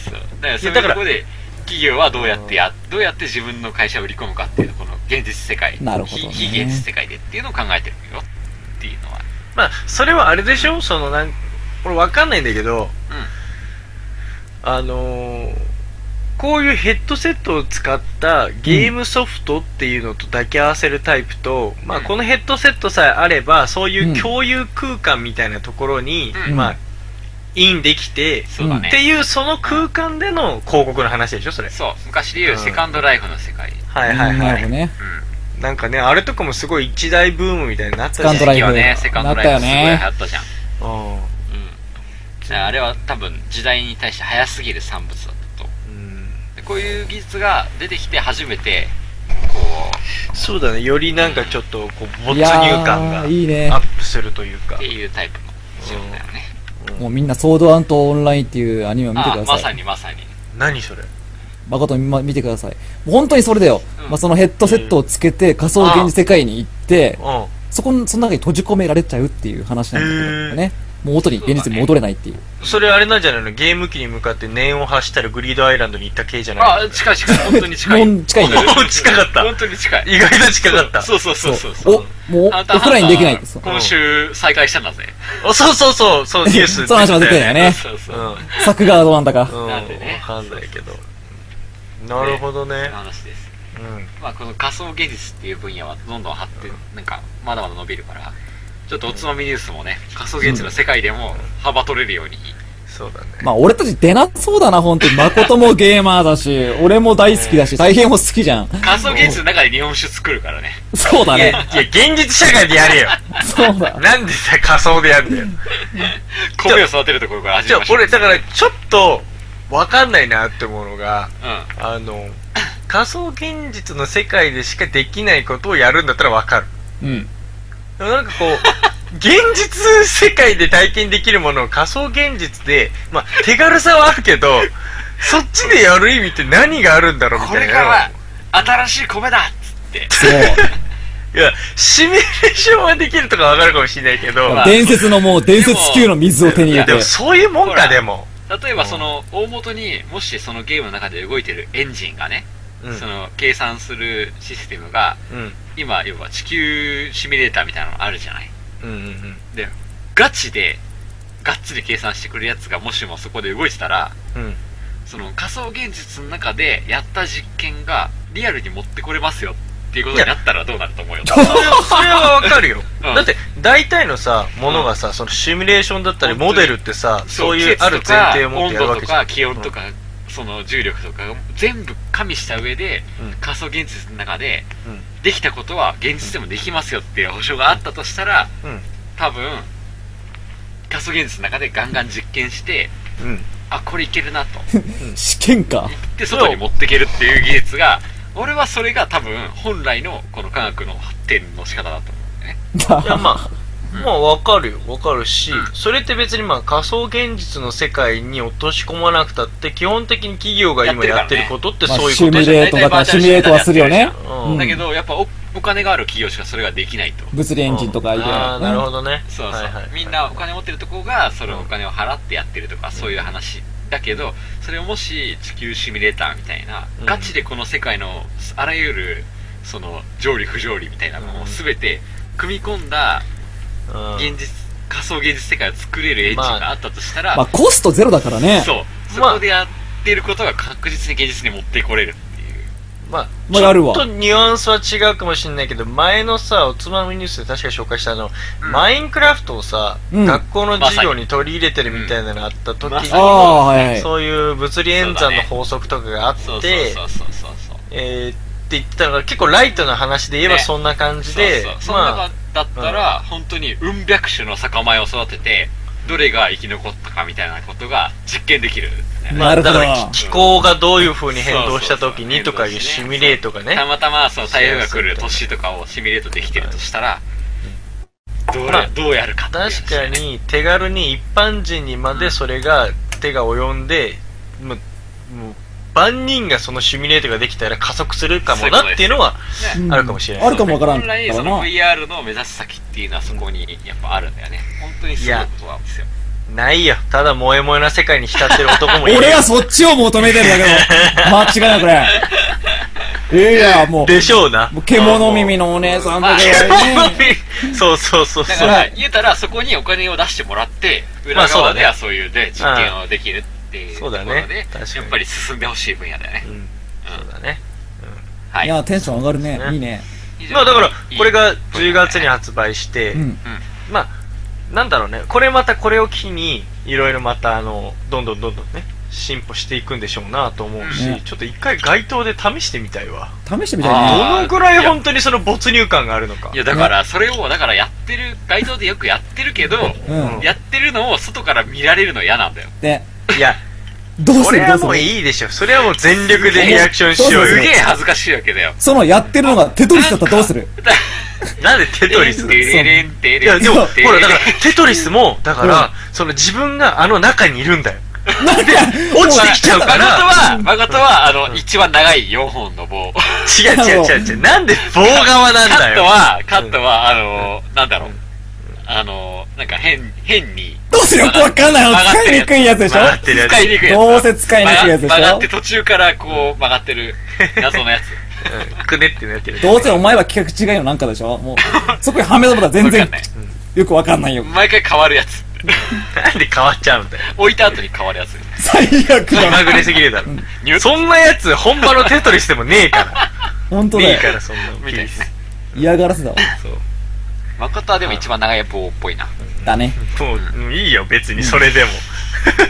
S2: そう。だから、そ
S4: いやだ
S2: れ
S4: か
S2: ここ
S4: ら
S2: で、企業はどうやってや、どうやって自分の会社を売り込むかっていうのをこの現実世界、
S3: なるほどね
S2: 非非現実世界でっていうのを考えてるよ、っていうのは。
S4: まあ、それはあれでしょその、なん、俺わかんないんだけど、あのー、こういうヘッドセットを使ったゲームソフトっていうのと抱き合わせるタイプと、まあ、
S2: うん
S4: このヘッドセットさえあればそういううん共有空間みたいなところに、
S2: うん
S4: まあ、インできて、
S2: そうだね
S4: っていうその空間での広告の話でしょそれ
S2: そう。昔で言うセカンドライフの世界。
S4: はいはい
S3: な
S4: は
S3: るほど
S4: い
S3: ね。
S2: うん。
S4: なんかねあれとかもすごい一大ブームみたいになったじゃん
S3: セカンドライフ
S2: 時期はね、セカンドライフすごい流行ったじゃん。
S4: うん
S2: うん、あれは多分時代に対して早すぎる産物だったと
S4: うん
S2: でこういう技術が出てきて初めてこ
S4: そうだねよりなんかちょっとこう没
S3: い
S4: 入
S3: や
S4: 感が
S3: ー、いいね
S4: ア。ップするというか
S2: うっていうタイプの仕事だよね
S3: もうみんなソードアントオンラインっていうアニメを見てく
S2: あ
S3: だ
S2: まさ
S3: さい。
S2: にまさに
S4: 何それ
S3: 誠見,、ま、見てください。本当にそれだよ。
S2: うん
S3: まあ、そのヘッドセットをつけて仮想現実世界に行って、
S4: うん
S3: そこの、その中に閉じ込められちゃうっていう話なんだけどね。もう元に現実に戻れないっていう。
S4: それあれなんじゃないのゲーム機に向かって念を発したらグリードアイランドに行った系じゃない
S2: あ、近い近い。本当に近い。
S3: もう近いね
S2: 本当に
S4: 近かった
S2: 本当に [LAUGHS] 近い。
S4: 意外と近かった
S2: そうそうそうそうそう。
S3: お、もう、オ
S2: ハンター
S3: フラインできないっ
S2: ハ
S3: て。そ
S2: ンター今週再開したんだぜ。
S4: あそうそうそうそうニュース
S3: うその話も出てたよね。
S2: そう
S4: う
S2: そ
S4: ん
S2: う。
S4: うん
S3: 作画はどうなんだか。
S2: なんでね
S4: わかんないけどなるほど
S2: そうい
S4: ね
S2: う話です。
S4: うん
S2: まあ、この仮想現実っていう分野はどんどん発展、なんか、まだまだ伸びるから、ちょっとおつまみニュースもね、仮想現実の世界でも幅取れるように。
S4: そうだね
S3: まあ、俺たち出なそうだな、本当に。誠もゲーマーだし、俺も大好きだし、大変も好きじゃん。
S2: 仮想現実の中で日本酒作るからね。
S3: そうだ
S4: いや
S3: ね
S4: い。や現実社会でやれよ
S3: そうだ。
S4: なんでさ仮想でやんだよ
S2: 米を育てるところから始
S4: じゃ
S2: め
S4: あ
S2: ましょう。
S4: 俺だからちょっとわかんないなって思うのが
S2: うん。
S4: あの仮想現実の世界でしかできないことをやるんだったらわかる
S3: うん。
S4: でもなんかこう現実世界で体験できるものを仮想現実で、まあ、手軽さはあるけどそっちでやる意味って何があるんだろうみ
S2: こ
S4: たい
S2: れ
S4: な
S2: からは、新しい米だっつって。
S3: そう。
S4: いやシミュレーションはできるとかわかるかもしれないけど
S2: まあ
S3: 伝説のもう、伝説級の水を手に入れ
S4: で
S3: て
S4: も。そういうもん
S2: ほら
S4: かでも、
S2: 例えばその、大元にもしそのゲームの中で動いてるエンジンがね、
S4: うん
S2: その計算するシステムが、
S4: うん
S2: 今、要は地球シミュレーターみたいなのあるじゃない。
S4: うんうんうん
S2: で、ガチで、がっつり計算してくるやつがもしもそこで動いてたら、
S4: うん
S2: その仮想現実の中でやった実験がリアルに持ってこれますよっていうことになったらどうなると思うよ。
S4: それはそれはわかるよ、
S2: うん
S4: だって大体のさものがさ、そのシミュレーションだったり
S2: 本当に
S4: モデルってさそう
S2: 季
S4: いう
S2: 節
S4: ある
S2: とか
S4: 前提を持ってやるわけじゃん
S2: 温度とか気温とか、その重力とか全部加味した上で、
S4: うん
S2: 仮想現実の中で
S4: うん
S2: できたことは現実でもできますよっていう保証があったとしたら
S4: うん
S2: 多分仮想現実の中でガンガン実験して
S4: うん
S2: あこれいける
S4: [LAUGHS]
S2: なと
S3: 試験か。
S2: で外に持っていけるっていう技術が俺はそれが多分本来のこの科学の発展の仕方だと思うんだよね
S4: いやまあ、まあわかるよわかるし、
S2: うん
S4: それって別にまあ仮想現実の世界に落とし込まなくたって基本的に企業が今やってることって
S3: まあ
S4: そういうこ
S3: シミ
S4: と
S3: ュ
S4: じゃ
S3: レートだから、シミュレートはするよね。
S4: うん
S3: うん
S2: だけどやっぱおお金がある企業しかそれができないと
S3: 物理エンジンとかいろいろ
S4: ああなるほどね
S2: そうそう、
S4: はいはい
S2: みんなお金持ってるとこがそれをお金を払ってやってるとか、そういう話だけどそれをもし地球シミュレーターみたいな、
S4: うん
S2: ガチでこの世界のあらゆるその上理不条理みたいなのを全て組み込んだ
S4: うん
S2: 現実、仮想現実世界を作れるエンジンがあったとしたら、
S3: まあ、コストゼロだからね。
S2: そうそ
S4: まあ
S2: こでやってることが確実に現実に持ってこれるっていう
S4: まあ、ち
S3: まあやる
S4: ょ
S3: わ
S4: っとニュアンスは違うかもしれないけど、前のさ、おつまみニュースで確か紹介したあの、
S2: うん
S4: マインクラフトをさ、
S3: うん
S4: 学校の授業に取り入れてるみたいなのあった時
S2: ま
S4: に
S2: さ、に
S3: ああ、はいはい。
S4: そういう物理演算の法則とかがあっ
S2: そうそう
S4: て、
S2: そうそうそうそう
S4: えーって言ってたのが結構ライトな話で言えば
S2: ね
S4: そんな感じで、
S2: そうそうその
S4: まあ
S2: 中、だったら、本当にうん百種の酒米を育ててどれが生き残ったかみたいなことが実験できる、ね
S3: なるほ
S4: だ
S3: ど
S4: か。
S3: あ
S4: ら気気候がどういう風に変動した時にとかいうシミュレートがね
S2: た、またまその台風が来る年とかをシミュレートできてるとしたらどう,、
S4: まあ
S2: どうやるかっていう話
S4: 確かに手軽に一般人にまでそれが手が及んで、もうもう万人がそのシミュレートができたら加速するかもなっていうのは
S2: ね
S4: あるかもしれない
S3: あるかもわからんか
S2: 本来
S3: ら
S2: その
S3: な。
S2: VR の目指す先っていうのはそこにやっぱあるんだよね本当にすごいことなんですよ
S4: ないよただ萌え萌えな世界に浸ってる男もいる
S3: 俺はそっちを求めてるんだけ
S4: [LAUGHS]
S3: ど。間違いなくね。いや、も
S4: でしょう
S3: [LAUGHS]
S4: な
S3: う、獣耳のお姉さんとか
S2: ま
S4: [LAUGHS]
S3: がね。
S4: そうそうそう
S2: だ
S4: そ
S2: か
S4: う
S2: ら言えたらそこにお金を出してもらって
S4: ま
S2: 裏
S4: あそう
S2: 側
S4: だね
S2: ではそういうね実験をできるっていうとこ
S4: そう
S2: ろ
S4: だ
S2: で、
S4: ね確かに
S2: やっぱり進んでほしい分野だよね
S4: う、んそうだね
S2: はい
S3: いや、テンション上がるね
S4: そうで。すね
S3: いいね。
S2: 以上
S4: まあだから
S2: いい
S4: これが10月に発売して、
S3: うん。
S4: まあなんだろうねこれまたこれを機にいろいろまたあのどんどんどんどんね進歩していくんでしょうなと思うし、
S3: ね
S4: ちょっと一回街頭で試してみたいわ
S3: 試してみたいね。
S4: ど
S2: あー
S4: のぐらい本当にその没入感があるのか
S2: いやだからそれをだからやってる街頭でよくやってるけど、
S3: うん。
S2: やってるのを外から見られるの嫌なんだよ
S3: で、
S4: いや
S3: どう
S4: そ
S3: す
S4: れ
S3: るど
S4: は
S3: うす
S4: も
S3: る
S4: ういいでしょそれはもう全力でリアクションしよう
S3: そう
S2: す
S3: そう
S4: よ
S2: げえ恥ずかしいわけだよ
S3: そのやってるのがテトリスだったらどうする
S4: なんでテトリス
S2: っ
S4: だ
S2: て
S4: い
S2: れれんてれ
S4: やでも
S2: てれ
S4: ほらだからテトリスもだからその自分があの中にいるんだよ
S3: なんか、
S4: 落ちてきちゃう
S2: 誠
S4: から、
S2: は、誠は、あの、一番長い4本の棒。
S4: 違う違う違う違う。なんで棒側なんだよ。
S2: カットは、カットは、あの、なんだろう。あの、なんか変、変に、
S3: どうしよう、わかんない。
S2: 曲がってる
S3: 使い
S2: やつ
S3: にくいやつでしょ
S4: 曲がってるやつ
S2: 使いにくいやつ。
S3: どうせ使いにくいやつでしょ
S2: 曲が曲がって途中からこう曲がってる、謎のやつ。
S4: [LAUGHS] うんくねってなってる。
S3: どうせお前は企画違いのなんかでしょもう、そこにはめたことは全
S2: わ
S3: 然
S2: かんない、
S3: よくわかんないよ。
S2: 毎回変わるやつ。
S4: なんで変わっちゃうんだよ。
S2: 置いた後に変わるやつ。
S3: 最悪
S4: 気ま
S3: だ。
S4: ぐれすぎるだろ。
S2: ニュッ
S4: そんなやつ本場のテトリスでもねえか
S3: 本当
S4: ら。ねえ
S3: だ
S4: か
S3: よ。
S4: らそんなの。
S2: みたいです。
S3: 嫌がらせだわ。
S4: そう。
S2: 誠はでも一番長い棒っぽいな。
S3: だね。
S4: もううんいいよ、別にそれでも。 [LAUGHS]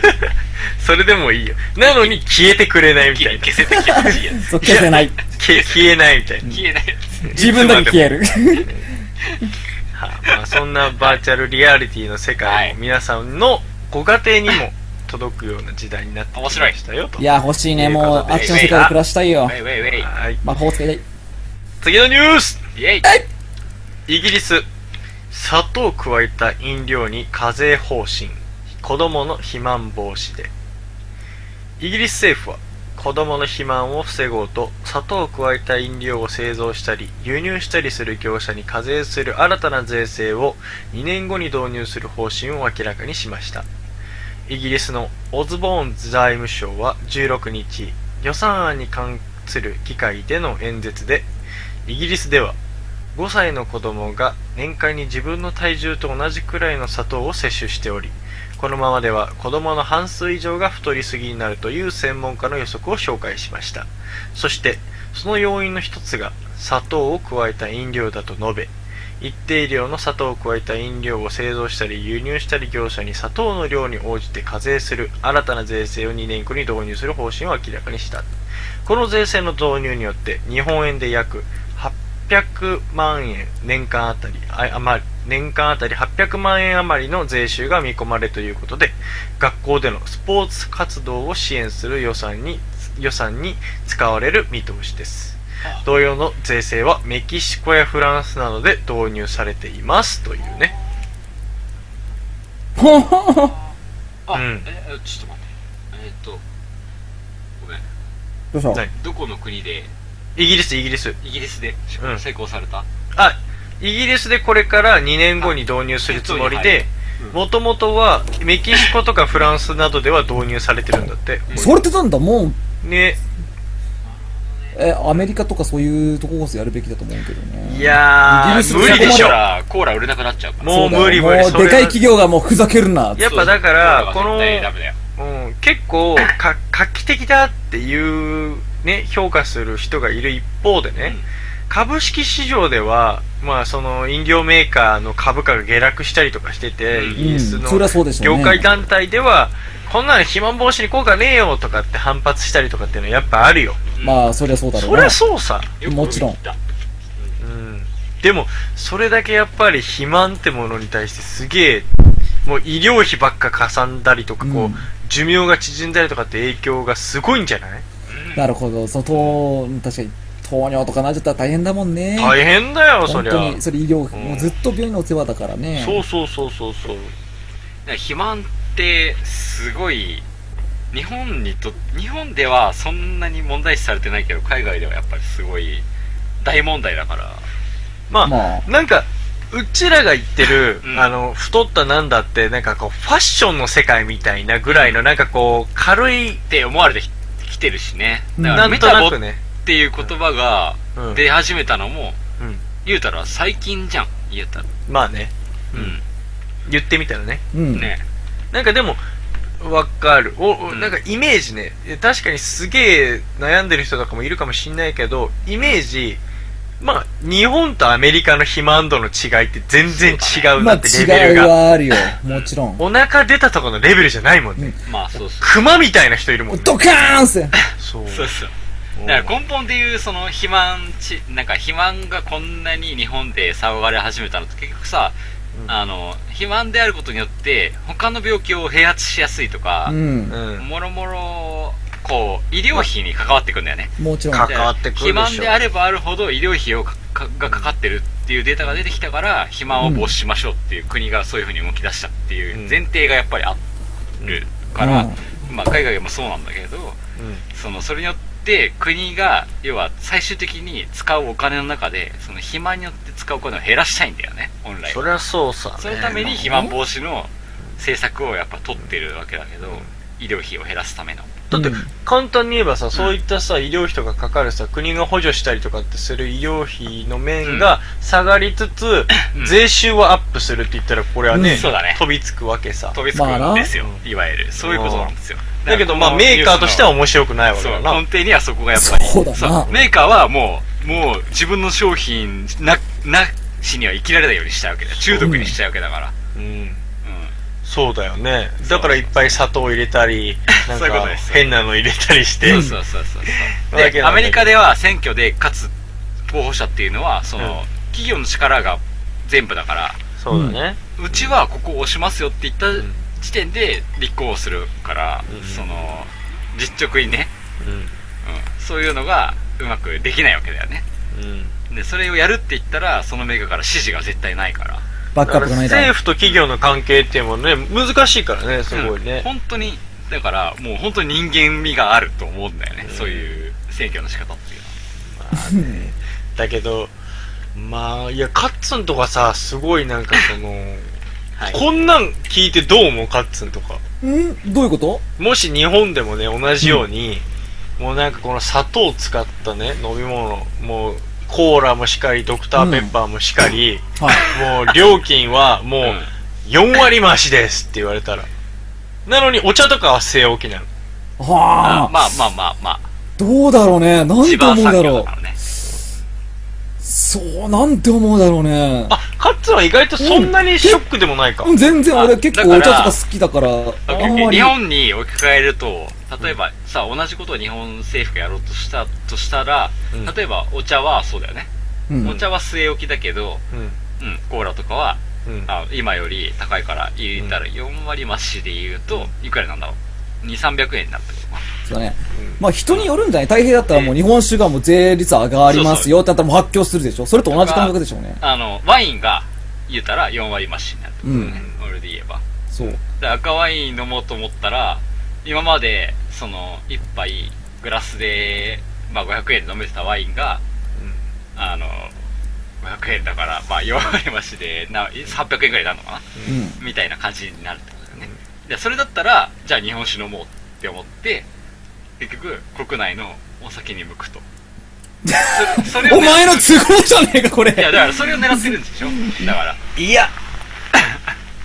S4: それでもいいよ。なのに消えてくれないみたいな。
S2: 消せて消しいやつ。
S3: [LAUGHS] そう消せない。
S4: け消えないみたいな。
S2: 消えないやつ。
S3: 自分だけ消える。
S4: はいまあ、そんなバーチャルリアリティの世界
S2: はい
S4: も皆さんのご家庭にも届くような時代になってきましたよと
S3: い。や、欲しいね。もう、あっちの世界で暮らしたいよ
S2: ウェ。イウェイウェイ。
S4: はい
S3: 魔法使いたい。
S4: 次のニュース
S2: イェイ。
S4: イギリス砂糖を加えた飲料に課税方針子どもの肥満防止でイギリス政府は子どもの肥満を防ごうと砂糖を加えた飲料を製造したり輸入したりする業者に課税する新たな税制を2年後に導入する方針を明らかにしましたイギリスのオズボーン財務省は16日予算案に関する議会での演説でイギリスでは5歳の子供が年間に自分の体重と同じくらいの砂糖を摂取しておりこのままでは子供の半数以上が太りすぎになるという専門家の予測を紹介しましたそしてその要因の一つが砂糖を加えた飲料だと述べ一定量の砂糖を加えた飲料を製造したり輸入したり業者に砂糖の量に応じて課税する新たな税制を2年後に導入する方針を明らかにしたこの税制の導入によって日本円で約800万円年間あたりあ余り年間あたり800万円余りの税収が見込まれるということで学校でのスポーツ活動を支援する予算に予算に使われる見通しです同様の税制はメキシコやフランスなどで導入されていますというね
S3: ほほほ
S2: あ、
S4: うん
S2: え、ちょっと待って。えーっと、ごめん。
S3: どうしよう
S4: 何
S2: どこの国で、
S4: イギリスイギリス
S2: イギリスで
S4: うん
S2: 成功された
S4: あイギリスでこれから2年後に導入するつもりで
S2: うん
S4: もともとはメキシコとかフランスなどでは導入されてるんだって
S3: それってなんだ、もう、
S4: ね
S3: え、アメリカとかそういうとここそやるべきだと思うけどね。
S4: いや
S3: イギリス
S4: ー無理でし
S2: コ
S4: ょ
S2: ーラ、コーラ売れなくなっちゃうから。
S4: もう無理
S3: そ
S4: 無理
S3: だよ
S4: そ
S3: もう
S4: れ
S3: で
S4: は
S3: かい企業がもうふざけるな。
S4: やっぱだか
S2: そ
S4: ら
S2: う
S4: この、
S2: コーラは絶対ダメだよ
S4: うん、結構か画期的だっていうね評価する人がいる一方でね、株式市場ではまあその飲料メーカーの株価が下落したりとかしてて、
S2: うん
S4: イギリス
S3: うん
S4: の
S3: そりゃそうでしょ
S4: 業
S3: うね
S4: 界団体では、こんなの肥満防止に効果ねえよとかって反発したりとかっていうのはやっぱあるよ
S3: まあ、そりゃそうだろう
S4: そ
S3: な。
S4: りゃそうさ、
S2: よく
S3: もちろん
S2: 言った
S4: うん、でもそれだけやっぱり肥満ってものに対してすげえもう医療費ばっかかさんだりとかこう、
S3: うん
S4: 寿命が縮んだりとかって影響がすごいんじゃない
S3: なるほど。その糖、確かに糖尿とかなっちゃったら大変だもんね。
S4: 大変だよそ
S3: 本
S4: りゃ
S3: 当に、それ医療、
S4: ん
S3: もうずっと病院のお世話だからね。
S4: そうそうそうそうそ
S2: だ
S4: う
S2: から肥満ってすごい日本にと日本ではそんなに問題視されてないけど海外ではやっぱりすごい大問題だから
S4: まあ、
S3: まあ
S4: なんかうちらが言ってる、
S2: うん
S4: あの太ったなんだってなんかこうファッションの世界みたいなぐらいのなんかこう軽い
S2: って思われてききてるしねだか
S4: な
S2: ら
S4: ん
S2: メ
S4: と
S2: タ
S4: な
S2: ボ
S4: く
S2: っ
S4: ね、
S2: ていう言葉が
S4: うん
S2: 出始めたのも
S4: うん、
S2: 言うたら最近じゃん言えたら
S4: まあね
S2: う
S4: 言ってみたらね
S3: うん。
S2: んね
S4: なんかでも、わかる。お、お
S2: うん
S4: なんかイメージね。え確かにすげえ悩んでる人とかもいるかもしんないけど、イメージ、まあ、日本とアメリカの肥満度の違いって全然違う
S3: ま
S4: な
S3: あ、
S4: ってレベ
S3: 違
S4: ル
S3: い
S4: が。
S3: はあるよ。もちろん。
S4: お腹出たとこのレベルじゃないもんね。
S2: まあそうそう
S4: 熊みたいな人いるもんね。
S3: ドカーンっす
S4: そう。
S2: そうそうだから根本でいうその肥満ちなんか肥満がこんなに日本で騒がれ始めたのって結局さ、
S4: うん
S2: あの肥満であることによって他の病気を併発しやすいとか
S3: う、ん。
S4: うん。
S2: もろもろこう医療費に関わってくるんだよね
S3: もちろん。
S4: か関わってくるでしょ
S2: 肥満であればあるほど医療費をかかがかかってるっていうデータが出てきたから肥満を防止しましょうっていう国がそういうふうに動き出したっていう前提がやっぱりあるから、
S3: うん
S2: まあ、海外もそうなんだけどそのそれによって国が要は最終的に使うお金の中でその肥満によって使うお金を減らしたいんだよね本来
S4: そ
S2: は
S4: りゃそうさ、ね。
S2: そのために肥満防止の政策をやっぱ取ってるわけだけど医療費を減らすための
S4: だって
S3: うん、
S4: 簡単に言えばさ、そういったさ、医療費とかかかるさ、国が補助したりとかってする医療費の面が下がりつつ、
S2: うん
S4: 税収をアップするって言ったら、これはね、
S3: うん
S2: そうだね
S4: 飛びつくわけさ。
S2: 飛びつくんですよ、
S4: まあない
S2: わゆるそういうことなんですよ
S4: だけど、まあ、メーカーとしては面白くないわけ
S2: そう
S4: だな。
S2: 根底にはそこがやっぱり
S3: そうだな
S2: メーカーはもうもう自分の商品ななしには生きられないようにしたわけだ中毒にしたわけだから、
S4: うん。
S2: うん
S4: そうだよね
S2: そう。
S4: だからいっぱい砂糖を入れたり、なん
S2: そういうこと
S4: か
S2: です
S4: 変なの入れたりして。
S2: そうそうそうそう
S4: うんだけ
S2: で
S4: どね
S2: アメリカでは選挙で勝つ候補者っていうのはその、
S4: うん
S2: 企業の力が全部だから
S4: そうだね。
S2: うちはここを押しますよって言った
S4: ん
S2: 時点で立候補するから、
S4: うん
S2: その実直にね、
S4: うん。
S2: うん、そういうのがうまくできないわけだよね
S4: うん。
S2: でそれをやるって言ったらそのメーカーから指示が絶対ないから
S3: バックアップがないだ
S4: 政府と企業の関係っていうものね、難しいからね、すご
S2: う
S4: い
S2: ん
S4: ね。
S2: 本当にだからもう本当に人間味があると思うんだよね、
S4: うん
S2: そういう選挙の仕方っていうのは
S4: だけど、まあ、いや、カッツンとかさ、すごいなんかその、
S2: はい
S4: こんなん聞いてどう思うカッツンとか。
S3: んどういうこと
S4: もし日本でもね、同じように、もうなんかこの砂糖を使ったね、飲み物、もう、コーラもしかり、ドクターペッパーもしかり、
S3: はい。
S4: もう料金はもう
S2: うん
S4: 4割増しですって言われたら。なのにお茶とかは据え置きなの。
S2: あ、
S3: はあ
S2: まあまあまあまあ
S3: どうだろうね。なん
S2: 一
S3: て思
S2: 番
S3: うだ
S2: 産業
S3: ろ
S2: だ
S3: う
S2: か。らね
S3: そう、なんて思うだろうね。
S4: あ、カッツンは意外とそんなにショックでもないか。
S3: うん全然
S2: あ
S3: 俺結構お
S2: だ
S3: 茶
S2: か
S3: と
S2: ら
S3: か好きだから、
S2: オッケ
S3: あ
S2: ーオ
S3: ん
S2: ッケー
S3: まり。
S2: 日本に置き換えると例えば、さ同じことを日本政府がやろうとしたとしたら、
S4: うん
S2: 例えばお茶はそうだよね、
S3: うん
S2: お茶は据え置きだけど、
S4: うん。
S2: うん、コーラとかは
S4: うん。
S2: あ今より高いから入れたら4割増しで言うと、いくらなんだろう2300円になってる
S3: そうだね。まあ人によるんじゃない大平だったらもう日本酒がもう税率上がりますよってなったらもう発狂するでしょそれと同じ感覚でしょうね。
S2: あのワインが言うたら4割増しになるってことだよね、俺で言えば
S3: そう。
S2: で赤ワイン飲もうと思ったら今までその1杯グラスで、まあ、500円で飲めてたワインがあの500円だからまあ4割増しでな800円ぐらいになるのかな
S3: うん。
S2: みたいな感じになるってことだよねでそれだったらじゃあ日本酒飲もうって思って結局国内のお酒に向くと
S4: [LAUGHS]
S2: それそれを
S3: お
S2: ね
S3: 前の都合じゃねえか、これ。
S2: いやだからそれを狙ってるんでしょだから
S4: いや、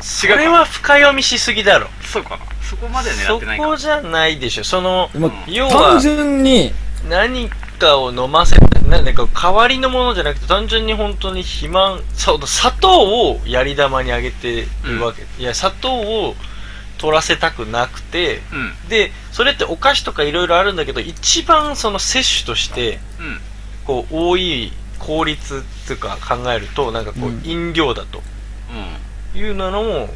S4: それは深読みしすぎだろ。
S2: そうかなそこまで狙
S4: そ
S2: ってないか
S4: こじゃないでしょ。その、
S3: まあ
S4: 要は
S3: 単、純に、
S4: 何かを飲ませて、なんだか代わりのものじゃなくて、単純に本当に肥満、そう砂糖をやり玉にあげてるわけ。いや、砂糖を取らせたくなくて、
S2: うん
S4: で、それってお菓子とかいろいろあるんだけど、一番その摂取とし
S2: う
S4: て、
S2: ん
S4: こう、多い効率っていうか考えると、なんかこう、
S3: うん
S4: 飲料だと
S2: うん
S4: いうのも、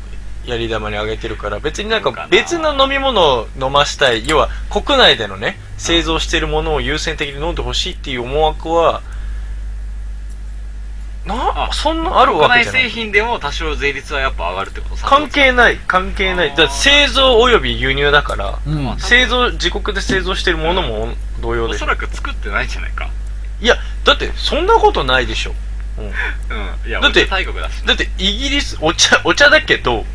S4: やり玉にあげてるから、別になん
S2: そうか
S4: か
S2: な
S4: 別の飲み物を飲ましたい、要は国内でのね、製造しているものを優先的に飲んでほしいっていう思惑は、な、
S2: あ
S4: そんなある
S2: 国
S4: わけ
S2: 内
S4: じゃな
S2: 製
S4: い。
S2: 品でも多少税率はやっぱ上がるってこと
S4: 関係ない、関係ない。
S2: あ
S4: だ
S2: ー
S4: って製造及び輸入だから、
S3: うん。
S2: まあ
S4: 製造、自国で製造してるものも同様
S2: お
S4: で
S2: そ。らく作ってないんじゃないか
S4: いや、だってそんなことないでしょ。うん
S2: うんいや
S4: だって
S2: お茶大国だし
S4: だってイギリスお茶お茶だけど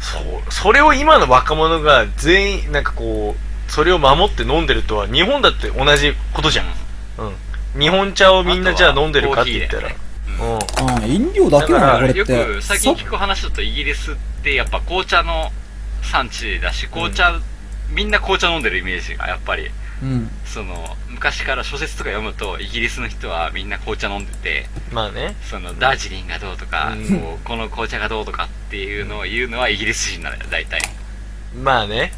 S4: そうそれを今の若者が全員なんかこうそれを守って飲んでるとは日本だって同じことじゃん、うん、日本茶をみんなじゃあ飲んでるかって言ったら、
S2: あと
S4: うん
S3: ああ飲料だけなんだ、これ
S2: よ
S3: って。
S2: く最近
S3: そ
S2: 聞く話だとイギリスってやっぱ紅茶の産地だし紅茶、みんな紅茶飲んでるイメージがやっぱり
S3: うん。
S2: その昔から小説とか読むとイギリスの人はみんな紅茶飲んでて
S4: まあね
S2: そのダージリンがどうとか、
S4: うん
S2: こうこの紅茶がどうとかっていうのを言うのはイギリス人なのよ大体
S4: まあね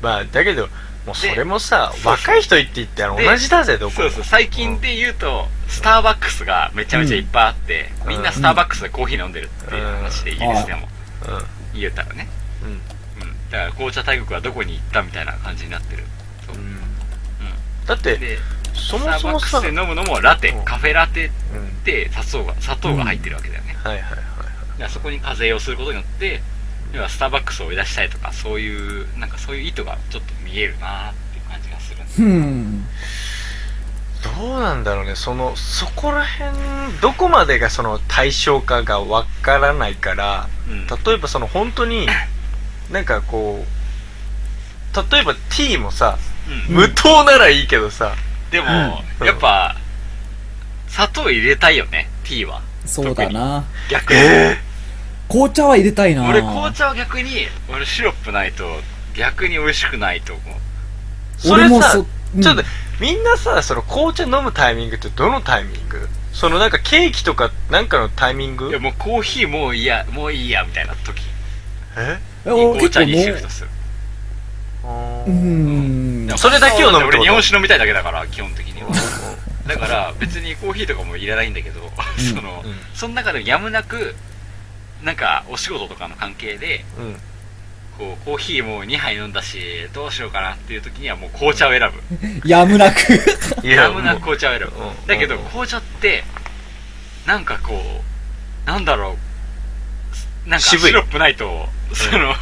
S2: う
S4: まあだけどもうそれもさ
S2: で
S4: 若い人って言ったら
S2: で
S4: 同じだぜど
S2: ん
S4: こ
S2: そうそう最近で言うとスターバックスがめちゃめちゃいっぱいあって、
S4: うん
S2: みんなスターバックスでコーヒー飲んでるっていう話でイ
S3: ん
S2: ギリスでも
S4: うん
S2: 言うたらね
S4: うん
S2: うん、だから紅茶大国はどこに行ったみたいな感じになってるそう
S4: だって
S2: で
S4: そもそもさ
S2: スターバックスで飲むのもラテ
S4: うん
S2: カフェラテっ
S4: うん
S2: て砂糖が砂糖が入ってるわけだよね、
S4: はいはいはいはい
S2: だからそこに課税をすることによって要はスターバックスを追い出したいとか、そういう、なんかそういう意図がちょっと見えるなっていう感じがするんで。
S3: うん。
S4: どうなんだろうねそのそこら辺どこまでがその対象かがわからないから
S2: うん。
S4: 例えばその本当になんかこう例えば T もさ
S2: うん
S4: 無糖ならいいけどさ、
S2: でも、
S4: うん
S2: やっぱ、砂糖入れたいよね、T は。
S3: そうだな。
S2: 逆に。
S3: 紅茶は入れたいな。
S2: 俺、紅茶は逆に、俺シロップないと、逆に美味しくないと思う。
S4: それ
S3: 俺も
S4: さ
S3: そうん
S4: ちょっとみんなさその紅茶飲むタイミングってどのタイミングそのなんかケーキとかなんかのタイミン
S2: い
S4: グ
S2: や、もうコーヒーもういいや、もういいや、みたいな時に
S4: え
S3: え俺
S2: 紅
S3: 結
S2: 茶
S3: 構
S2: に
S3: も
S2: シフトする。
S3: う、うん
S2: で。も
S4: それだけを飲むってこと
S2: 俺日本酒飲みたいだけだから、基本的には。だから、別にコーヒーとかもいらないんだけど、 [LAUGHS] その、
S4: うん
S2: その中でもやむなく、なんか、お仕事とかの関係で、
S4: うん、
S2: こう、コーヒーもう2杯飲んだし、どうしようかなっていう時にはもう紅茶を選ぶ。
S3: やむ
S4: [LAUGHS]
S3: なく。
S4: い
S2: や
S4: や
S2: むな
S4: も
S2: く
S4: う
S2: 紅茶を選ぶ
S4: うん
S2: だけど
S4: うん
S2: 紅茶ってなんかこうなんだろうなんか
S4: 渋い
S2: シロップないとその、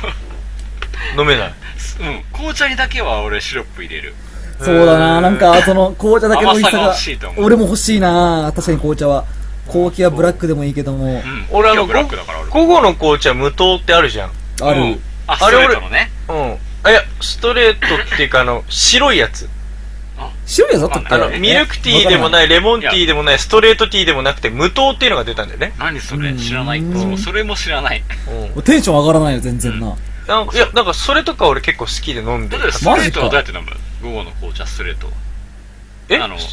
S4: 飲めない
S2: うん、紅茶にだけは俺シロップ入れる
S3: そうだな。なんか、その、紅茶だけの美味し
S2: 甘さが欲し
S3: さ
S2: いと
S3: が、
S2: 思う
S3: 俺も欲しいな。確かに紅茶は。高級はブラックでもいいけども
S2: う、ん
S4: 俺あ
S2: 今
S4: の
S2: 日ブラックだから俺
S4: 午後の紅茶無糖ってあるじゃん
S3: あ
S2: う
S3: る
S2: ん。あ
S4: あ
S2: ス
S4: れ
S2: ト
S4: 俺
S2: レートのね
S4: うんあいやストレートっていうかあの白いやつ
S3: 白いやつあったっけ
S2: わか
S4: あの
S2: んない
S4: ミルクティーでも
S3: い。
S4: ないレモンティーでもないストレートティーでもなくて無糖っていうのが出たんだよね
S2: 何それ知らない
S3: うん
S2: そうそれも知ら
S3: [LAUGHS]
S2: ない
S4: うん
S3: もうテンション上がらないよ、全然な。
S4: なんかいやなんかそれとか俺結構好きで飲んで
S2: 例え
S4: る
S2: ばストレートは
S3: マジか
S2: どうやって飲む午後の紅茶ストレート
S4: え
S2: あのご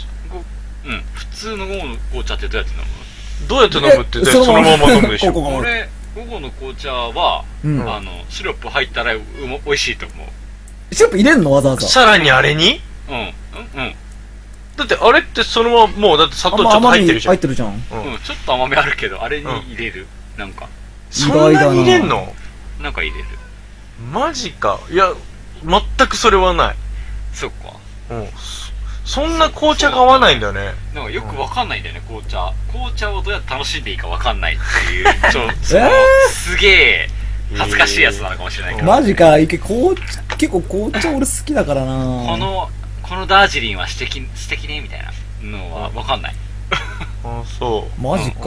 S2: うん普通の午後の紅茶ってどうやって飲む
S4: どうやって飲むって
S3: え
S4: でそのまま飲むでし
S3: [LAUGHS] こ
S4: ょ
S3: ここ
S2: 俺午後の紅茶は、
S3: うん
S2: あのシロップ入ったらうも美味しいと思う
S3: シロップ入れんのわざわざ。
S4: さらにあれに
S2: うんうん
S4: だってあれってそのままもうだって砂
S3: あ
S4: 糖ちょ
S3: んま
S4: っと
S3: 甘
S4: 入っ
S3: み
S4: てるじゃ
S3: 入
S4: ん
S3: ってるじゃん。
S2: うん、うん、ちょっと甘みあるけどあれに
S4: うん
S2: 入れる、なんか
S4: そんなに入れんの
S2: なんか入れる
S4: マジかいや全くそれはない
S2: そっか
S4: うんそそんな紅茶が合わないんだよね
S2: なんかよくわかんないんだよね紅茶紅茶をどうやって楽しんでいいかわかんないっていうちょ
S3: [LAUGHS]
S2: その
S3: え
S2: すげえ恥ずかしいやつなのかもしれないけど、
S3: マジか、いけ、紅茶、結構紅茶俺好きだからな。
S2: このこのダージリンは素敵素敵ねみたいなのはわかんない
S4: あそ
S3: マジか。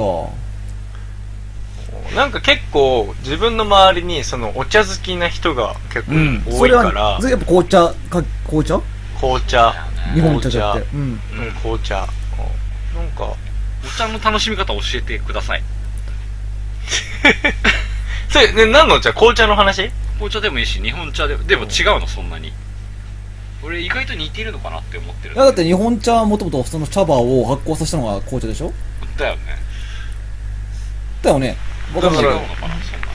S4: うなんか結構自分の周りにそのお茶好きな人が結構
S2: うん
S4: 多いから、
S3: それはやっぱ紅茶、か紅茶
S4: 紅茶
S3: 日本
S4: 紅
S3: 茶
S4: 茶
S3: だって。うん。
S2: うん
S4: うん紅茶うんなんか
S2: お茶の楽しみ方教えてください
S4: それ、ね、何のお茶紅茶の話
S2: 紅茶でもいいし日本茶でもでも違うのそんなに俺意外と似てるのかなって思ってる
S3: いやだって日本茶はもともとその茶葉を発酵させたのが紅茶でしょ
S2: だよね
S3: だよね。わかんないけ
S4: だ
S3: ど
S2: 違
S4: か
S2: うのかなそんな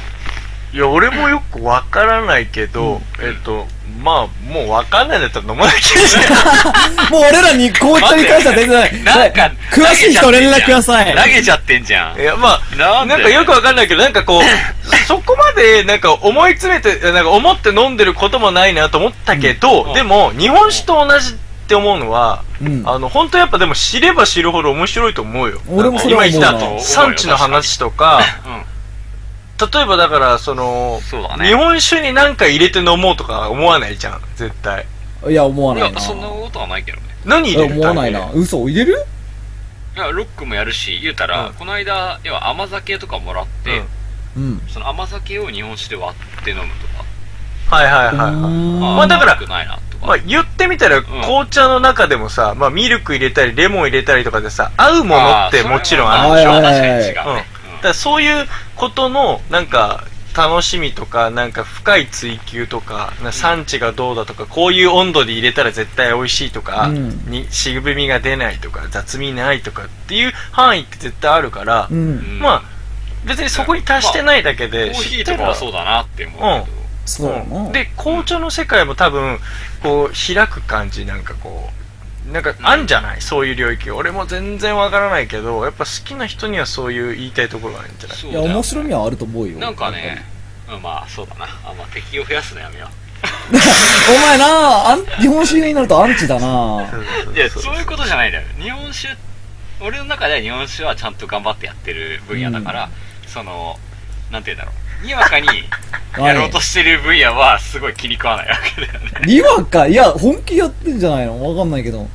S2: い
S4: や俺もよくわからないけど、えっ、とまあもうわかんないんだったら飲まなきゃいけない
S3: もう俺らに紅茶に関しては全然ない。
S2: なんか
S3: はい、詳しい人連絡ください。
S2: 投げちゃってんじゃん。
S4: いや、ま
S2: な
S4: あ、
S2: んで
S4: なんかよくわかんないけど、なんかこ
S3: [LAUGHS]
S4: う、そこまで、なんか思い詰めて、なんか思って飲んでることもないなと思ったけど、
S2: うん
S4: でも、日本酒と同じって思うのは、
S3: うん。
S4: あの、本当やっぱでも知れば知るほど面白いと思うよ。
S3: 俺もそれは
S4: 今
S3: 思
S4: 言っ
S3: うな
S4: た産地の話とか、
S2: う
S4: 例えばだから、その
S2: ん。、そうだね。
S4: 日本酒になんか入れて飲もうとか思わないじゃん、絶対。
S3: いや、思わ
S2: い
S3: ないな。
S2: や、そんなことはないけどね。
S4: 何
S3: い
S4: 入
S3: や
S4: れる
S3: 思わないな。嘘、入れる
S2: いや、ロックもやるし、言うたら、
S4: うん
S2: この間、要は甘酒とかもらって、
S4: うん
S3: うん。
S2: その甘酒を日本酒で割って飲むとか。
S4: はいはいうはいはい。
S3: ーん
S2: あ
S4: まあだから
S2: 悪くないなとか。
S4: まあ、言ってみたら、紅茶の中でもさ、まあ、ミルク入れたり、レモン入れたりとかでさ、合うものってもちろんあるでしょ。
S3: あー
S2: 確
S3: それは
S2: かに違うね。
S4: うんだからそういうことの、なんか、楽しみとか、なんか深い追求とか、な産地がどうだとか、こういう温度で入れたら絶対美味しいとか、
S3: うん
S4: に渋みが出ないとか、雑味ないとかっていう範囲って絶対あるから、
S3: うん。
S2: うん
S4: まあ、別にそこに達してないだけ
S2: コ
S4: で、
S2: ーヒー
S4: 知って
S2: と
S4: る
S2: かはそうだなって思うけど。
S3: そうだ
S4: う
S3: な。
S4: んで紅茶の世界も多分こう開く感じなんかこうなんかあんじゃない、そういう領域俺も全然わからないけどやっぱ好きな人にはそういう言いたいところがあるんじゃない
S2: そう
S3: い
S2: だ
S3: や、
S2: よ
S3: 面白みはあると思うよ。
S2: なんかね、うんまあ、そうだな。あ、まあ、敵を増やすのやめよ
S3: やっぱ [LAUGHS] り。お前なあん、日本酒になるとアンチだな
S2: う。いや、そういうことじゃないんだよ。日本酒、俺の中では日本酒はちゃんと頑張ってやってる分野だから、その、なんて言うんだろう。にわかに
S3: はい
S2: やろうとしてる分野はすごい気に食わないわけ [LAUGHS] だよね。
S3: にわか、いや、本気やってんじゃないのわかんないけど。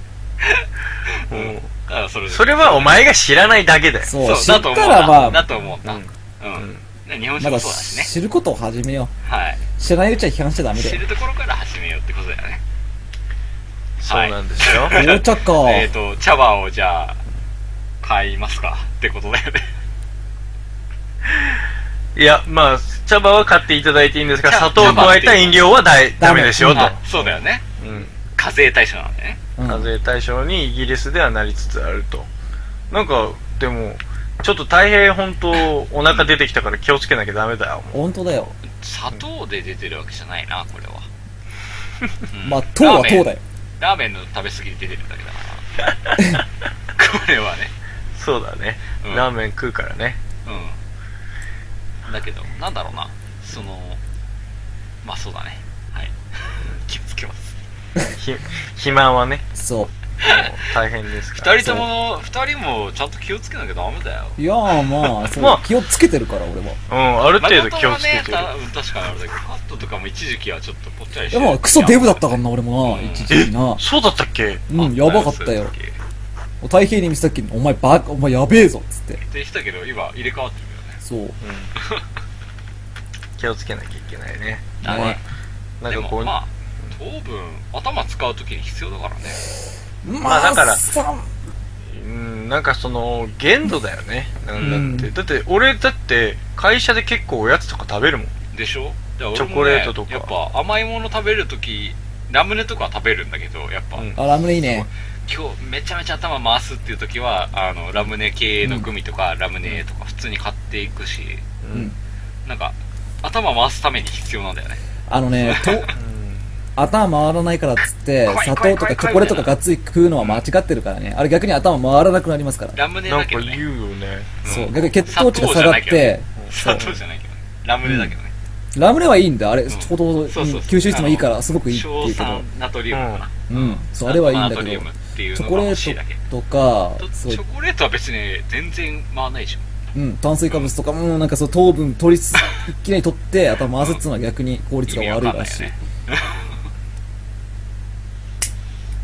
S4: うん
S2: だからそれで
S4: それはお前が知らないだけだよ。
S3: そう、
S2: そう
S3: 知っ
S2: だと
S3: た
S2: 思う
S3: らま
S2: な。
S3: あ、
S2: だと思うな。うん。ね日本
S3: な
S2: 史
S3: んか
S2: もそうだしね。
S3: 知ることを始めよ
S2: はい。
S3: う。知らないうちは批判しちゃダメだ
S2: 知
S3: よ。
S2: るところから始めようってことだよね。
S4: そうなんですよ。
S3: 紅茶か。
S2: えっと、茶葉をじゃあ、買いますかってことだよね。
S4: いや、まあ、茶葉は買っていただいていいんですが、
S2: 茶
S4: 砂糖を加えた飲料はだい
S3: ダ
S4: ダ
S3: メ
S4: メですよ、と。
S2: あそうだよね。
S4: うん。
S2: 課税対象なんでね。
S3: うん
S4: 課税対象にイギリスではなりつつあると。なんか、でも、ちょっと大変本当、お腹出てきたから気をつけなきゃダメだよ。
S3: 本当だよ。
S2: 砂糖で出てるわけじゃないな、これ
S3: [LAUGHS]
S2: は。うん
S3: まあ、糖は糖だよ。。
S2: ラーメンラーメンの食べ過ぎで出てるだけだか
S3: [LAUGHS]
S2: ら。これはね。
S4: そうだね。
S2: うん
S4: ラーメン食うからね。
S2: うん。だけど、なんだろうな。その、まあそうだね。
S3: [LAUGHS]
S2: はい。気をつけます。
S4: ひ、肥満はね、
S3: そ
S4: もう大変ですから。
S2: 二人とも、二人もちゃんと気をつけなきゃダメだよ。
S3: う。いやーまあ、そう、
S4: まあ
S3: 気をつけてるから、俺は。
S4: うん、ある程度気をつけて
S2: 誠
S4: る。
S2: はね、た確かにあれだけど、カットとかも一時期はちょっとぽっちゃりして
S3: いや
S2: る。
S3: まあ、クソデブだったから
S2: な。
S3: な、俺もな、
S2: うん
S3: 一時期
S4: え
S3: な。
S4: そうだったっけ
S3: うん、やばかったよ
S2: そう。いう時
S3: 太平に見せたっきに、お前バカ、お前やべえぞ、つって。
S2: ってしたけど、今入れ替わってるよね。
S3: そう。
S4: 気をつけなきゃいけないね。
S2: だ
S3: ね
S4: なん
S2: で
S4: かこ
S2: も
S4: う、
S2: まあ、糖分、頭使うときに必要だからね。
S3: ま
S4: だから
S3: さ
S4: うん、なんかその、限度だよね。なんだって。
S3: うん
S4: だって、俺だって、会社で結構おやつとか食べるもん。
S2: でしょチ
S4: チョコレートとか
S2: やっぱ甘いもの食べるとき、ラムネとかは食べるんだけど、やっぱ、
S4: うん
S3: あ、ラムネいいね。
S2: 今日めちゃめちゃ頭回すっていう時はあのラムネ系のグミとか、ラムネとか普通に買っていくし
S3: うん。
S2: なんか頭回すために必要なんだよね
S3: あのね、と、頭回らないからっつって、
S2: 怖い
S3: 砂糖と
S2: 怖い怖
S3: か
S2: い
S3: チョコレートとかがっつり食うのは間違ってるからね。あれ逆に頭回らなくなりますから。
S2: ラムネ
S4: な
S2: だ
S4: ん
S2: け
S4: か
S2: どね
S4: 言うよね。
S3: そう。
S2: ん
S3: 逆に血糖値が下がって、
S2: 砂糖じゃないけどねラムネだけどね、
S3: ラムネはいいんだよ。あれ、ちょうど
S2: そうそうそう
S3: 吸収してもいいから、すごくいいって言
S2: 硝
S3: うけど
S2: 酸。ナトリウムかな、
S3: うん。そう、あれはいいんだ
S2: ナトリ
S3: け
S2: ウ
S3: ど
S2: ム。っていう
S3: チョ
S2: の
S3: コ
S2: が
S3: レ
S2: 欲しいだ
S3: ー
S2: け
S3: トとか、
S2: と
S3: そう
S2: チョコレートは別に全然回らないでしょ
S3: うん、炭水化物とかも、なんかそう、糖分取りす、一気に取って、頭回すっつうのは逆に効率が
S2: 意味
S3: 悪
S2: わ
S3: い
S2: かんない
S3: ら
S2: よ
S3: しい
S2: ね。 [LAUGHS]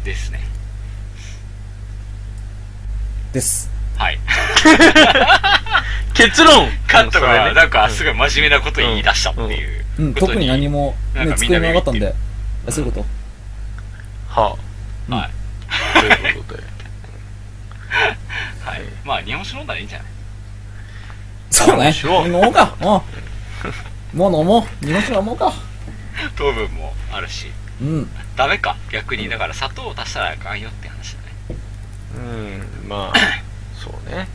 S2: ですね
S3: です。
S2: はい
S4: 結論
S2: カット
S4: そ
S2: が
S4: れね
S2: なんかすごい真面目なこと言い出したっていうこ
S3: う
S2: とに、
S3: ん、特に何も、
S2: なん
S3: ね、
S2: かみん
S3: 机
S2: な
S3: もなかったん
S2: 言
S3: で。あそういうこと。
S4: は
S2: はい
S4: あ、ということで。
S2: はい。まあ、日本酒飲んだらいいんじゃない
S3: そうね。
S4: しよう
S3: 飲もうか。うん。もう飲もう。日本酒飲もうか。
S2: 糖分もあるし。
S3: うん。
S2: ダメか。逆に、だから砂糖を足したらあかんよって話だね。
S4: うん、まあ、そうね。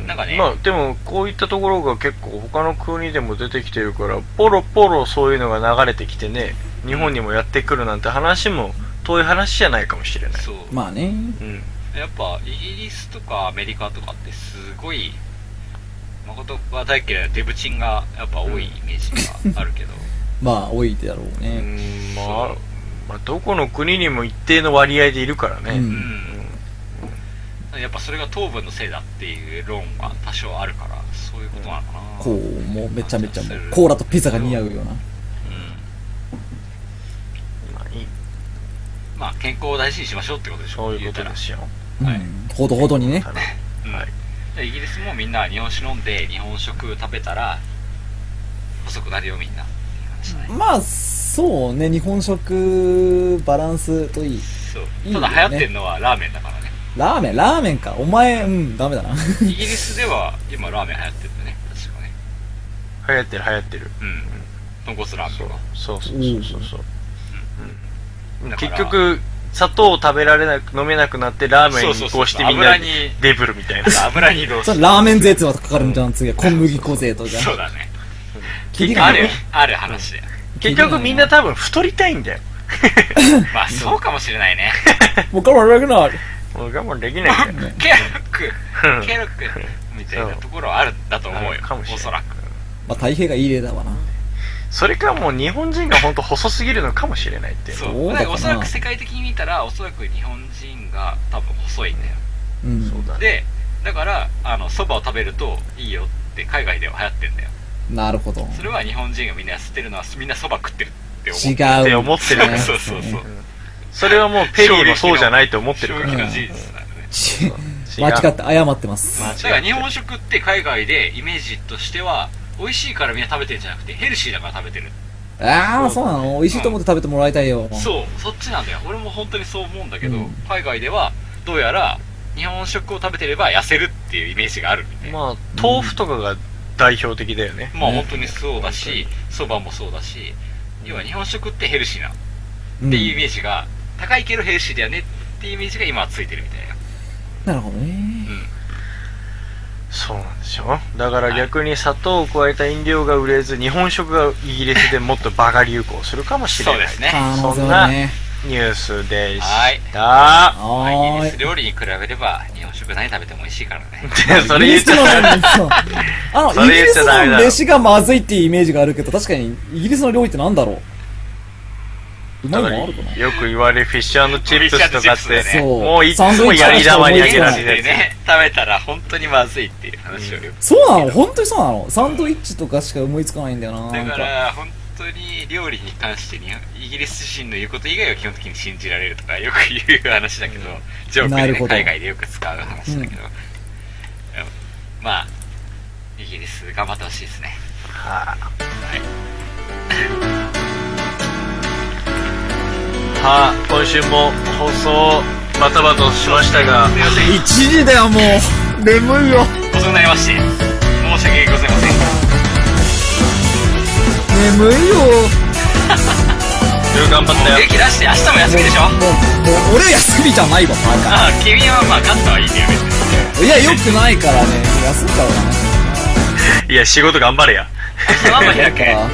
S4: う
S2: なんかね
S4: まあ、でも、こういったところが結構他の国でも出てきてるから、ポロポロそういうのが流れてきてね、日本にもやってくるなんて話も遠い話じゃないかもしれない。
S2: そう。
S3: まあね。
S4: うん。
S2: やっぱ、イギリスとかアメリカとかってすごい、誠は大嫌いなデブチンがやっぱ多いイメージがあるけど、
S3: まあ、多いだろう
S4: う
S3: ね。
S4: ん、ま
S2: そ
S4: あ
S2: う、
S4: まあ、どこの国にも一定の割合でいるからね。
S3: うん
S2: うん。やっぱそれが糖分のせいだっていう論が多少あるから、そういうことなのかな。
S3: こ
S2: うん。
S3: う、もうめちゃめちゃもう、コーラとピザが似合うような。
S4: まあ、いい。
S2: まあ、健康を大事にしましょうってことでしょ。
S4: そういうこ
S2: 言
S4: と
S2: たら
S4: ですよ。
S2: はい
S3: うんほどほどにね
S4: た。だ
S2: はい、でイギリスもみんな日本酒飲んで日本食食べたら細くなるよみんなっていう話だね
S3: まあ、そうね。日本食、バランスといい。
S2: そう
S3: いいよ
S2: た
S3: ね
S2: だ流行ってるのはラーメンだからね
S3: ラーメン、ラーメンか。お前、うん、ダメだな。 [LAUGHS]
S2: イギリスでは今ラーメン流行ってるんだね確かね
S4: 流行ってる流行ってる。
S2: うん豚骨ラーメンが
S4: そうそうそうそうそう、うん
S2: だから
S4: 結局砂糖を食べられなく飲めなくなってラーメンに移行してみん
S2: そうそうそう
S4: な
S2: 油に
S4: デブルみたい [LAUGHS] な
S2: 油に移動す
S3: そ
S2: る
S3: れラーメン税とかかかるんじゃん、次は。小麦粉税とか。
S2: そうだね
S3: キリが
S2: あ
S3: ない
S2: るある話だよ
S4: 結局みんな多分太りたいんだよ
S2: まあそうかもしれない
S3: [LAUGHS]
S2: ね
S3: もう我慢できない。
S4: もう我慢で
S2: [LAUGHS]
S4: きないんだよ
S2: ケロッ
S4: う
S2: ク
S4: ん
S2: ケロックみたいなところはあるんだと思う
S4: あ
S2: よ
S4: るかもしれない
S2: おそらく
S3: まあ、太平がいい例だわな。
S4: それかもう日本人が本当細すぎるのかもしれないっていう
S2: そ
S3: どう
S2: う
S3: だかな
S2: おそらく世界的に見たらおそらく日本人が多分細いんだよ
S3: うん。
S4: そうだね
S2: でだからあのそばを食べるといいよって海外では流行ってんだよ
S3: なるほど。
S2: それは日本人がみんな捨てるのはみんなそば食ってるって思う
S3: 違う。
S4: って思ってる
S2: [LAUGHS]
S3: ね
S2: そうそうそう
S4: それはもうペリーもそうじゃないと思ってる
S2: 衝
S4: か
S2: 撃
S4: ら
S2: の事実なのね
S3: [LAUGHS] ち
S4: 違う
S3: 間違って謝ってます。
S4: 間違
S2: だ
S4: って
S2: から日本食って海外でイメージとしては美味しいからみんな食べてるんじゃなくてヘルシーだから食べてる
S3: ああ、そうなの美味しいと思って食べてもらいたいよ。
S2: そうそっちなんだよ俺も本当にそう思うんだけど、
S3: うん
S2: 海外ではどうやら日本食を食べてれば痩せるっていうイメージがあるみたいな
S4: まあ豆腐とかが代表的だよね
S2: まあ本当にそうだしそばもそうだし要は日本食ってヘルシーなっ
S3: うん
S2: ていうイメージが、高いけどヘルシーだよねっていうイメージが今はついてるみたいな
S3: なるほどね。
S4: そうなんでしょだから逆に砂糖を加えた飲料が売れず日本食がイギリスでもっとバカ流行するかもしれ
S2: そう
S4: な
S2: で
S4: い
S2: すね
S3: 可能性
S4: そん
S3: は
S4: な
S3: ね。
S4: ニュースでした、
S2: まあイギ
S3: は
S2: リ
S3: ー
S2: ス
S3: い。
S2: 料理に比べれば日本食何食べても美味しいからね
S4: でそれ言っちゃダメだ
S3: そうあ
S4: そ
S3: の、イギ
S4: れ言
S3: リ
S4: っちゃ
S3: ス
S4: ダメだ
S3: の飯がまずいっていうイメージがあるけど、確かに、イギリスの料理ってなんだろううまいもんあるかな
S4: よく言われるフィッシュチップスとかっ
S2: フィッシュチップス
S4: て
S2: ね
S3: そう
S4: もういつもやり玉にあげられて
S2: で
S4: る
S2: ね食べたら本当にまずいっていう話をよく
S3: そうなの本当にそうなのサンドイッチとかしか思いつかないんだよなな
S2: だ
S3: ん
S2: か
S3: から
S2: 本当に料理に関してにイギリス人の言うこと以外は基本的に信じられるとかよく言う話だけど、ジョーク
S3: な
S2: で、
S3: る
S2: ね、
S3: ほど
S2: 海外でよく使う話だけど、うんまあイギリス頑張ってほしいですね
S4: はあ今週も放送バタバタしましたが
S2: すいません
S3: 1時だよもう眠いよ
S2: 遅くなりまして申し訳ございません
S3: 眠いよ
S4: 頑張ったよ
S2: 元気出して明日も休みでしょ
S3: もうもう俺休みじゃないわバ
S2: ああ君はまあ勝ったはいいんだよ別に
S3: カいやよくないからね休んじゃうわ
S4: いや仕事頑張れや
S2: その日だ
S3: な
S2: け
S3: あ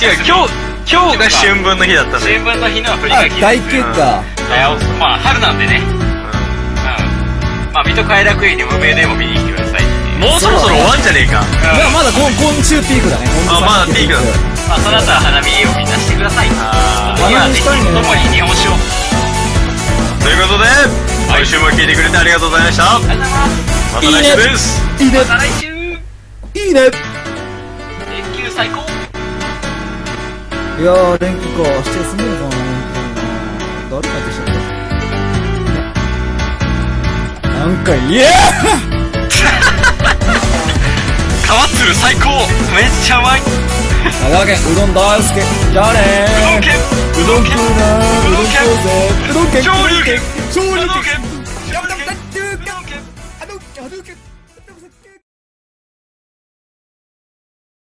S4: 違う今日今日が春分の日だったのよ
S2: 新聞の日の振り返り
S3: あ大休か
S2: うんまあ春なんでねうんまあ、水戸偕楽園に無名でも見に来てくださいっていう。
S4: もうそろそろ終わんじゃねえか
S3: いやまだ今今週ピークだね今週
S4: あまだピークだ
S2: まあ、その後は花見をみんなしてください。
S4: あ
S2: 次はぜひともに日本酒を。
S4: ーということで今週も聞いてくれてありがとうございました
S2: ありがとうございます。
S4: また来週です
S3: いい
S2: また来週
S3: ねいいね
S2: 連休最高
S3: いやー連休か明日休めるかな誰帰ってきちゃったなんか言え
S2: 川鶴最高めっちゃうまい
S3: 長野県うどん大好きじゃあね
S2: うどん
S3: ー
S2: 県うどん県
S3: う
S2: どん県
S3: うどん県
S2: 上流県
S3: 上流
S2: うどん県
S3: 県やめてください
S2: うどん県
S3: あのあの県